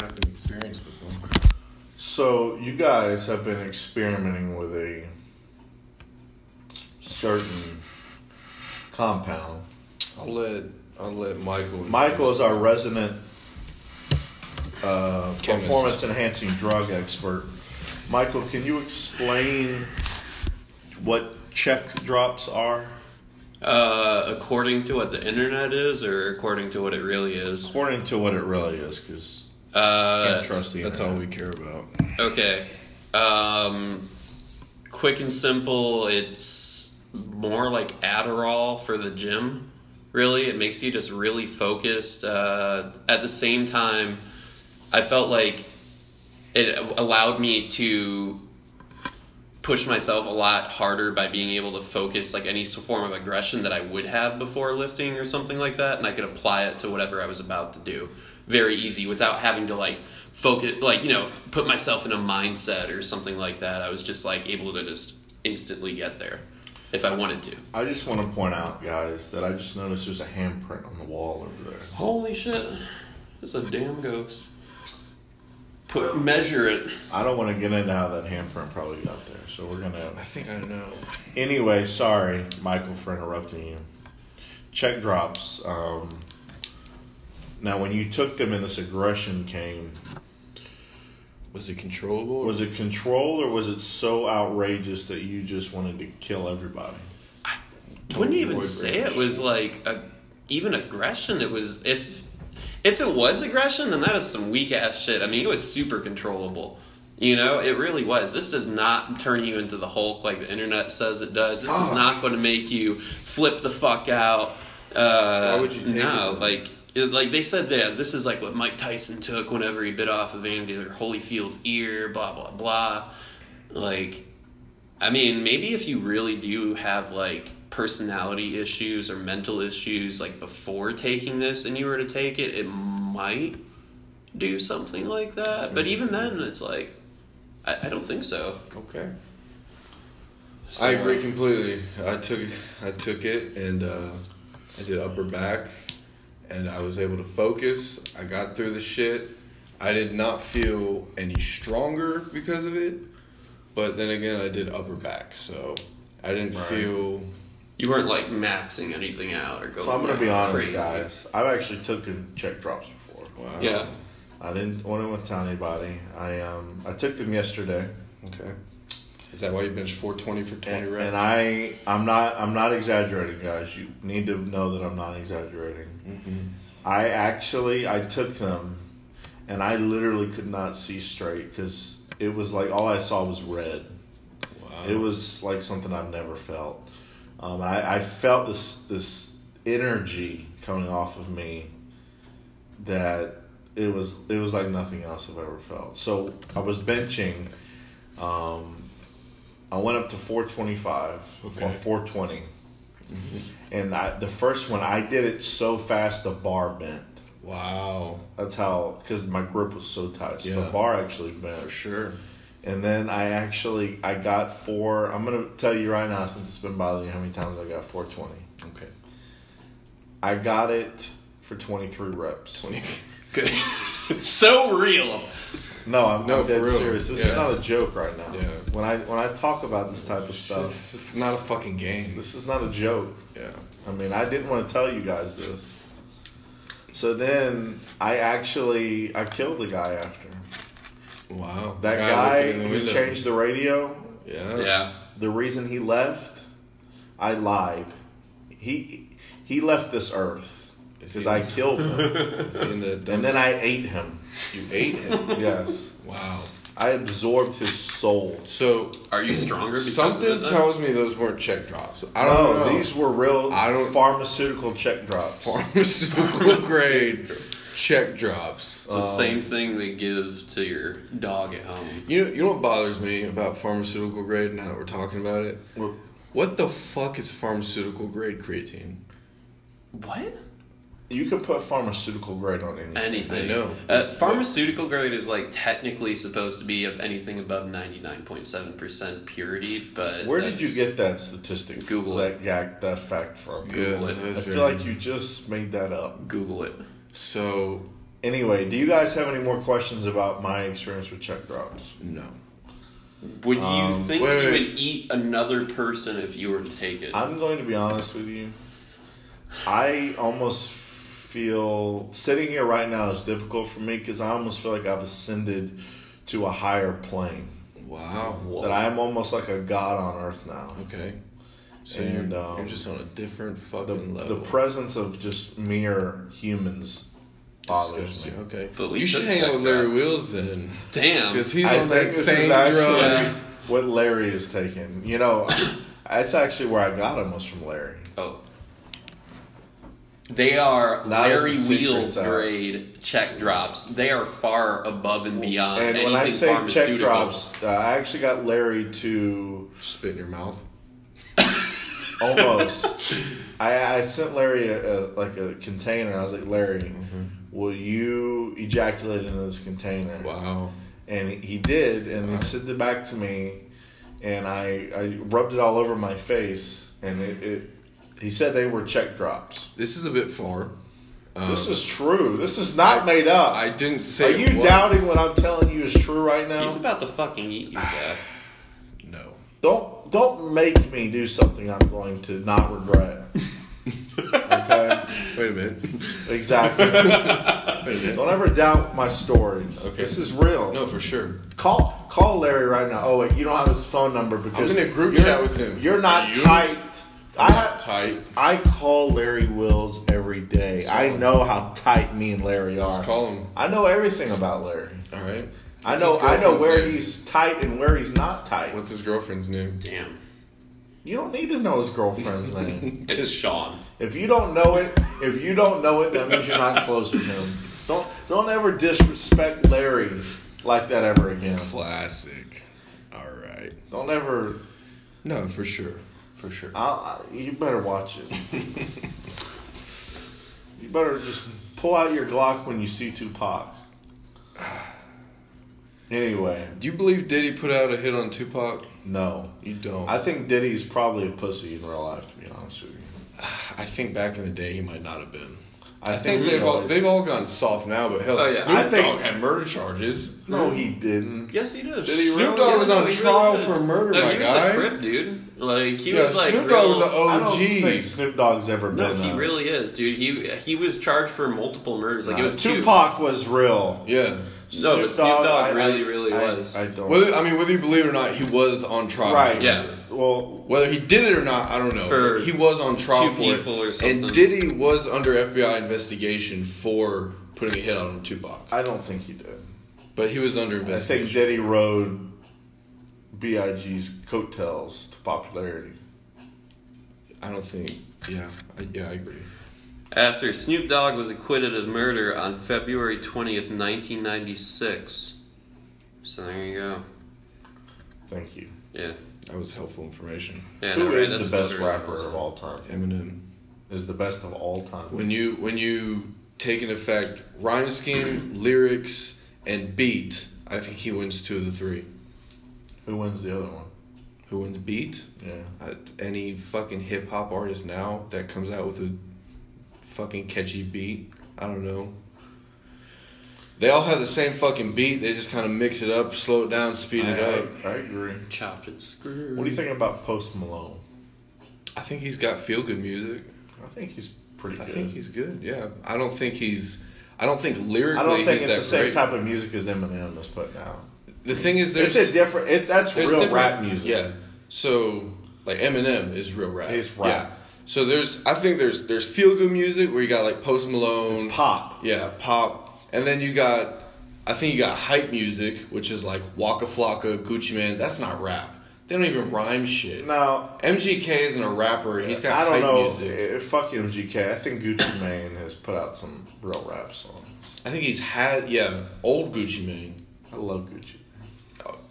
C: Have an experience with them.
F: so you guys have been experimenting with a certain compound.
C: I'll let I'll let Michael.
F: Michael is our resident uh,
C: Chemist.
F: performance enhancing drug expert. Michael, can you explain what check drops are?
D: Uh, according to what the internet is, or according to what it really is.
F: According to what it really is, because
D: Uh,
F: can't trust the
C: That's all
F: internet.
C: we care about.
D: Okay. Um, quick and simple. It's more like Adderall for the gym. Really, it makes you just really focused. Uh, at the same time, I felt like it allowed me to push myself a lot harder by being able to focus like any form of aggression that I would have before lifting or something like that, and I could apply it to whatever I was about to do very easy without having to like focus like you know put myself in a mindset or something like that. I was just like able to just instantly get there if I wanted to.
F: I just want to point out, guys, that I just noticed there's a handprint on the wall over there.
D: Holy shit! It's a damn ghost. Put measure it.
F: I don't want to get into how that handprint probably got there, so we're gonna
C: I think I know.
F: Anyway, sorry, Michael, for interrupting you. Check drops. Um, now, when you took them and this aggression came,
C: Was it controllable?
F: was it control or was it so outrageous that you just wanted to kill everybody?
D: wouldn't even
C: Lloyd
D: say
C: Bridge.
D: it was like a, even aggression. It was if if it was aggression, then that is some weak ass shit. I mean, it was super controllable. You know, it really was. This does not turn you into the Hulk like the internet says it does. This is not going to make you flip the fuck out. Uh,
C: Why would you take
D: no,
C: it?
D: like. it- Like they said that this is like what Mike Tyson took whenever he bit off of Andy Holyfield's ear, blah blah blah. Like I mean, maybe if you really do have like personality issues or mental issues like before taking this and you were to take it, it might do something like that. But even
F: Mm-hmm.
D: then, it's like, I, I don't think so.
F: Okay.
D: So,
C: I agree completely. I took I took it and uh, I did upper back, and I was able to focus. I got through the shit. I did not feel any stronger because of it, but then again, I did upper back, so I didn't
F: Right.
C: feel.
D: You weren't like maxing anything out or going.
F: So I'm gonna be honest,
D: crazy.
F: guys. I've actually taken check drops before.
C: Wow.
D: Yeah.
F: I didn't want to tell anybody. I um I took them yesterday.
C: Okay. Is that why you bench four twenty for twenty
F: And,
C: reps?
F: and I, I'm not, I'm not exaggerating, guys. You need to know that I'm not exaggerating. I actually, I took them, and I literally could not see straight because it was like all I saw was red.
C: wow.
F: It was like something I've never felt. Um, I, I felt this this energy coming off of me that it was it was like nothing else I've ever felt. So I was benching. Um, I went up to four twenty five or
C: Okay.
F: four and I, the first one I did it so fast the bar bent.
C: wow.
F: That's how because my grip was so tight. So the
C: Yeah.
F: bar actually bent
C: For sure.
F: and then I actually I got four. I'm gonna tell you right now since it's been bothering you how many times I got four twenty.
C: Okay.
F: I got it for twenty three reps.
D: Good. so real.
F: No, I'm,
C: No,
F: I'm dead
C: for real.
F: serious. This
C: Yeah.
F: is not a joke right now.
C: Yeah.
F: When I when I talk about this type of
C: It's
F: stuff,
C: just not a fucking game.
F: this is not a joke.
C: Yeah.
F: I mean, I didn't want to tell you guys this. So then I actually I killed the guy after
C: Wow.
F: that
C: looking
F: guy
C: in the
F: who
C: window.
F: changed the radio.
C: Yeah.
D: Yeah.
F: the reason he left, I lied. He he left this earth
C: Is
F: because
C: he-
F: I killed him,
C: Is he in the
F: and then
C: dumps?
F: I ate him.
C: you ate him.
F: Yes,
C: wow.
F: I absorbed his soul.
C: So
D: Are you stronger? Because of
C: something
D: it, then?
C: tells me those weren't check drops. I don't
F: No,
C: know.
F: these Oh, were real
C: I don't-
F: pharmaceutical check drops.
C: pharmaceutical grade. check drops.
D: It's the
F: Um,
D: same thing they give to your dog at home.
C: You know, you know what bothers me about pharmaceutical grade now that we're talking about it?
F: Well,
C: What the fuck is pharmaceutical grade creatine?
D: What?
F: you can put pharmaceutical grade on anything.
D: Anything.
C: I know.
D: Uh, pharmaceutical grade is like technically supposed to be of anything above ninety nine point seven percent purity, but
F: Where did you
D: that's-
F: get that statistic?
D: Google
F: that
D: it.
F: gag- that fact from.
D: Google it.
C: that is
F: I feel
C: very-
F: like you just made that up.
D: Google it.
C: so
F: Anyway, do you guys have any more questions about my experience with check drops?
C: no.
D: Would you
F: Um,
D: think
C: wait,
D: you
C: wait.
D: would eat another person if you were to take it?
F: I'm going to be honest with you. I almost feel sitting here right now is difficult for me because I almost feel like I've ascended to a higher plane.
C: Wow.
D: Whoa.
F: That I'm almost like a god on earth now.
C: Okay. So
F: And,
C: you're,
F: um,
C: you're just on a different
F: The,
C: fucking
F: the
C: level.
F: presence of just mere humans bothers
C: Disgusting.
F: me.
C: Okay.
D: But we
C: you should
D: could
C: hang out
D: check
C: with Larry
D: that.
C: Wheels then,
D: Damn.
C: because he's
F: I
C: on
F: think
C: that
F: this is
C: same
F: actually
C: drug.
F: What Larry is taking, you know, that's actually where I got him was from Larry.
D: Oh. They are
F: Now that
D: Larry
F: the secret's
D: Wheels
F: out.
D: grade check drops. They are far above and beyond
F: and
D: Uh, anything
F: when I say check
D: pharmaceutical.
F: drops, uh, I actually got Larry to
C: Spit in your mouth.
F: almost. I, I sent Larry a, a, like a container. I was like, Larry, will you ejaculate into this container?
C: Wow.
F: And he did, and he sent it back to me, and I, I rubbed it all over my face, and it, it he said they were check drops.
C: This is a bit far. Um,
F: This is true. This is not made up.
C: I didn't
F: Are
C: say.
F: you
C: it was.
F: doubting what I'm telling you is true right now?
D: He's about to fucking eat you, Zach.
C: No.
F: Don't don't make me do something I'm going to not regret. okay,
C: Wait a minute.
F: exactly.
C: Wait a minute.
F: Don't ever doubt my stories. This is real.
C: No, for sure.
F: Call call Larry right now. Oh wait, you don't have his phone number because
C: I'm in a group
F: you're-
C: chat with him.
F: You're not
C: You-
F: tight. I
C: Not
F: ha-
C: tight.
F: I call Larry Wills every day.
C: Just
F: I
C: call him.
F: know how tight me and Larry are.
C: Just call him.
F: I know everything about Larry.
C: All right.
F: I
C: What's
F: know
C: his
F: I know
C: girlfriend's
F: where
C: name?
F: he's tight and where he's not tight.
C: What's his girlfriend's name?
D: Damn.
F: You don't need to know his girlfriend's name.
D: It's Sean.
F: If you don't know it, if you don't know it, that means you're not close with him. Don't don't ever disrespect Larry like that ever again.
C: Classic. All right.
F: Don't ever.
C: No, for sure. For sure.
F: I'll, I, you better watch it. you better just pull out your Glock when you see Tupac. Anyway,
C: Do you believe Diddy put out a hit on Tupac?
F: no.
C: You don't.
F: I think Diddy's probably a pussy in real life, to be honest with you.
C: I think back in the day he might not have been.
F: I,
C: I think,
F: he
C: they've all
F: always-
C: they've all gone soft now, but hell,
D: Oh, yeah,
C: Snoop
F: I think-
C: Dogg had murder charges.
F: No, he didn't.
D: Yes, he does.
F: Did he really?
C: Snoop Dogg was
D: Yeah,
C: on
D: no, he
C: trial
D: really did.
C: for murder,
D: No,
C: my
D: he was
C: guy.
D: a crip, dude. Like he
C: Yeah,
D: was like
C: Snoop Dogg was
D: real-
C: a
F: I don't think
C: OG.
F: Snoop Dogg's ever
D: No,
F: been.
D: he
F: uh,
D: really is, dude. He he was charged for multiple murders. Like it was two.
F: Tupac was real.
C: Yeah.
D: No, but Snoop Dogg really, really
F: I-
D: was.
F: I don't.
C: Whether I mean whether you believe it or not, he was on trial.
F: right.
C: for
D: Yeah.
C: it.
F: Well,
C: Whether he did it or not, I don't know.
D: For
C: he was on trial
D: two
C: for
D: people
C: it,
D: or something.
C: and Diddy was under FBI investigation for putting a hit on Tupac,
F: I don't think he did.
C: but he was under
F: I
C: investigation.
F: think Diddy rode Big's coattails to popularity.
C: I don't think. Yeah, I, yeah, I agree.
D: After Snoop Dogg was acquitted of murder on February 20th, 1996. So there you go.
F: Thank you.
D: Yeah.
C: That was helpful information.
D: yeah
F: Who
D: no, right,
F: is
D: that's
F: the best
D: another-
F: rapper of all time?
C: Eminem.
F: Is the best of all time.
C: When you when you take into effect rhyme scheme, lyrics, and beat, I think he wins two of the three.
F: Who wins the other one?
C: Who wins beat?
F: Yeah.
C: Uh, any fucking hip hop artist now that comes out with a fucking catchy beat. I don't know. They all have the same fucking beat. They just kind of mix it up, slow it down, speed it
F: I,
C: up.
F: I, I agree.
D: Chopped and screwed.
F: What do you think about Post Malone?
C: I think he's got feel good music.
F: I think he's pretty
C: I
F: good.
C: think he's good. Yeah. I don't think he's. I don't think lyrically.
F: I don't think
C: he's
F: it's
C: that
F: the same
C: great.
F: type of music as Eminem is putting out.
C: The thing is, there's
F: It's a different. It, that's
C: There's
F: real
C: different-
F: rap music.
C: Yeah. So like Eminem is real rap.
F: It's rap.
C: Yeah. So there's I think there's there's feel good music where you got like Post Malone.
F: It's pop.
C: Yeah, pop. And then you got I think you got hype music, which is like Waka Flocka, Gucci Man. That's not rap. They don't even rhyme shit.
F: Now,
C: MGK isn't a rapper. He's got
F: I don't
C: hype
F: know.
C: music.
F: eh, Fuck MGK. I think Gucci Mane has put out some real rap songs.
C: I think he's had yeah old Gucci Mane.
F: I love Gucci.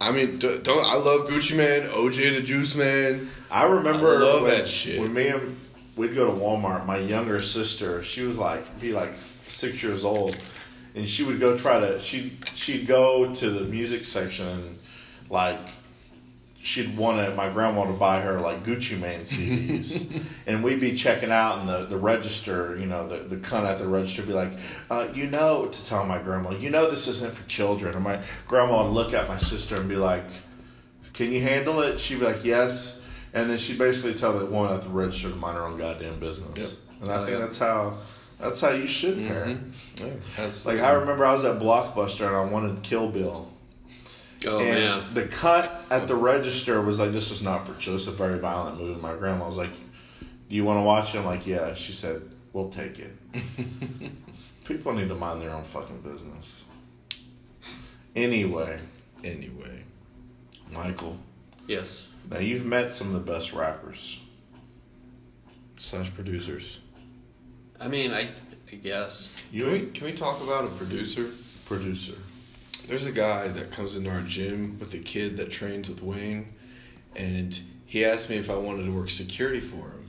C: I mean, d- don't I love Gucci Man, OJ the Juice Man?
F: I remember
C: I love
F: when,
C: that shit.
F: when me and we'd go to Walmart. My younger sister, she was like be like six years old, and she would go try to she she'd go to the music section, and like she'd wanted my grandma to buy her like Gucci Mane CDs, and we'd be checking out in the, the register, you know, the the cunt at the register would be like, uh, you know, to tell my grandma, you know, this isn't for children, and my grandma would look at my sister and be like, can you handle it? She'd be like, yes, and then she'd basically tell the woman at the register to mind her own goddamn business,
C: Yep.
F: and I
C: Oh,
F: think
C: yeah. Mm-hmm.
F: that's how that's how you should parent.
C: Yeah,
F: Like
C: absolutely.
F: I remember I was at Blockbuster and I wanted Kill Bill.
D: Oh
F: and
D: man,
F: the cut at the register was like, "This is not for children. It's a very violent movie." My grandma was like, "Do you want to watch it?" I'm like, "Yeah." She said, "We'll take it." People need to mind their own fucking business. Anyway,
C: anyway,
F: Michael,
D: yes.
F: now you've met some of the best rappers.
C: slash producers.
D: I mean, I, I guess.
F: You
C: Can we can we talk about a producer?
F: producer.
C: There's a guy that comes into our gym with a kid that trains with Wayne, and he asked me if I wanted to work security for him,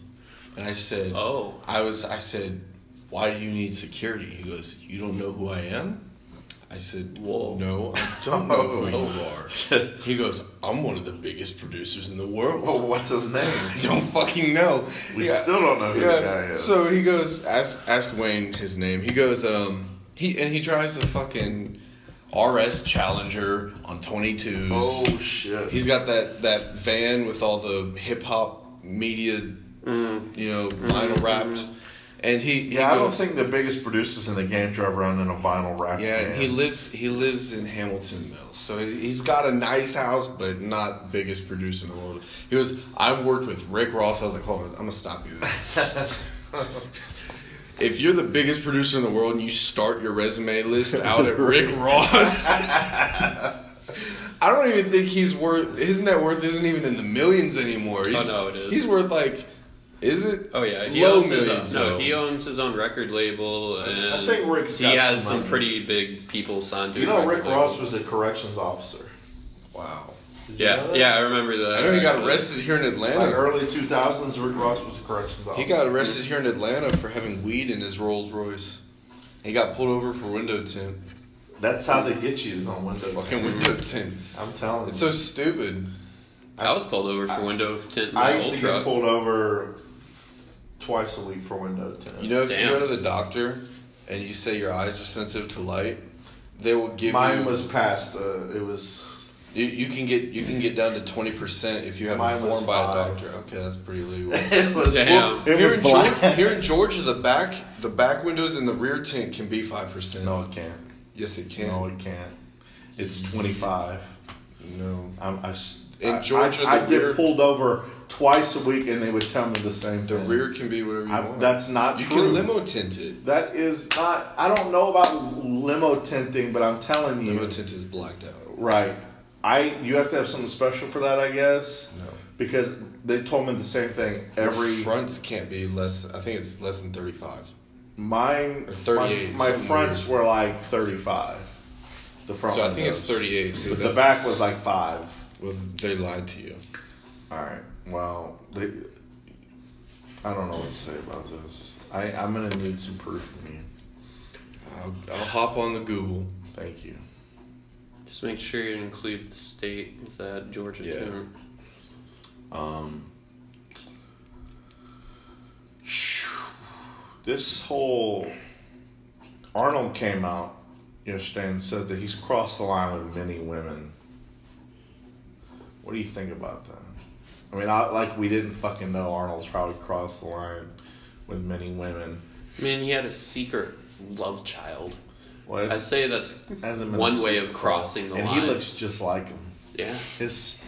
C: and I said,
D: Oh.
C: I was I said, why do you need security? He goes, you don't know who I am. I said,
D: Whoa.
C: no, I don't know who
F: Oh.
C: you are. he goes, I'm one of the biggest producers in the world.
F: Well, what's his
C: I
F: name?
C: don't fucking know.
F: We still don't know who the
C: yeah.
F: guy is.
C: So he goes, ask ask Wayne his name. He goes, um, he and he drives a fucking RS Challenger on 22s.
F: oh shit!
C: He's got that that van with all the hip hop media, you know, vinyl wrapped. And he, he
F: Mm. Mm-hmm. yeah, I don't
C: goes-
F: think the biggest producers in the game drive around in a vinyl rack.
C: Yeah, and he
F: van.
C: lives he lives in Hamilton Mills, so he- he's got a nice house, but not biggest producer in the world. He was I've worked with Rick Ross. I was like, hold on, I'm gonna stop you. There. if you're the biggest producer in the world and you start your resume list out at Rick Ross. I don't even think he's worth his net worth isn't even in the millions anymore. He's,
D: Oh, no, it is.
C: He's worth like, is it?
D: Oh yeah, he
C: low
D: owns his own,
C: millions.
D: no,
C: though.
D: he owns his own record label, and
F: I think Rick's
D: he
F: got
D: has
F: some
D: some
F: money.
D: pretty big people signed to.
F: You
D: his
F: know,
D: record
F: Rick
D: label.
F: Ross was a corrections officer.
C: wow.
F: Did you know
D: Yeah,
F: that?
D: yeah, I remember that.
C: I know he got
D: Actually.
C: arrested here in Atlanta.
F: Like early 2000s, Rick Ross was a corrections
C: He
F: officer.
C: got arrested here in Atlanta for having weed in his Rolls Royce. He got pulled over for window tint.
F: That's how they get you is on window.
C: Fucking window tint.
F: I'm telling
C: It's
F: you.
C: so stupid.
D: I was pulled over for window tint in
F: I
D: my
F: used
D: old
F: to
D: truck.
F: get pulled over twice a week for window tint.
C: You know, if
D: Damn.
C: you go to the doctor and you say your eyes are sensitive to light, they will give
F: mine
C: you,
F: was past. Uh, it was
C: you. You can get you can get down to twenty percent if you have
F: Mine
C: been
F: was
C: formed by a
F: five.
C: doctor. Okay, that's pretty legal.
F: it was
D: Damn.
F: it
C: here,
F: was
C: in
F: black.
C: Georgia, here in Georgia, the back the back windows and the rear tint can be five percent.
F: No, it can't.
C: Yes, it can.
F: No, it can't. It's 25.
C: no.
F: I'm, I, s-
C: In
F: I-
C: Georgia,
F: I, I
C: the
F: get
C: rear-
F: pulled over twice a week, and they would tell me the same
C: The
F: thing.
C: rear can be whatever you
F: I-
C: want.
F: that's not
C: you
F: true.
C: can limo tint it.
F: That is not. I don't know about limo tinting, but I'm telling you,
C: Limo tint is blacked out.
F: Right. I you have to have something special for that, I guess.
C: No.
F: Because they told me the same thing every
C: fronts can't be less. I think it's less than thirty-five.
F: mine.
C: Or 38,
F: My, my
C: something
F: fronts were like thirty-five. The front.
C: So I think
F: windows.
C: it's thirty-eight. So
F: But the
C: that's-
F: back was like five.
C: Well, they lied to you.
F: All right. Well, they, I don't know what to say about this. I I'm gonna need some proof from you.
C: I'll, I'll hop on the Google.
F: Thank you.
D: Just make sure you include the state with that Georgia
C: Yeah.
D: too.
F: This whole Arnold came out yesterday and said that he's crossed the line with many women. What do you think about that? I mean, I, like we didn't fucking know Arnold's probably crossed the line with many women.
D: I mean, he had a secret love child.
F: Well,
D: I'd
F: it's-
D: say that's
F: hasn't been
D: one
F: a
D: way
F: secret
D: of crossing the
F: and
D: line.
F: he looks just like him.
D: yeah.
F: His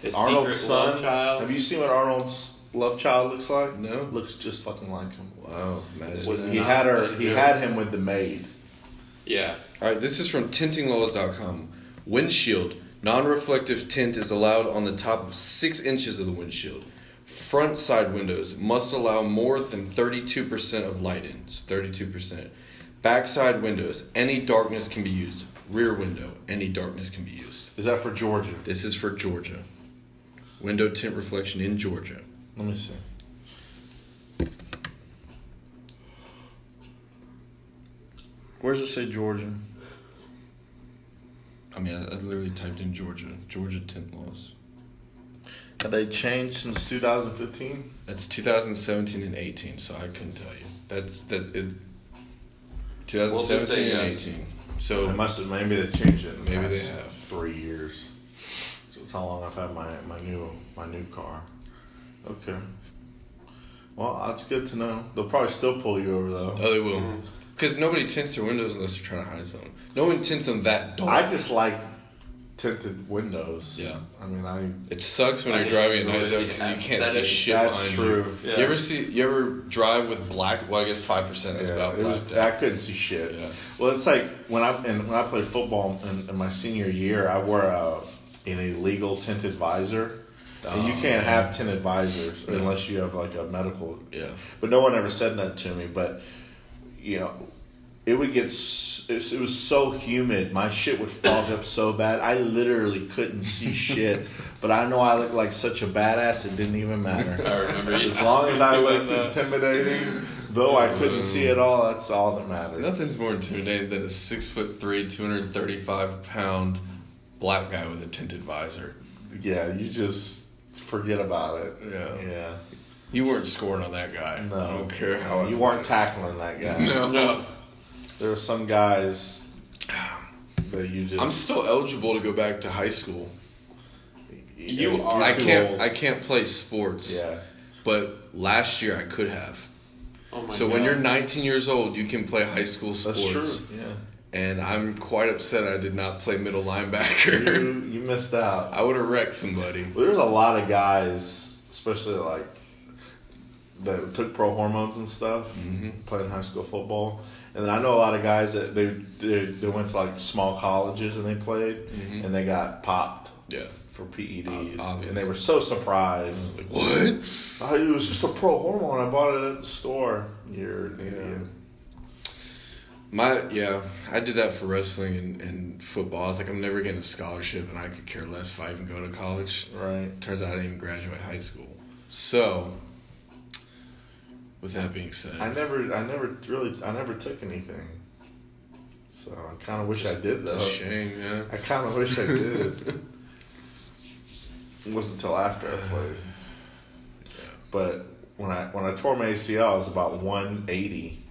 D: His
F: Arnold's
D: secret
F: son.
D: love child.
F: Have you seen what Arnold's love child looks like?
C: No.
F: looks just fucking like him.
C: Wow, imagine
F: Was,
C: that.
F: he had her. He had him with the maid.
D: yeah.
C: All right, this is from tintinglaws.com. Windshield. Non reflective tint is allowed on the top of six inches of the windshield. Front side windows must allow more than 32% of light in. So 32%. Backside windows, any darkness can be used. Rear window, any darkness can be used.
F: Is that for Georgia?
C: This is for Georgia. Window tint reflection in Georgia.
F: Let me see. Where does it say Georgia?
C: I mean, I, I literally typed in Georgia. Georgia tint laws.
F: Have they changed since 2015?
C: That's 2017 and 18, so I couldn't tell you. That's that. It, 2017 and
D: yes.
C: 18.
F: It
C: So
F: must have. Maybe they changed it. in the
C: Maybe they
F: past
C: have.
F: three years. So that's how long I've had my my new my new car. Okay. Well, that's good to know. They'll probably still pull you over though.
C: oh, they will. Because nobody tints their windows unless they're trying to hide something. No one tints them that dark.
F: I just like tinted windows.
C: Uh, Yeah.
F: I mean, I.
C: It sucks when
D: I
C: you're driving at
D: enjoy
C: night though
D: the
C: because you can't see
D: aesthetic.
C: shit
F: That's
C: behind
F: true.
C: you.
D: Yeah.
C: You ever see? You ever drive with black? Well, I guess five percent is
F: Yeah,
C: about
F: it
C: black.
F: was, I couldn't see shit.
C: Yeah.
F: Well, it's like when I and when I played football in, in my senior year, I wore a, an illegal tinted visor. and you
C: Oh,
F: can't have tinted visors unless you have like a medical.
C: Yeah.
F: But no one ever said that to me. But you know, it would get. s- It was- it was so humid. My shit would fog up so bad. I literally couldn't see shit. But I know I looked like such a badass. It didn't even matter.
D: I remember you.
F: As long as I
D: doing
F: looked
D: that.
F: intimidating, though I couldn't see at all, that's all that mattered.
C: Nothing's more intimidating than a six foot three, two hundred thirty five pound black guy with a tinted visor.
F: Yeah, you just forget about it.
C: Yeah.
F: Yeah.
C: You weren't scoring on that guy.
F: No.
C: I don't care how. I-
F: You weren't tackling that guy.
C: No.
D: No.
F: There were some guys that you just.
C: I'm still eligible to go back to high school.
D: you
F: you're
D: are-
F: too
C: I can't.
F: old.
C: I can't play sports.
F: yeah.
C: But last year I could have.
D: Oh my
C: So
D: God.
C: when you're 19 years old, you can play high school
F: That's
C: sports.
F: true. Yeah.
C: and I'm quite upset I did not play middle linebacker.
F: You, you missed out.
C: I would have wrecked somebody.
F: Well, there's a lot of guys, especially like that took pro hormones and stuff,
C: Mm-hmm.
F: playing high school football. And then I know a lot of guys that they they, they went to like small colleges and they played, and they got popped
C: Yeah.
F: for PEDs,
C: Mm-hmm. Ob-
F: and they were so surprised.
C: Like what?
F: Oh, it was just a pro hormone. I bought it at the store. You're an idiot.
C: My yeah, I did that for wrestling and, and football. I was like, I'm never getting a scholarship, and I could care less if I even go to college.
F: Right.
C: Turns out I didn't even graduate high school. So, with that being said,
F: I never, I never really, I never took anything. So I kind of wish I did
C: it's
F: though.
C: a shame. Yeah,
F: I kind of wish I did. it wasn't until after I played. But when I when I tore my ACL, I was about 180,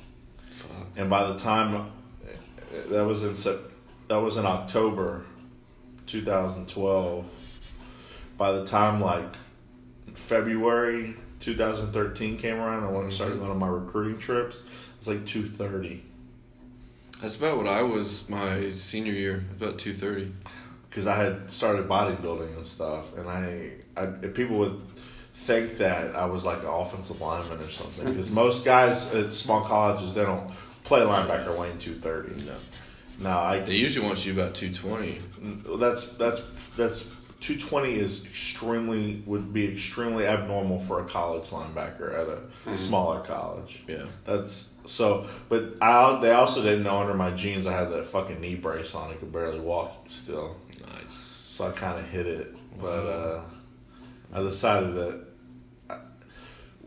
C: fuck.
F: and by the time that was in Sep- that was in October, 2012. By the time like February 2013 came around, and when I started going on my recruiting trips, it was like 230
C: That's about what I was my senior year. About two thirty.
F: because I had started bodybuilding and stuff, and I, I and people would think that I was like an offensive lineman or something because most guys at small colleges they don't play linebacker weighing two thirty.
C: No,
F: No, I
C: they usually want you about two twenty.
F: that's that's that's two twenty is extremely would be extremely abnormal for a college linebacker at a smaller college.
C: Yeah.
F: That's so, but I they also didn't know under my jeans I had that fucking knee brace on. I could barely walk still.
C: Nice.
F: so I kind of hit it. But uh, I decided that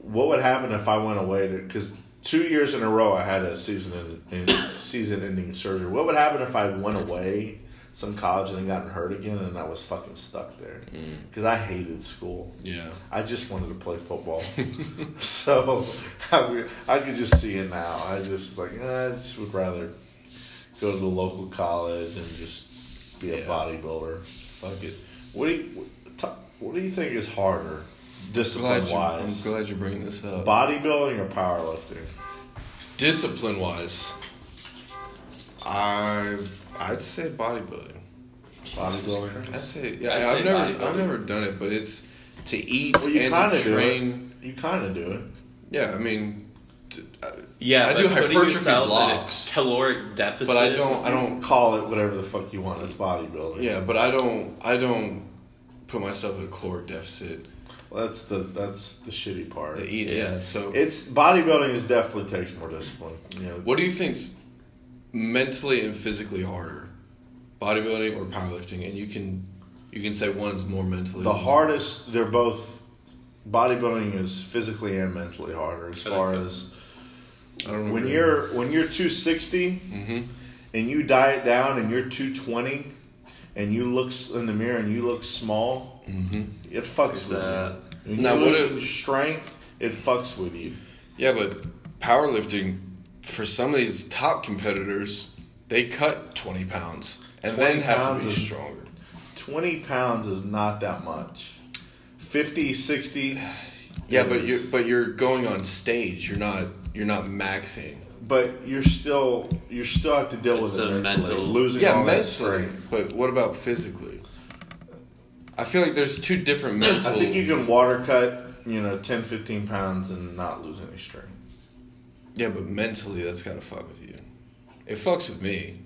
F: what would happen if I went away to because two years in a row I had a season in, in season ending surgery. What would happen if I went away some college and then gotten hurt again and I was fucking stuck there because I hated school.
C: Yeah.
F: I just wanted to play football, so I, would- I could just see it now. I just was like eh, I just would rather go to the local college and just be a
C: Yeah.
F: bodybuilder.
C: Fuck it.
F: What do you what, t- what do you think is harder, discipline
C: Glad you, I'm
F: wise,
C: glad you're bringing this up.
F: bodybuilding or powerlifting?
C: Discipline wise, I I'd say bodybuilding.
F: Bodybuilding.
C: I'd say yeah.
D: I'd
C: I've
D: say
C: never I've
D: bodybuilding.
C: never done it, but it's to eat
F: Well, you
C: and
F: kind
C: to
F: of do
C: train.
F: it. You kind of do it.
C: Yeah, I mean, t- I-
D: yeah,
C: I
D: but
C: do
D: putting
C: hypertrophy
D: yourself in a
C: blocks.
D: caloric deficit.
C: but I don't I don't
F: Call it whatever the fuck you want. It's bodybuilding.
C: yeah, but I don't I don't put myself in a caloric deficit
F: Well, that's the that's the shitty part.
C: to eat. Yeah, so
F: It's bodybuilding is definitely takes more discipline. You know,
C: what do you think's mentally and physically harder, bodybuilding or powerlifting, and you can you can say one's more mentally.
F: The
C: one's-
F: hardest, they're both. Bodybuilding is physically and mentally harder as
D: I think
F: far
D: so.
F: as
C: I don't remember.
F: when you're when you're 260
D: Mm-hmm.
F: and you diet down and you're 220 and you look s- in the mirror and you look small it fucks
D: Mm-hmm.
F: with
D: that-
F: you when
C: Now,
F: you
C: what
F: losing
C: if-
F: strength it fucks with you
C: Yeah, but powerlifting, for some of these top competitors, they cut 20 pounds and
F: 20
C: then have
F: pounds
C: to be
F: is-
C: stronger.
F: 20 pounds is not that much 50 60
C: Yeah,
F: it
C: but
F: is.
C: you're but you're going on stage. You're not you're not maxing.
F: but you're still you still have to deal
D: It's
F: with it
D: a
F: mentally
D: mental-
F: losing
C: Yeah,
F: all that
C: mentally.
F: strength.
C: But what about physically? I feel like there's two different mental.
F: i think you can water cut you know 10 15 pounds and not lose any strength
C: Yeah, but mentally, that's gotta fuck with you. It fucks with me.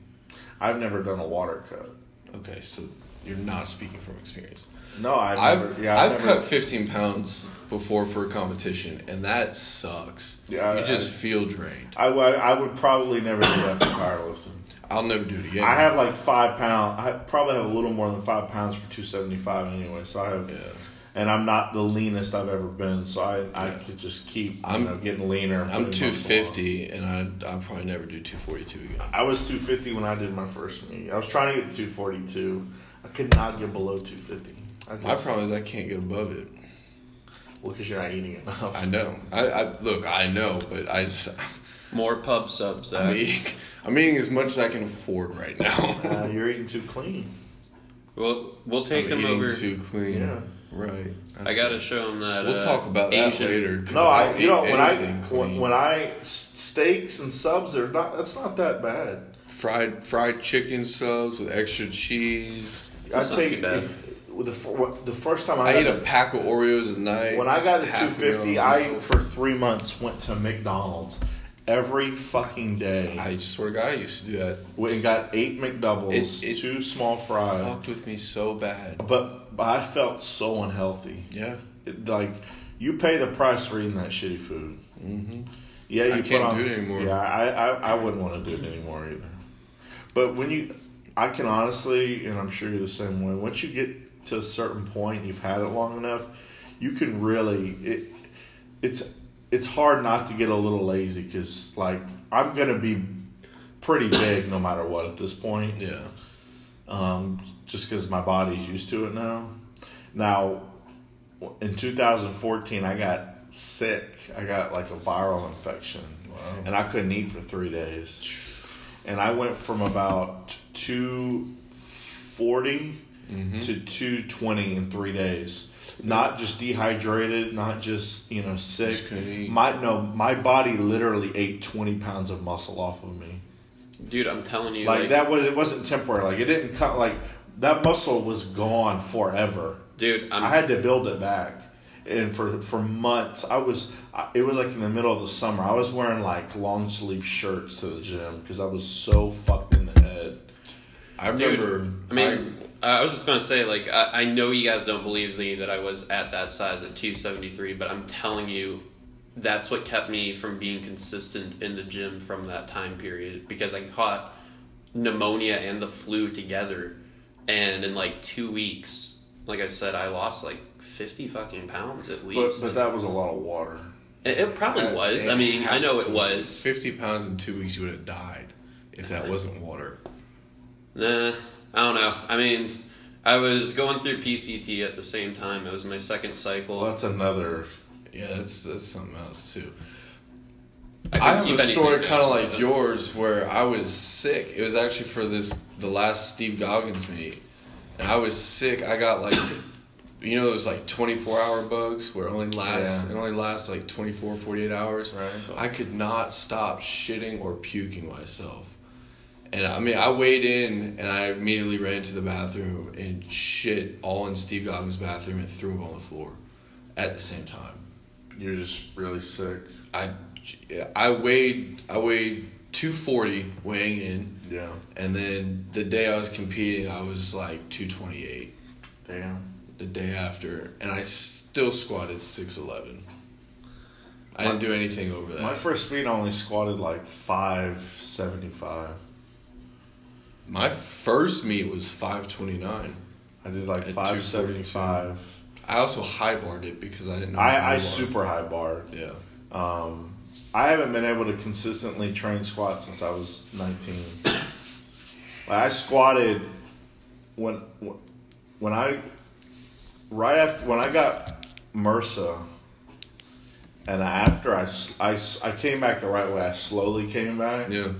F: i've never done a water cut
C: Okay, so you're not speaking from experience.
F: no i've
C: I've
F: never, yeah, I've,
C: I've
F: never-
C: cut 15 pounds before for a competition, and that sucks.
F: Yeah, I-
C: you just
F: I-
C: feel drained.
F: I, w- I would probably never do that for powerlifting.
C: I'll never do it again.
F: I have like five pound. I probably have a little more than five pounds for two seventy five anyway. So I have,
C: Yeah.
F: and I'm not the leanest I've ever been. So I I could just keep
C: I'm-
F: you know, getting leaner. and
C: I'm
F: putting muscle on.
C: 250, and I I'll probably never do 242 again.
F: I was two fifty when I did my first meet. I was trying to get two forty two. I could not get below two fifty. I
C: My
F: just,
C: problem is I can't get above it.
F: well, because you're not eating enough.
C: I know. I, I look. I know, but I s-
D: More pub subs. Zach.
C: I'm eating, I'm eating as much as I can afford right now.
F: Uh, you're eating too clean.
D: We'll we'll take
C: I'm
D: him
C: eating
D: over.
C: Too clean.
F: Yeah. Uh,
C: Right.
D: I gotta show him that.
C: We'll
D: uh,
C: talk about that
D: Asian-
C: later. 'cause
F: No, I
C: don't
F: you know
C: eat
F: when I
C: anything
F: when,
C: clean.
F: when I s- steaks and subs are not that's not that bad.
C: fried fried chicken subs with extra cheese.
F: I
D: It's not
F: take
D: too bad.
F: if, the fir- the first time I,
C: I
F: got
C: eat a pack of Oreos a night.
F: when I got to
C: half
F: two fifty,
C: of
F: I
C: them.
F: for three months went to McDonald's every fucking day.
C: I swear to God, I used to do that.
F: Went and got eight McDoubles,
C: It- it-
F: two small fries,
C: fucked with me so bad.
F: but, but I felt so unhealthy.
C: Yeah,
F: It- like you pay the price for eating that shitty food. Mm-hmm. Yeah, you
C: I
F: put
C: can't
F: on-
C: do it anymore.
F: Yeah, I, I, I wouldn't want to do it anymore either. But when you, I can honestly, and I'm sure you're the same way. Once you get to a certain point, you've had it long enough, you can really it. It's it's hard not to get a little lazy because like I'm gonna be pretty big no matter what at this point
C: yeah.
F: um, just because my body's used to it now. Now, w- in 2014, I got sick. I got like a viral infection, and I couldn't eat for three days. And I went from about 240
C: Mm-hmm.
F: to 220 in three days. Not just dehydrated, not just you know sick.
C: Just couldn't eat.
F: my no, my body literally ate 20 pounds of muscle off of me
D: dude. I'm telling you,
F: like,
D: like,
F: that was it wasn't temporary like it didn't come like that muscle was gone forever
D: dude. I'm,
F: i had to build it back and for for months i was I, it was like in the middle of the summer i was wearing like long sleeve shirts to the gym because i was so fucked in the head
C: I
D: Dude,
C: remember.
D: I mean, I, was just gonna say, like, I, I know you guys don't believe me that I was at that size at 273, but I'm telling you, that's what kept me from being consistent in the gym from that time period because I caught pneumonia and the flu together, and in like two weeks, like I said, I lost like 50 fucking pounds at
F: but,
D: least.
F: but that was a lot of water
D: it, it probably was. I mean, I
C: has
D: know
C: to.
D: it was.
C: Fifty pounds in two weeks, you would have died if that wasn't water.
D: Nah, I don't know. I mean. I was going through PCT at the same time. It was my second cycle.
F: well that's another
C: Yeah, that's that's something else too.
D: can
C: I have
D: keep
C: a story
D: anything
C: kind of
D: down,
C: like
D: but-
C: yours where I was sick. It was actually for this the last Steve Goggins meet, and I was sick. I got like, you know, those like twenty four hour bugs where it only lasts
F: Yeah.
C: it only lasts like 24, 48 hours.
F: Right.
C: I could not stop shitting or puking myself, and I mean I weighed in and I immediately ran to the bathroom and shit all in Steve Goggins' bathroom and threw him on the floor at the same time.
F: you're just really sick
C: I I weighed I weighed two forty weighing in,
F: yeah
C: and then the day I was competing, I was like two twenty eight.
F: damn
C: The day after, and I still squatted six eleven. I didn't do anything over that.
F: my first meet I only squatted like 575
C: My first meet was five twenty nine.
F: I did like
C: At
F: 575.
C: I also high barred it because I didn't know. how to
F: I, I
C: bar.
F: super high barred.
C: yeah.
F: Um, I haven't been able to consistently train squat since I was 19. Like I squatted when when I right after when I got MRSA and after I, s- I s- I came back the right way. I slowly came back.
C: Yeah.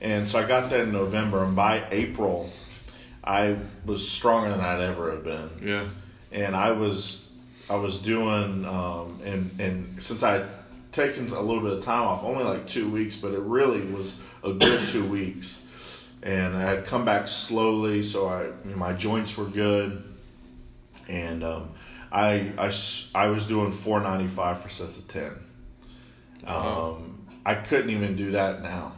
F: And so I got that in November and by April I was stronger than I'd ever have been
C: Yeah.
F: and I was I was doing um, and and since I had taken a little bit of time off, only like two weeks, but it really was a good two weeks. And I had come back slowly, so I you know, my joints were good, and um, I, I s- I was doing four ninety five for sets of ten. Um, I couldn't even do that now.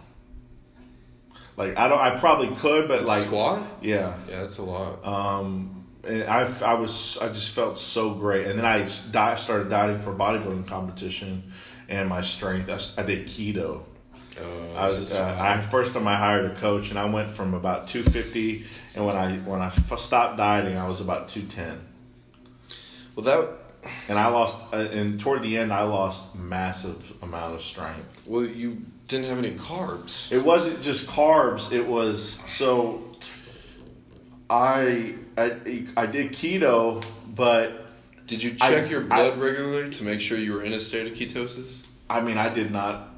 F: Like I don't, I probably could, but like
C: squat?
F: yeah,
C: Yeah, that's a lot.
F: um, and I, I was I just felt so great, and then I s- di- started dieting for bodybuilding competition, and my strength. I, s- I did keto.
C: Uh,
F: I was
C: that's
F: uh, I
C: wild.
F: first time I hired a coach, and I went from about two fifty, and when I when I f- stopped dieting, I was about two ten,
C: well, that
F: and I lost. Uh, and toward the end, I lost massive amount of strength.
C: well, you didn't have any carbs.
F: It wasn't just carbs. It was so. I I I did keto, but
C: Did you
F: I-
C: check your
F: I-
C: blood regularly to make sure you were in a state of ketosis?
F: I mean, I did not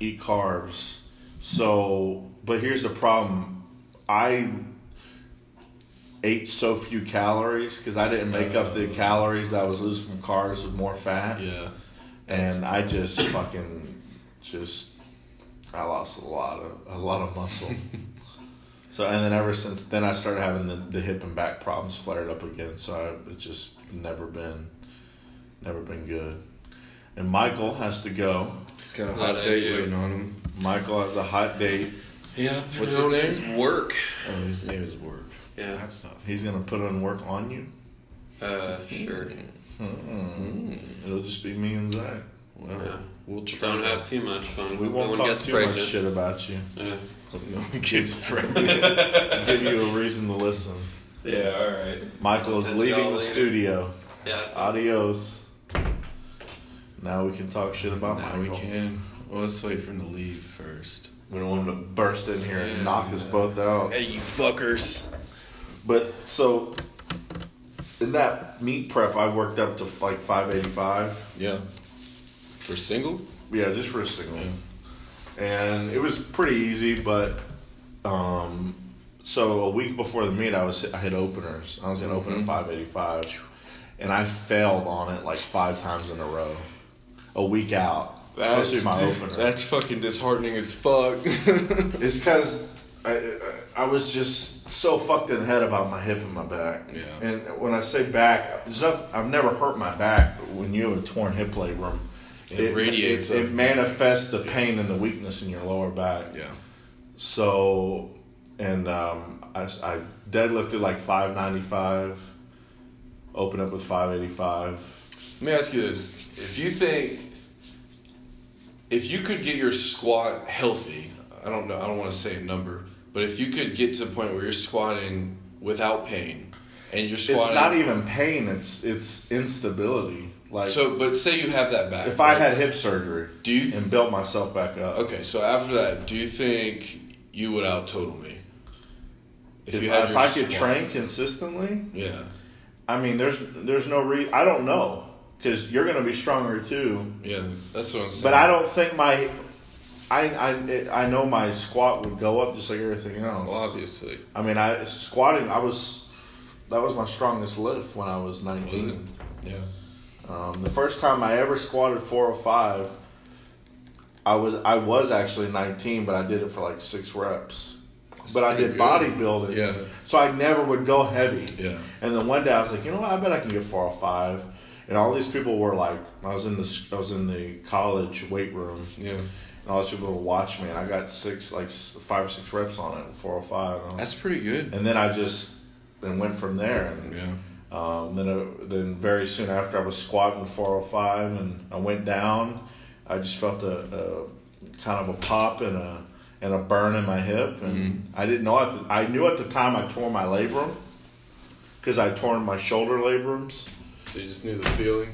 F: eat carbs. So, but here's the problem. I ate so few calories because I didn't make up the calories that I was losing from carbs with more fat.
C: Yeah.
F: And I just fucking just I lost a lot of a lot of muscle. so and then ever since then I started having the, the hip and back problems flared up again. So I it's just never been never been good. And Michael has to go.
C: He's got a
D: Glad
C: hot
D: I
C: date
D: do.
C: waiting on him.
F: Michael has a hot date.
D: Yeah.
C: What's
D: you know,
C: his name?
D: it's Work.
C: Oh, his name is Work.
D: Yeah.
C: That's not.
F: He's gonna put in work on you.
D: Uh,
F: Mm.
D: sure.
F: It'll just be me and Zach.
C: Well,
D: Yeah.
C: we'll try.
D: Don't have
C: not-
D: too much fun.
F: We won't
D: no one
F: talk
D: gets
F: too
D: pregnant.
F: much shit about you.
D: Yeah.
C: No one gets pregnant.
F: Give you a reason to listen.
D: Yeah. All right.
F: Michael is
D: Catch
F: leaving
D: y'all
F: the
D: later.
F: studio.
D: Yeah.
F: Adios. Now we can talk shit about
C: now we
F: Michael.
C: can. Well, let's wait for him to leave first.
F: We don't want him to burst in here and knock us both out.
C: Hey, you fuckers.
F: But so in that meat prep, I worked up to like five eighty five.
C: Yeah. For single?
F: Yeah, just for a single.
C: Mm.
F: And it was pretty easy, but um, so a week before the meet, I was I hit openers. I was gonna open
C: Mm-hmm.
F: at five eighty five, and I failed on it like five times in a row. A week out,
C: That's,
F: supposed to be my opener.
C: that's fucking disheartening as fuck.
F: It's because I, I I was just so fucked in the head about my hip and my back.
C: Yeah.
F: And when I say back, there's nothing, I've never hurt my back. But when you have a torn hip labrum,
C: It radiates
F: It,
C: up.
F: it manifests the pain and the weakness in your lower back.
C: yeah.
F: So, and um, I, I deadlifted like five ninety five. Open up with five eighty five.
C: Let me ask you this. If you think if you could get your squat healthy, I don't know, I don't want to say a number, but if you could get to the point where you're squatting without pain and you're squatting
F: It's not even pain. It's it's instability. Like
C: So but say you have that back.
F: If I
C: right?
F: had hip surgery
C: Do you-
F: and built myself back up,
C: Okay, so after that, do you think you would out total me?
F: if, I- if
C: your
F: I could
C: squat-
F: train consistently,
C: Yeah.
F: I mean, there's there's no re. I don't know because you're gonna be stronger too.
C: Yeah. That's what I'm saying.
F: But I don't think my, I I it, I know my squat would go up just like everything else.
C: Well, obviously.
F: I mean, I squatting. I was that was my strongest lift when I
C: Was
F: was nineteen.
C: it? Yeah.
F: Um, the first time I ever squatted 405, I was I was actually 19, but I did it for like six reps. but I
C: pretty
F: did
C: good.
F: bodybuilding,
C: Yeah.
F: so I never would go heavy.
C: Yeah.
F: And then one day I was like, you know what? I bet I can get 405. And all these people were like, I was in the s- I was in the college weight room,
C: Yeah.
F: and all these people would watch me, and I got six like s- five or six reps on it, 405. And, I was-
C: That's pretty good.
F: and then I just then went from there. And,
C: Yeah.
F: um, then, uh, then very soon after, I was squatting 405, and I went down. I just felt a, a kind of a pop and a and a burn in my hip, and I didn't know. At the, I knew at the time I tore my labrum because I torn my shoulder labrums.
C: So you just knew the feeling.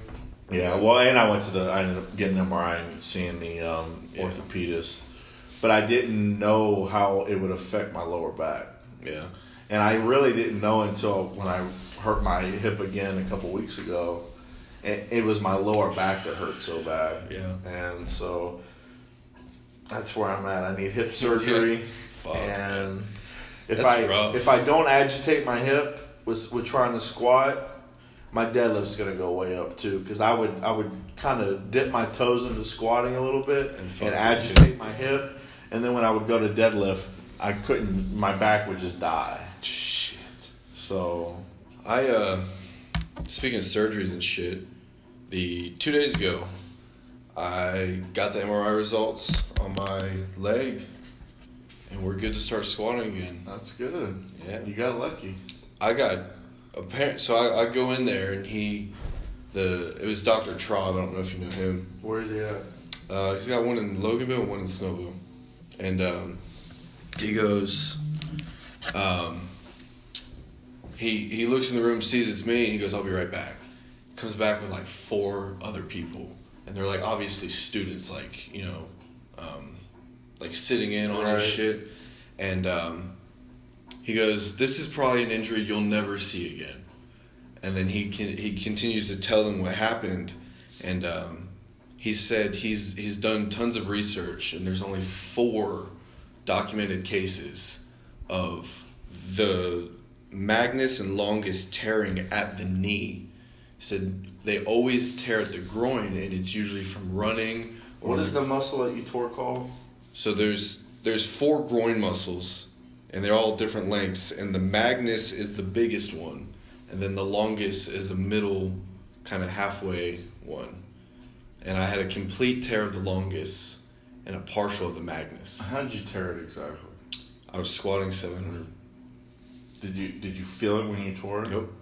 F: Yeah, well, and I went to the. I ended up getting an MRI and seeing the um,
C: Yeah.
F: orthopedist, but I didn't know how it would affect my lower back,
C: Yeah.
F: and I really didn't know until when I hurt my hip again a couple weeks ago. It, it was my lower back that hurt so bad.
C: Yeah.
F: and so that's where I'm at. I need hip surgery,
C: Fuck.
F: and if
C: That's
F: I
C: rough.
F: if I don't agitate my hip with with trying to squat, my deadlift's gonna go way up too because I would I would kind of dip my toes into squatting a little bit
C: And
F: and,
C: fuck that
F: agitate my hip, and then when I would go to deadlift, I couldn't. My back would just die.
C: Shit.
F: So
C: I uh speaking of surgeries and shit, the two days ago I got the MRI results on my leg and we're good to start squatting again.
F: that's good.
C: Yeah.
F: you got lucky.
C: I got apparent so I, I go in there and he the it was Dr. Traub, I don't know if you know him.
F: Where is he at?
C: Uh, he's got one in Loganville and one in Snowville. And um, he goes, um, he, he looks in the room, sees it's me, and he goes, I'll be right back. Comes back with like four other people. And they're like obviously students, like, you know, um, like sitting in on his
F: Right.
C: shit. And um, he goes, This is probably an injury you'll never see again and then he can, he continues to tell them what happened, and um, he said he's he's done tons of research, and there's only four documented cases of the magnus and longus tearing at the knee. He said they always tear at the groin, and it's usually from running. Or
F: What is the muscle that you tore called?
C: so there's there's four groin muscles, and they're all different lengths. And the magnus is the biggest one, and then the longest is the middle, kind of halfway one. And I had a complete tear of the longest and a partial of the magnus.
F: How did you tear it exactly?
C: I was squatting 700.
F: Did you did you feel it when you tore it?
C: Nope.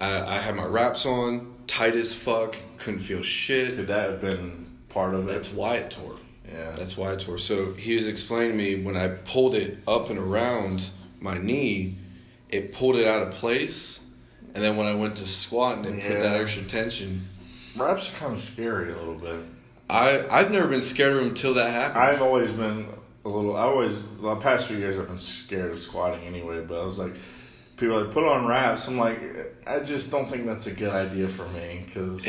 C: I, I had my wraps on, tight as fuck, couldn't feel shit.
F: Could that have been part of it?
C: That's why it tore.
F: yeah.
C: That's why I tore. So he was explaining to me when I pulled it up and around my knee, it pulled it out of place. And then when I went to squat and it put that
F: Yeah.
C: extra tension,
F: wraps are kind of scary a little bit.
C: I, I've never been scared of him until that happened.
F: I've always been a little. I always the past few years I've been scared of squatting anyway. But I was like, people are like put on wraps. I'm like, I just don't think that's a good idea for me because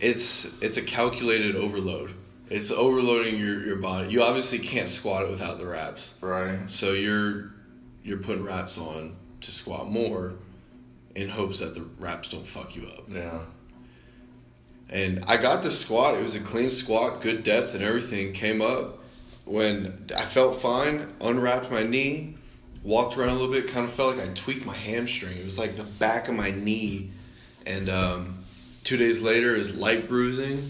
C: it's it's a calculated overload. It's overloading your, your body. You obviously can't squat it without the wraps.
F: right.
C: So you're you're putting wraps on to squat more in hopes that the wraps don't fuck you up.
F: Yeah.
C: And I got the squat. It was a clean squat, good depth and everything. Came up when I felt fine, unwrapped my knee, walked around a little bit, kind of felt like I tweaked my hamstring. It was like the back of my knee. And um, two days later is light bruising.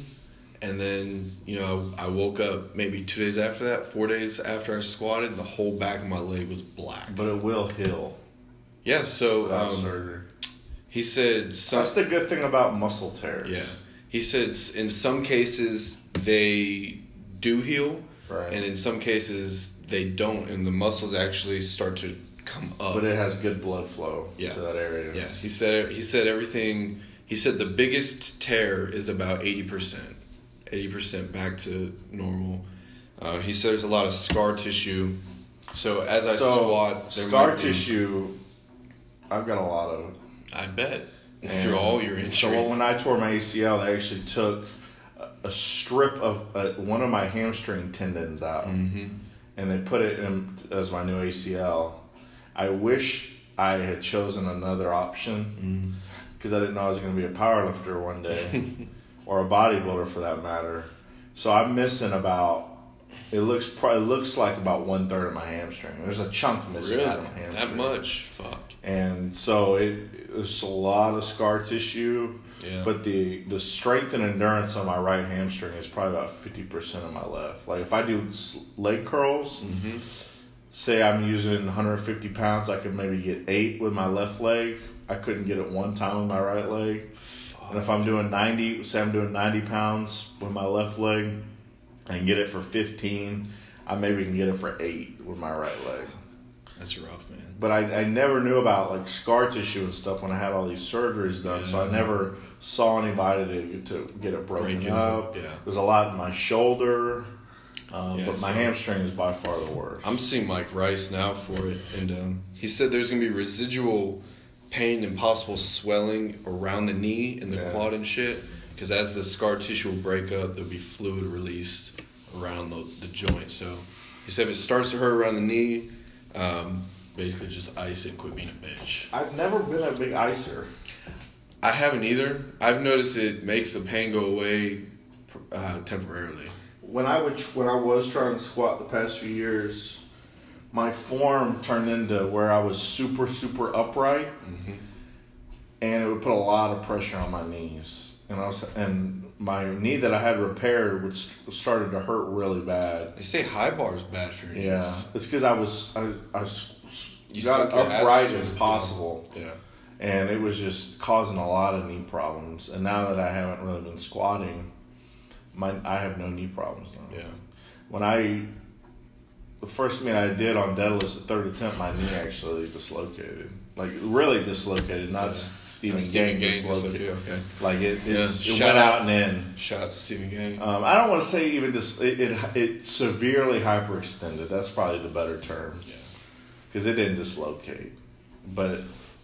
C: And then, you know, I woke up maybe two days after that, four days after I squatted, the whole back of my leg was black.
F: But it will heal.
C: Yeah, so
F: without
C: um,
F: surgery.
C: he said some,
F: That's the good thing about muscle tears.
C: Yeah. He said s- in some cases they do heal,
F: Right.
C: and in some cases they don't, and the muscles actually start to come up.
F: But it has good blood flow
C: Yeah.
F: to that area.
C: yeah, he said he said everything. He said the biggest tear is about eighty percent, eighty percent back to normal. Uh, he said there's a lot of scar tissue. So as I
F: So
C: squat, there
F: scar
C: might be-
F: tissue. I've got a lot of it.
C: I bet
F: And
C: through all your injuries.
F: So when I tore my ACL, they actually took a- a strip of uh, one of my hamstring tendons out,
C: Mm-hmm.
F: and they put it in as my new ACL. I wish I had chosen another
C: Mm-hmm.
F: option because I didn't know I was going to be a powerlifter one day, or a bodybuilder for that matter. So I'm missing about. It looks probably looks like about one third of my hamstring. There's a chunk missing
C: really
F: out of my hamstring
C: that much, fuck.
F: and so it it's a lot of scar tissue.
C: Yeah.
F: But the the strength and endurance on my right hamstring is probably about fifty percent of my left. Like if I do s- leg curls, say I'm using one hundred fifty pounds, I could maybe get eight with my left leg. I couldn't get it one time with my right leg. And if I'm doing ninety, say I'm doing ninety pounds with my left leg, I can get it for fifteen. I maybe can get it for eight with my right leg.
H: That's rough, man.
F: But I, I never knew about like scar tissue and stuff when I had all these surgeries done. So I never saw anybody to, to get it broken
C: Break it,
F: up.
C: yeah.
F: There's a lot in my shoulder, um,
C: Yeah,
F: but my
C: so-
F: hamstring is by far the worst.
C: I'm seeing Mike Rice now for it, and um, he said there's going to be residual pain and possible swelling around the knee and the
F: Yeah.
C: quad and shit, because as the scar tissue will break up, there'll be fluid released around the, the joint. So he said if it starts to hurt around the knee, um, basically just ice it and quit being a bitch.
F: I've never been a big icer.
C: I haven't either. I've noticed it makes the pain go away uh, temporarily.
F: when I would when I was trying to squat the past few years, my form turned into where I was super super upright,
C: Mm-hmm.
F: and it would put a lot of pressure on my knees. And I was and my knee that I had repaired would st- started to hurt really bad.
C: They say high bar is bad for your knees.
F: Yeah, it's because I was I I s-
C: You
F: got
C: suck your ass
F: upright
C: to
F: as
C: it.
F: possible,
C: Yeah.
F: and it was just causing a lot of knee problems. And now that I haven't really been squatting, my I have no knee problems now
C: Yeah.
F: when I the first meet I did on deadlifts, the third attempt, my knee actually dislocated, like really dislocated, not s- Stephen
C: That's Stephen
F: Gang
C: Gang
F: dislocated.
C: dislocated, okay.
F: Like it, it's,
C: Yeah,
F: it
C: shout
F: went
C: out.
F: out and in.
C: Shout out to Stephen Gang.
F: Um, I don't want to say even dis- it, it it severely hyperextended. That's probably the better term
C: yeah.
F: because it didn't dislocate, but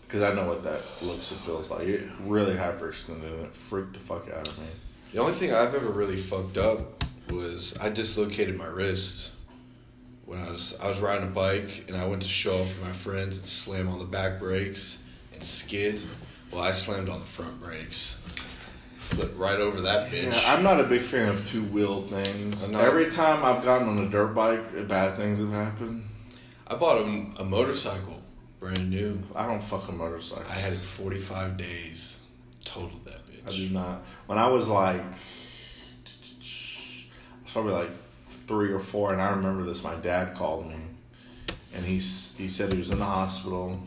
F: because I know what that looks and feels like. It really hyperextended and it freaked the fuck out of me.
C: The only thing I've ever really fucked up was I dislocated my wrist when I was I was riding a bike and I went to show off for my friends and slam on the back brakes and skid. Well, I slammed on the front brakes, flipped right over that bitch.
F: Yeah, I'm not a big fan of two wheeled things.
C: I'm not.
F: Every time I've gotten on a dirt bike, bad things have happened.
C: I bought a, a motorcycle, brand new.
F: I don't fuck a motorcycle.
C: I had it 45 days, totaled that
F: I do
C: bitch.
F: not. When I was like, I was probably like three or four, and I remember this. My dad called me, and he s- he said he was in the hospital,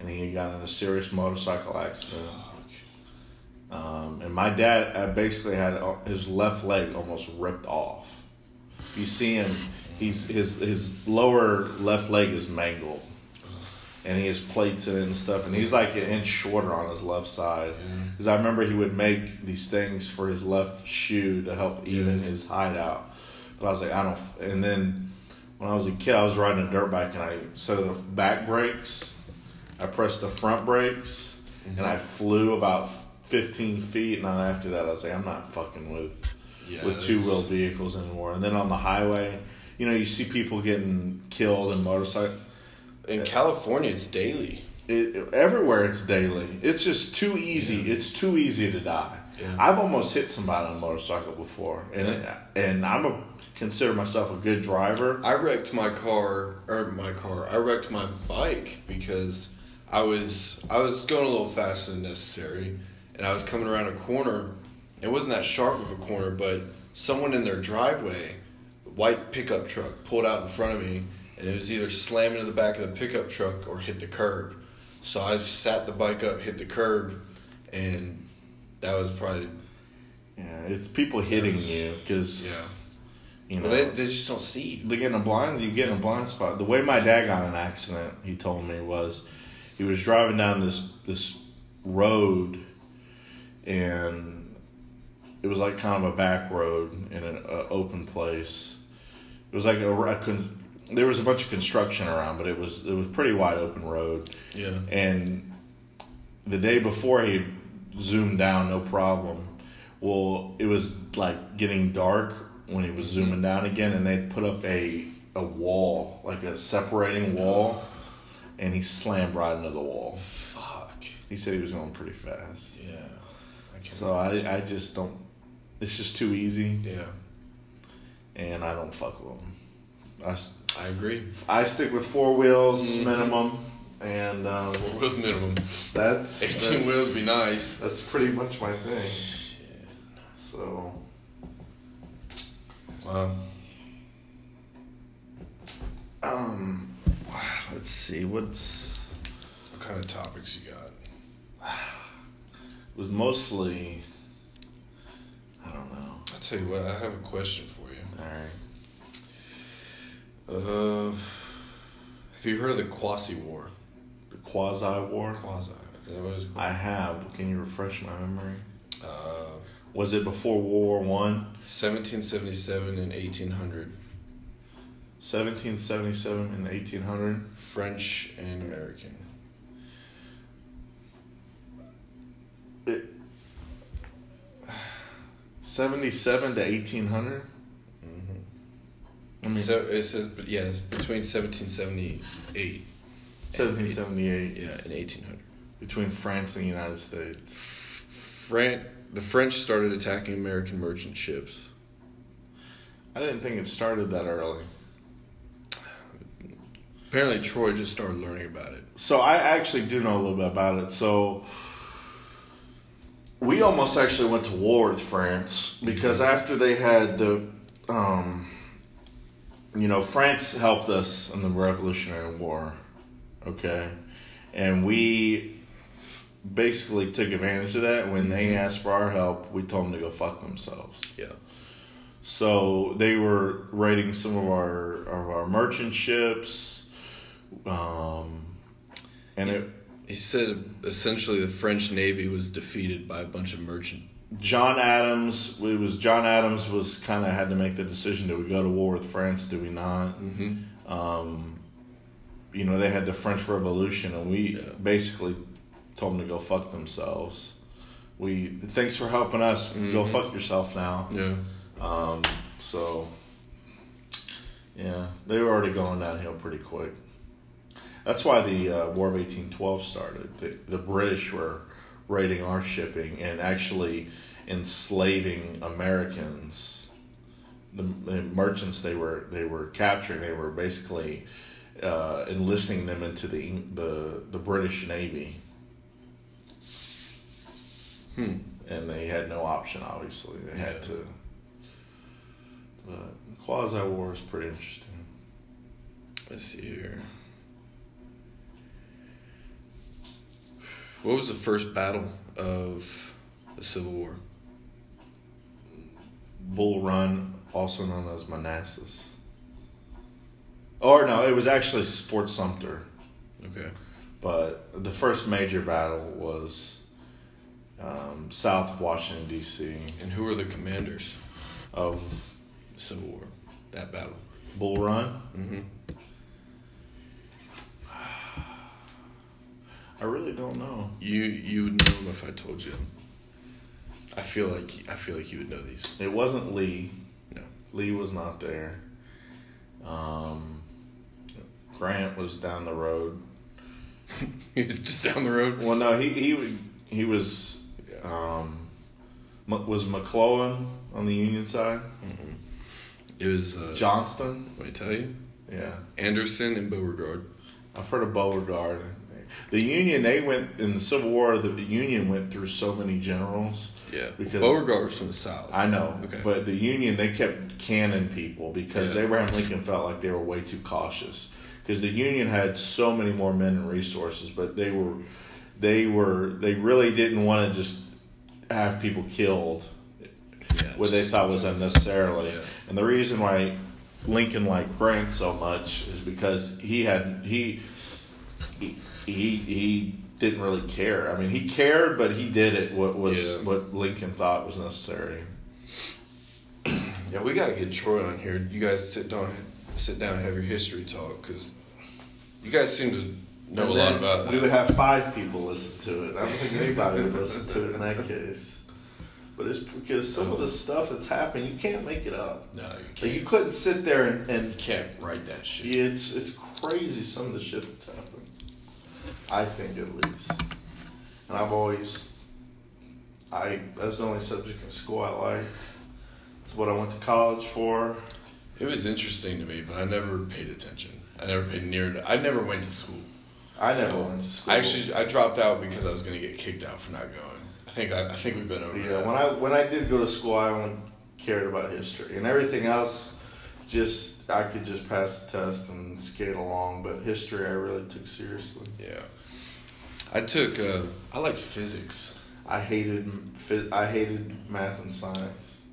F: and he had gotten in a serious motorcycle accident. Um, and my dad uh, basically had uh, his left leg almost ripped off. If you see him, he's his his lower left leg is mangled, and he has plates in it and stuff. And he's like an inch shorter on his left side because I remember he would make these things for his left shoe to help even his hide out. But I was like, I don't. F-. And then when I was a kid, I was riding a dirt bike, and I so the back brakes, I pressed the front brakes,
C: Mm-hmm.
F: and I flew about fifteen feet. And then after that, I was like, I'm not fucking with
C: Yeah,
F: with two
C: that's-
F: wheel vehicles anymore. And then on the highway, you know, you see people getting killed in motorcycle.
C: In California, it's daily.
F: It, everywhere it's daily. It's just too easy. It's too easy to die.
C: Yeah.
F: I've almost hit somebody on a motorcycle before, and and I'm a consider myself a good driver.
C: I wrecked my car or my car. I wrecked my bike because I was I was going a little faster than necessary, and I was coming around a corner. It wasn't that sharp of a corner, but someone in their driveway, white pickup truck, pulled out in front of me, and it was either slam into the back of the pickup truck or hit the curb. So I sat the bike up, hit the curb, and that was probably
F: Yeah, it's people hitting
C: Yes.
F: you because
C: yeah.
F: you know
C: Well, they, they just don't see you.
F: they get in a blind you get in a blind spot. The way my dad got in an accident, he told me was he was driving down this this road and it was like kind of a back road in an uh, open place. It was like a, a con- there was a bunch of construction around, but it was it was a pretty wide open road.
C: Yeah.
F: And the day before he zoomed down, no problem. Well, it was like getting dark when he was zooming down again, and they put up a a wall, like a separating wall, and he slammed right into the wall.
C: Fuck.
F: He said he was going pretty fast,
C: Yeah. I can't-
F: so I I just don't. It's just too easy,
C: Yeah.
F: and I don't fuck with him. I, s-
C: I agree.
F: I stick with four wheels
C: Mm-hmm.
F: minimum, and um,
C: Four wheels minimum.
F: that's
C: 18
F: that's-
C: wheels be nice.
F: That's pretty much my thing. So
C: Wow.
F: let's see what's
C: What kind of topics you got?
F: it was mostly I don't know.
C: I'll tell you what, I have a question for you.
F: All right.
C: Uh, have you heard of the Quasi War?
F: Quasi war.
C: Quasi. Is that what it's called?
F: I have. Can you refresh my memory?
C: Uh,
F: Was it before World War One?
C: 1777 and 1800.
F: 1777 and 1800.
C: French and American.
F: It, 77 to 1800? I mean,
C: So it says, but yeah, it's between 1778
F: 1778.
C: yeah, and 1800.
F: Between France and the United States.
C: Fran- the French started attacking American merchant ships.
F: I didn't think it started that early.
C: Apparently, Troy just started learning about it.
F: So I actually do know a little bit about it. So we almost actually went to war with France because after they had the, um, you know, France helped us in the Revolutionary War, okay, and we basically took advantage of that. When they asked for our help, we told them to go fuck themselves.
C: Yeah.
F: So they were raiding some of our of our merchant ships, um, and it,
C: He said essentially the French Navy was defeated by a bunch of merchant.
F: John Adams. It was John Adams was kind of had to make the decision: do we go to war with France? Do we not? Mm-hmm. Um, you know, they had the French Revolution, and we
C: Yeah.
F: basically told them to go fuck themselves. We thanks for helping us. Go fuck yourself now.
C: Mm-hmm. Yeah.
F: Um, so, yeah, they were already going downhill pretty quick. That's why the uh, War of 1812 started. The, the British were raiding our shipping and actually enslaving Americans. The, the merchants they were they were capturing they were basically uh, enlisting them into the Eng- the the British Navy. And they had no option. Obviously, they
C: Yeah.
F: had to. But quasi war is pretty interesting.
C: Let's see here. What was the first battle of the Civil War?
F: Bull Run, also known as Manassas. Or no, it was actually Fort Sumter,
C: Okay.
F: but the first major battle was um, south of Washington D.C.
C: And who were the commanders
F: of
C: of the Civil War? That battle.
F: Bull Run.
C: Mm-hmm.
F: I really don't know.
C: You you would know them if I told you. I feel like I feel like you would know these.
F: It wasn't Lee.
C: No.
F: Lee was not there. Um, Grant was down the road.
C: He was just down the road.
F: Well, no, he he he was um, M- was McClellan on the Union side.
C: It was uh,
F: Johnston.
C: Let me tell you,
F: Yeah,
C: Anderson and Beauregard.
F: I've heard of Beauregard. The Union, they went in the Civil War. The Union went through so many generals.
C: Yeah,
F: Because-
C: Beauregard was from the South.
F: I know,
C: Okay.
F: but the Union they kept canning people because
C: Yeah.
F: Abraham Lincoln felt like they were way too cautious because the Union had so many more men and resources, but they were they were they really didn't want to just have people killed
C: yeah,
F: what they
C: just-
F: thought was unnecessarily.
C: Yeah.
F: And the reason why Lincoln liked Grant so much is because he had he he he, he didn't really care. I mean, he cared, but he did it what was
C: Yeah.
F: what Lincoln thought was necessary.
C: Yeah, we gotta get Troy on here. You guys sit down, sit down, and have your history talk because you guys seem to know a
F: And
C: lot
F: then
C: about
F: We
C: that.
F: would have five people listen to it. I don't think anybody would listen to it in that case. But it's because some of the stuff that's happened, you can't make it up.
C: no, you
F: Like,
C: can't.
F: you
C: You
F: couldn't sit there and, and
C: can't write that shit.
F: Yeah, it's it's crazy some of the shit that's happened. I think at least, and I've always, I that's the only subject in school I like. It's what I went to college for.
C: It was interesting to me, but I never paid attention. I never paid near. I never went to school.
F: I never
C: So,
F: went to school.
C: I actually I dropped out because I was gonna get kicked out for not going. I think I, I think we've been over.
F: yeah.
C: that.
F: When I when I did go to school, I only cared about history and everything else. Just I could just pass the test and skate along, but history I really took seriously.
C: yeah, I took. Uh, I liked physics.
F: I hated phy- I hated math and science.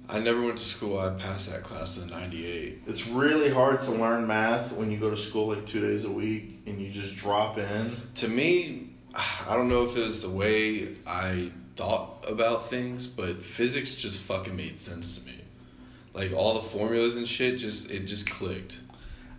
C: I never went to school. I passed that class in '98.
F: It's really hard to learn math when you go to school like two days a week and you just drop in.
C: To me, I don't know if it was the way I thought about things, but physics just fucking made sense to me. Like all the formulas and shit, just it just clicked.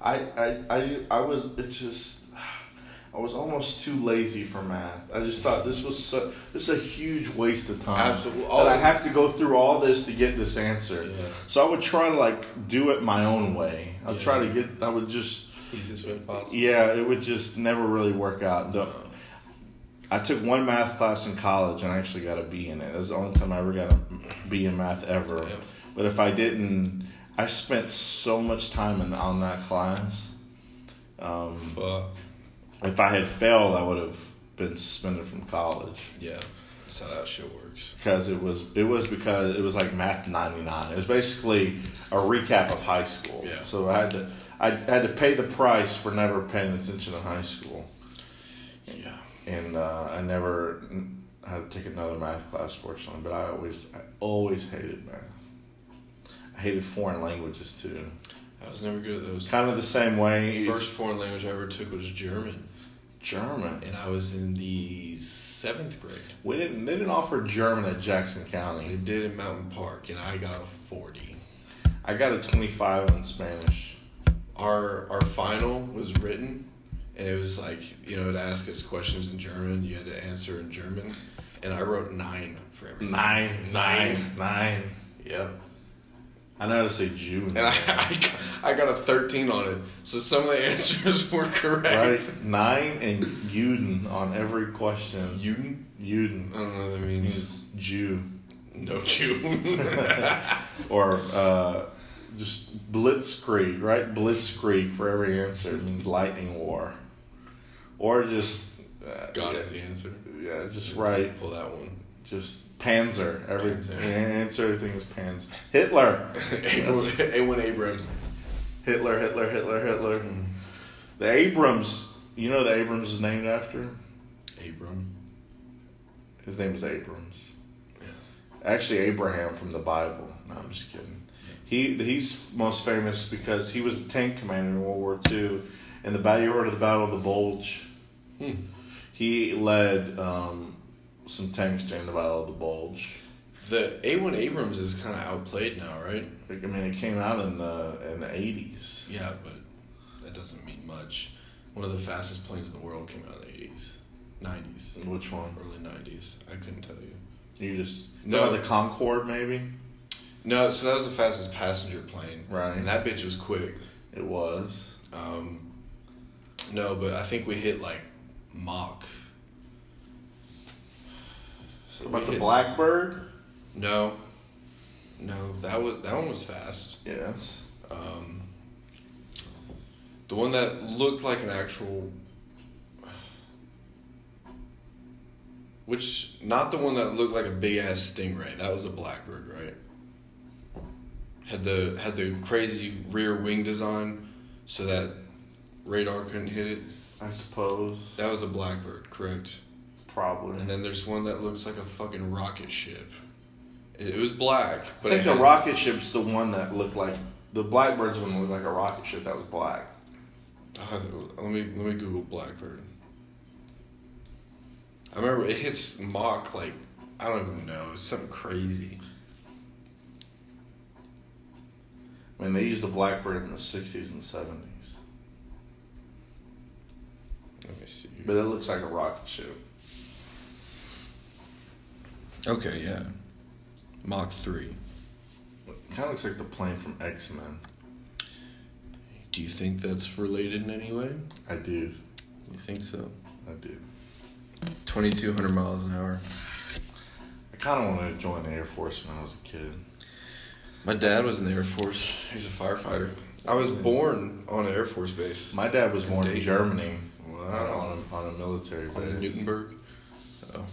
F: I, I, I, I was, it's just, I was almost too lazy for math. I just thought this was so, this is a huge waste of time.
C: Absolutely. Oh.
F: That I have to go through all this to get this answer.
C: Yeah.
F: So I would try to like do it my own way. I'd
C: Yeah.
F: try to get, I would just,
C: Easiest way possible.
F: yeah, it would just never really work out. The- I took one math class in college and I actually got a B in it. That's the only time I ever got a B in math ever.
C: Damn.
F: But if I didn't, I spent so much time in, on that class.
C: Fuck.
F: If I had failed, I would have been suspended from college
C: Yeah. That's how that shit works.
F: because it was it was because it was like math ninety nine. It was basically a recap of high school.
C: Yeah.
F: So I had to I had to pay the price for never paying attention in high school.
C: Yeah.
F: and uh, I never n- had to take another math class, fortunately. But I always, I always hated math. I hated foreign languages too.
C: I was never good at those.
F: Kind of the same way.
C: First foreign language I ever took was German,
F: German.
C: and I was in the seventh grade.
F: We didn't. They didn't offer German at Jackson
C: They
F: County.
C: did in Mountain Park, and I got a forty.
F: I got a twenty-five in Spanish.
C: our our final was written and it was like you know to ask us questions in german you had to answer in german and i wrote nine for everything
F: Nine, nine, nine.
C: yep
F: I know how to say Jew.
C: and I, I got- i got a 13 on it so some of the answers were correct
F: right nine and Juden on every question.
C: Juden? i
F: Juden
C: don't know what that means
F: means Jew.
C: no jew
F: or uh, just blitzkrieg, right? Blitzkrieg for every answer It means lightning war, or just uh,
C: god is the answer
F: yeah, just right,
C: pull that one
F: just Panzer. Every
C: Panzer.
F: answer, everything is Panzer. Hitler,
C: a1 abrams
F: Hitler, Hitler, Hitler, Hitler.
C: Mm-hmm.
F: The Abrams, you know, the Abrams is named after.
C: abram
F: His name is Abrams. Actually, Abraham from the Bible. No, I'm just kidding. He he's most famous because he was a tank commander in World War II, in the battle you heard of the Battle of the Bulge.
C: Hmm.
F: He led um, some tanks during the Battle of the Bulge.
C: the a1 abrams is kind of outplayed now right
F: Like, I mean, it came out in the in the eighties.
C: Yeah, but that doesn't mean much. One of the fastest planes in the world came out in the eighties, nineties,
F: Which one?
C: early nineties. I couldn't tell you.
F: You just
C: No.
F: no the Concorde maybe.
C: No, so that was the fastest passenger plane.
F: Right.
C: And that bitch was quick.
F: It was.
C: Um, no, but I think we hit like Mach. So
F: About
C: we
F: the
C: hit-
F: Blackbird.
C: No. No, that was that one was fast.
F: Yes.
C: Um, the one that looked like an actual. Which, not the one that looked like a big ass stingray. That was a blackbird, right? Had the had the crazy rear wing design, so that radar couldn't hit it.
F: I suppose
C: That was a blackbird, correct?
F: probably.
C: And then there's one that looks like a fucking rocket ship. It, it was black, but
F: I think
C: it
F: the
C: had-
F: rocket ship's the one that looked like the Blackbird's one looked like a rocket ship that was black.
C: Uh, let me let me Google Blackbird. I remember it hits mock like I don't even know it's something crazy.
F: I mean, they used the Blackbird in the '60s and '70s,
C: Let me see.
F: but it looks like a rocket ship.
C: Okay, yeah, Mach three.
F: Kind of looks like the plane from X Men.
C: Do you think that's related in any way?
F: I do,
C: You think so?
F: I do.
C: Twenty two hundred miles an hour.
F: I kind of wanted to join the Air Force when I was a kid.
C: My dad was in the Air Force. He's a firefighter. I was born on an Air Force base.
F: My dad was born in
C: Indeed.
F: Germany
C: Wow.
F: on a, on a military
C: On the
F: base.
C: Newtonburg. Oh,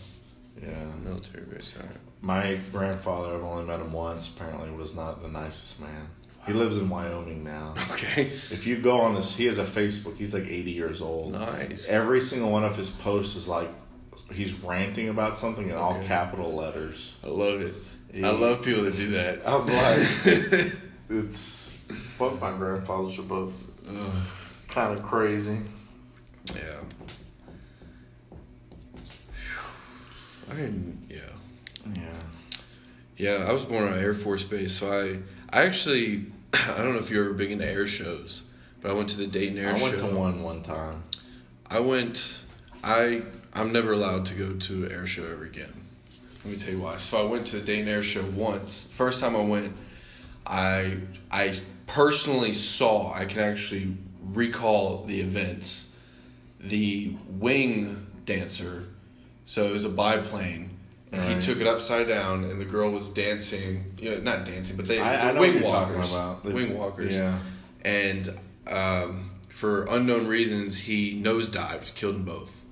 F: Yeah,
C: military base. All right.
F: my grandfather. I've only met him once. Apparently, was not the nicest man. He lives in Wyoming now.
C: Okay.
F: If you go on this, he has a Facebook. He's like 80 years old.
C: Nice.
F: Every single one of his posts is like he's ranting about something in all
C: Okay.
F: capital letters.
C: I love it. I love people that do that.
F: I'm like, it's both my grandfathers are both
C: Ugh.
F: kind of crazy.
C: Yeah. I didn't. Yeah.
F: Yeah.
C: Yeah, I was born on Air Force Base, so I, I actually, I don't know if you're ever big into air shows, but I went to the Dayton Air
F: I
C: Show.
F: went to one one time.
C: I went. I I'm never allowed to go to an air show ever again. Let me tell you why. So I went to the Dayton Air Show once. First time I went, I I personally saw. I can actually recall the events. The wing dancer. So it was a biplane. And he
F: Right.
C: took it upside down, and the girl was dancing. You know, not dancing, but they
F: I, I
C: the
F: know
C: wing
F: what you're
C: walkers.
F: talking about. The-
C: Wing walkers
F: Yeah.
C: and um, for unknown reasons, he nosedived, killed them both.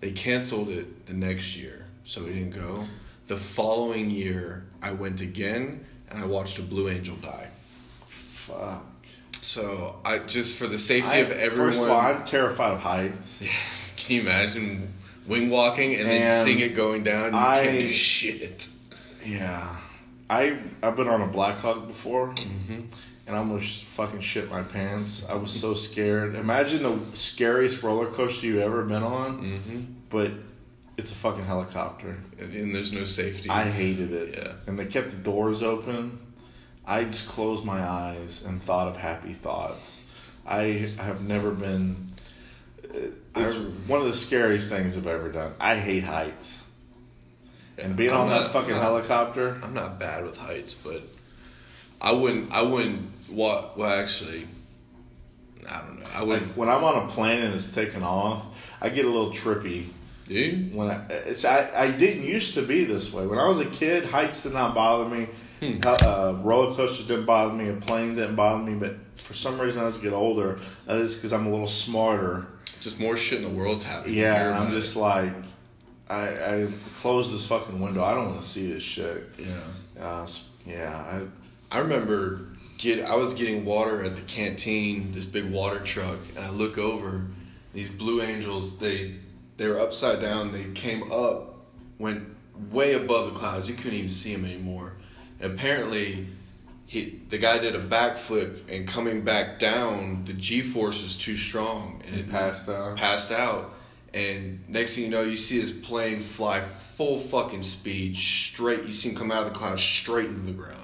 C: They canceled it the next year, so we didn't go. The following year, I went again and I watched a blue angel die.
F: Fuck.
C: So I just for the safety
F: I-
C: of everyone,
F: First of all, I'm terrified of heights.
C: can you imagine wing walking and,
F: And
C: then seeing it going down? You
F: I-
C: can't do shit.
F: Yeah. I I've been on a Black Hawk before, and I almost fucking shit my pants. I was so scared. Imagine the scariest roller coaster you've ever been on, but it's a fucking helicopter.
C: And, and there's no safety.
F: I hated it.
C: Yeah.
F: And they kept the doors open. I just closed my eyes and thought of happy thoughts. I have never been. It's
C: rem-
F: one of the scariest things I've ever done. I hate heights. And being
C: I'm
F: on
C: not-
F: that fucking
C: I'm-
F: helicopter.
C: I'm not bad with heights, but I wouldn't. I wouldn't. What? Well, actually, I don't know. I
F: Like
C: wouldn't.
F: when I'm on a plane and it's taking off, I get a little trippy.
C: Dude,
F: When I, it's, I, I didn't used to be this way. When I was a kid, heights did not bother me.
C: Hmm.
F: Uh, uh, roller coasters didn't bother me. A plane didn't bother me. But for some reason, as I get older, that is because I'm a little smarter.
C: just more shit in the world's happening.
F: Yeah,
C: Hear
F: and I'm
C: about
F: just
C: it.
F: like, I, I close this fucking window. I don't want to see this shit.
C: Yeah,
F: Uh, s- yeah,
C: I remember. Get. I was getting water at the canteen. This big water truck, and I look over. These blue angels. They they were upside down. They came up, went way above the clouds. You couldn't even see them anymore. And apparently, he the guy did a backflip and coming back down, the G force is too strong and
F: I
C: it
F: passed out.
C: passed out. And next thing you know, you see this plane fly full fucking speed straight. You see him come out of the clouds straight into the ground.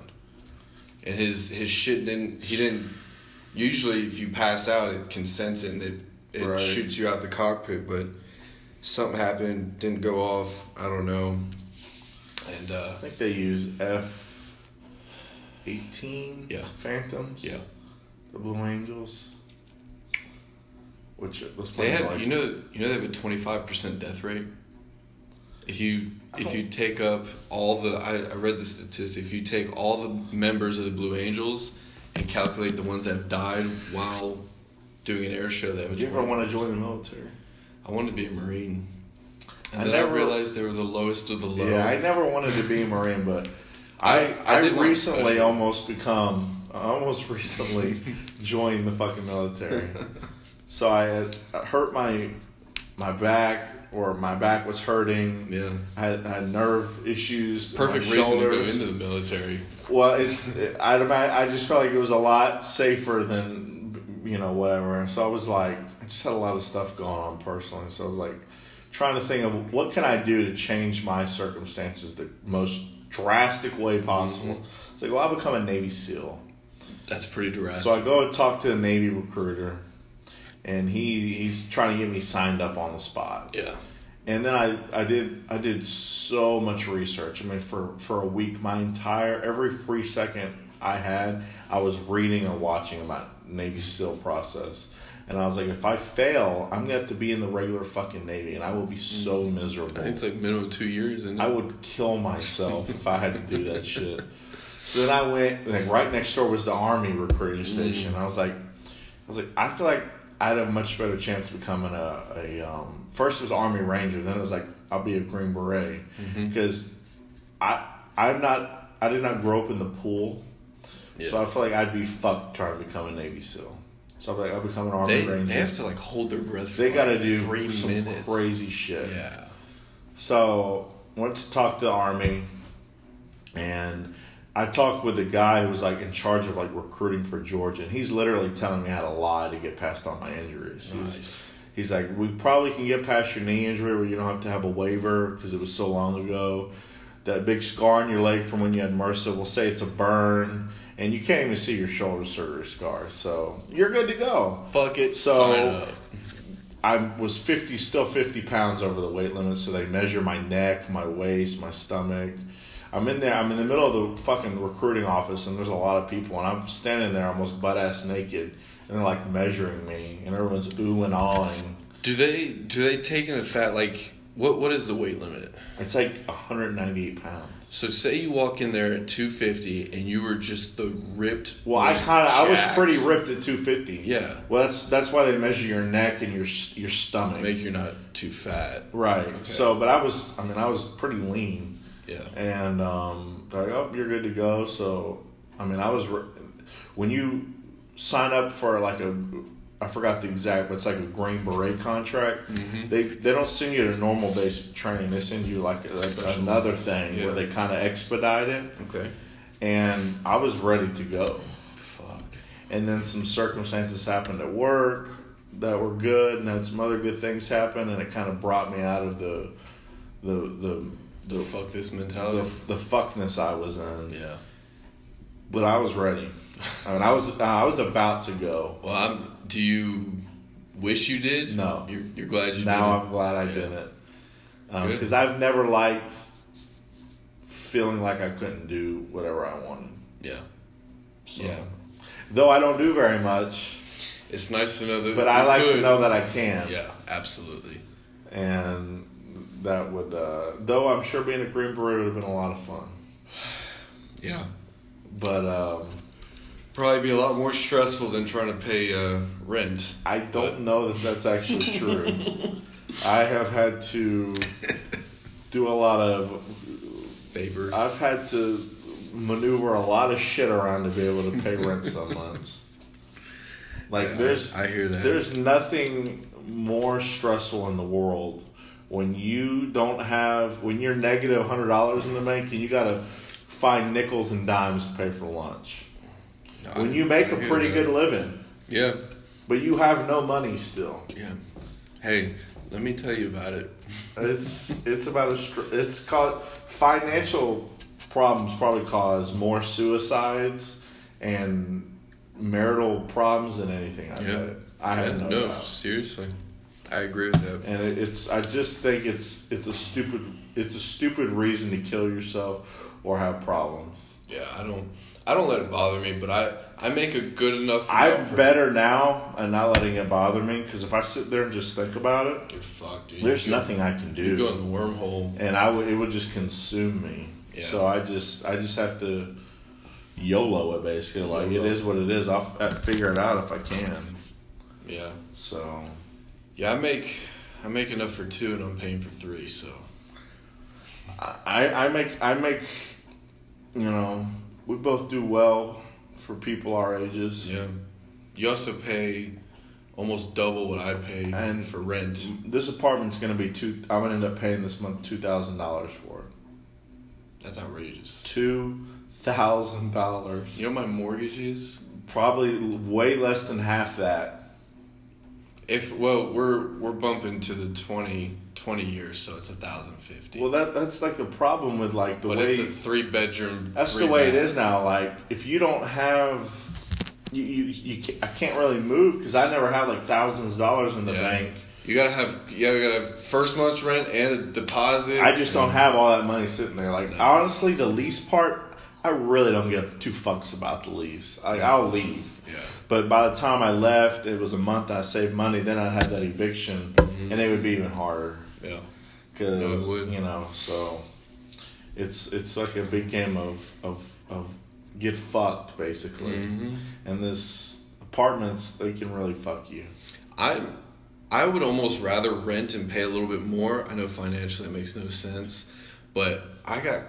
C: And his his shit didn't. He didn't. Usually, if you pass out, it can sense it and it it
F: Right.
C: shoots you out the cockpit. But something happened. Didn't go off. I don't know. And uh,
F: I think they use F eighteen.
C: Yeah.
F: Phantoms.
C: yeah.
F: The Blue Angels. Which those
C: They
F: planes are
C: had
F: like
C: you know you know they have a twenty five percent death rate. If you if you take up all the I, I read the statistic if you take all the members of the Blue Angels and calculate the ones that have died while doing an air show they have a
F: you ever
C: 20
F: want to join the military?
C: I wanted to be a Marine. And
F: I
C: then I
F: never-
C: realized they were the lowest of the low.
F: Yeah, I never wanted to be a Marine, but
C: I-
F: I
C: I
F: I,
C: did want
F: recently
C: special.
F: almost become I almost recently joined the fucking military. so I had hurt my my back or my back was hurting.
C: Yeah.
F: I had, I had nerve issues. in my
C: Perfect reason to go
F: shoulders.
C: into the military.
F: Well, it's I'd ima- I just felt like it was a lot safer than you know whatever. So I was like, I just had a lot of stuff going on personally. So I was like, trying to think of what can I do to change my circumstances the most drastic way possible. It's like, well, I'll become a Navy SEAL.
C: That's pretty drastic.
F: So I go and talk to the Navy recruiter, and he he's trying to get me signed up on the spot.
C: yeah.
F: And then I, I did I did so much research. I mean for, for a week my entire every free second I had, I was reading or watching about Navy SEAL process. And I was like, if I fail, I'm gonna have to be in the regular fucking Navy and I will be so miserable.
C: Mm. I think it's like minimum two years and
F: I would kill myself if I had to do that shit. So then I went like right next door was the army
C: Mm.
F: recruiting station. I was like I was like, I feel like I'd have a much better chance of becoming a, a um, first it was Army Ranger, then it was like I'll be a Green Beret
C: Mm-hmm.
F: because I I'm not I did not grow up in the pool, so I feel like I'd be fucked trying to become a Navy SEAL. So I'm like I'll become an Army
C: they,
F: Ranger.
C: they have to like hold their breath for
F: They
C: like
F: got to do
C: three
F: some
C: minutes.
F: crazy shit.
C: Yeah.
F: So went to talk to the army, and I talked with the guy who was like in charge of like recruiting for Georgia, and he's literally telling me how to lie to get past all my injuries. He's-
H: Nice.
F: He's like, we probably can get past your knee injury where you don't have to have a waiver because it was so long ago. That big scar on your leg from when you had MRSA, we'll say it's a burn, and you can't even see your shoulder surgery scar. So you're good to go.
C: Fuck it.
F: So-
C: sign up.
F: I was fifty, still fifty pounds over the weight limit, so they measure my neck, my waist, my stomach. I'm in there. I'm in the middle of the fucking recruiting office, and there's a lot of people, and I'm standing there almost butt ass naked, and they're like measuring me, and everyone's ooh and awing.
C: Do they do they take in a fat like what what is the weight limit?
F: It's like 198 pounds.
C: So say you walk in there at 250 and you were just the ripped.
F: Well, I
C: most
F: kind of I was
C: jacked.
F: pretty ripped at 250.
C: Yeah.
F: Well, that's that's why they measure your neck and your s- your stomach.
C: Make you not too fat.
F: right. So, but I was I mean I was pretty lean.
C: Yeah.
F: and um, they're like, "Oh, you're good to go." So, I mean, I was re- when you sign up for like a, I forgot the exact, but it's like a green beret contract.
C: Mm-hmm.
F: They they don't send you to normal basic training. They send you like, like
C: Special.
F: another thing
C: Yeah.
F: where they kind of expedite it.
C: Okay.
F: And I was ready to go,
C: Fuck.
F: and then some circumstances happened at work that were good, and had some other good things happen, and it kind of brought me out of the the the the
C: Fuck this
F: the,
C: mentality.
F: the fuckness I was in.
C: Yeah.
F: But I was ready. I mean, I was I was about to go.
C: Well, I'm. Do you wish you did?
F: No.
C: You're, you're glad you
F: Now
C: did.
F: I'm glad I
C: Yeah.
F: didn't Um
C: Good.
F: because I've never liked feeling like I couldn't do whatever I wanted.
C: Yeah. Yeah.
F: Though I don't do very much,
C: It's nice to know that.
F: but I
C: you
F: like to
C: could.
F: know that I can.
C: Yeah. Absolutely.
F: And that would, uh, though I'm sure being a Green Beret would have been a lot of fun.
C: Yeah.
F: But um,
C: Probably be a lot more stressful than trying to pay uh, rent.
F: I
C: But-
F: don't know that that's actually true. I have had to do a lot of
C: Favors.
F: I've had to maneuver a lot of shit around to be able to pay rent some months. Like
C: Yeah, I-
F: there's,
C: I hear that.
F: There's nothing more stressful in the world when you don't have when you're negative hundred dollars in the bank and you gotta find nickels and dimes to pay for lunch. When you make
C: a
F: a pretty good living,
C: Yeah.
F: but you have no money still,
C: Yeah. Hey, let me tell you about it.
F: it's it's about a str- it's called financial problems probably cause more suicides and marital problems than anything. I
C: Yeah.
F: bet. I have
C: Yeah,
F: no,
C: no,
F: doubt.
C: seriously. I agree with that.
F: And it, it's I just think it's it's a stupid it's a stupid reason to kill yourself or have problems.
C: Yeah, I don't I don't let it bother me, but I I make a good enough amount
F: I'm
C: for-
F: better now and not letting it bother me because if I sit there and just think about it,
C: You're fucked, dude.
F: there's
C: You go-
F: nothing I can do.
C: You go in the wormhole.
F: and I would it would just consume me.
C: Yeah.
F: So I just I just have to YOLO it basically. Like it
C: YOLO.
F: is what it is. I'll, f- I'll figure it out if I can.
C: Yeah.
F: So
C: Yeah, I make I make enough for two and I'm paying for three, so
F: I I make I make you know we both do well for people our ages.
C: yeah. You also pay almost double what I pay
F: And-
C: for rent.
F: This apartment's gonna be two. I'm gonna end up paying this month two thousand dollars for it.
C: That's outrageous.
F: Two thousand dollars.
C: You know what my mortgage is?
F: Probably way less than half that.
C: If well, we're we're bumping to the 20, 20 years, so it's a thousand fifty.
F: Well, that that's like the problem with like the
C: but
F: way
C: it's a three bedroom.
F: That's
C: three
F: the way it
C: bath.
F: is now. Like if you don't have, you you, you ca I can't really move because I never have like thousands of dollars in the
C: Yeah.
F: bank.
C: You gotta have yeah, you gotta have first month's rent and a deposit.
F: I just don't have all that money sitting there. Like
C: No.
F: honestly, the lease part, I really don't give two fucks about the lease. Like I'll leave.
C: Yeah.
F: But by the time I left, it was a month. I saved money. Then I'd have that eviction,
C: Mm-hmm.
F: and it would be even harder
C: Yeah.
F: because
C: No, it would.
F: you know. So it's it's like a big game of of of get fucked basically. And this apartments they can really fuck you.
C: I I would almost rather rent and pay a little bit more. I know financially it makes no sense, but I got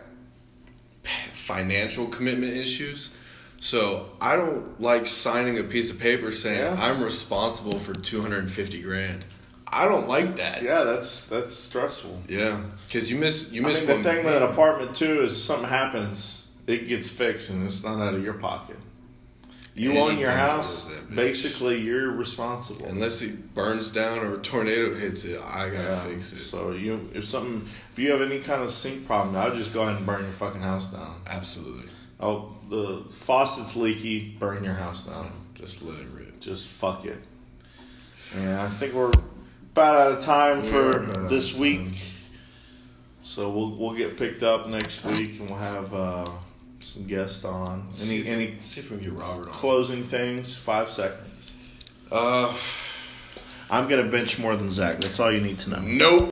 C: p- financial commitment issues. So I don't like signing a piece of paper saying
F: Yeah.
C: I'm responsible for 250 grand. I don't like that.
F: Yeah, that's that's stressful.
C: Yeah, because you miss you
F: I
C: miss
F: mean, the
C: one.
F: thing with an apartment too is if something happens, it gets fixed, and it's not out of your pocket. You own
C: Anything
F: your house,
C: goes, that bitch.
F: basically, you're responsible.
C: Unless it burns down or a tornado hits it, I gotta
F: Yeah.
C: fix it.
F: So you, if something, if you have any kind of sink problem, I would just go ahead and burn your fucking house down.
C: Absolutely,
F: Oh, the faucet's leaky, burn your house down.
C: just let it rip.
F: Just fuck it. And I think we're about out of time
C: We
F: for
C: are about out
F: this
C: of
F: week.
C: time.
F: So we'll we'll get picked up next week, and we'll have uh, some guests on.
C: See
F: Any
C: if-
F: any
C: see if we can get Robert on.
F: closing things? Five seconds.
C: Uh,
F: I'm gonna bench more than Zach. That's all you need to know.
C: nope.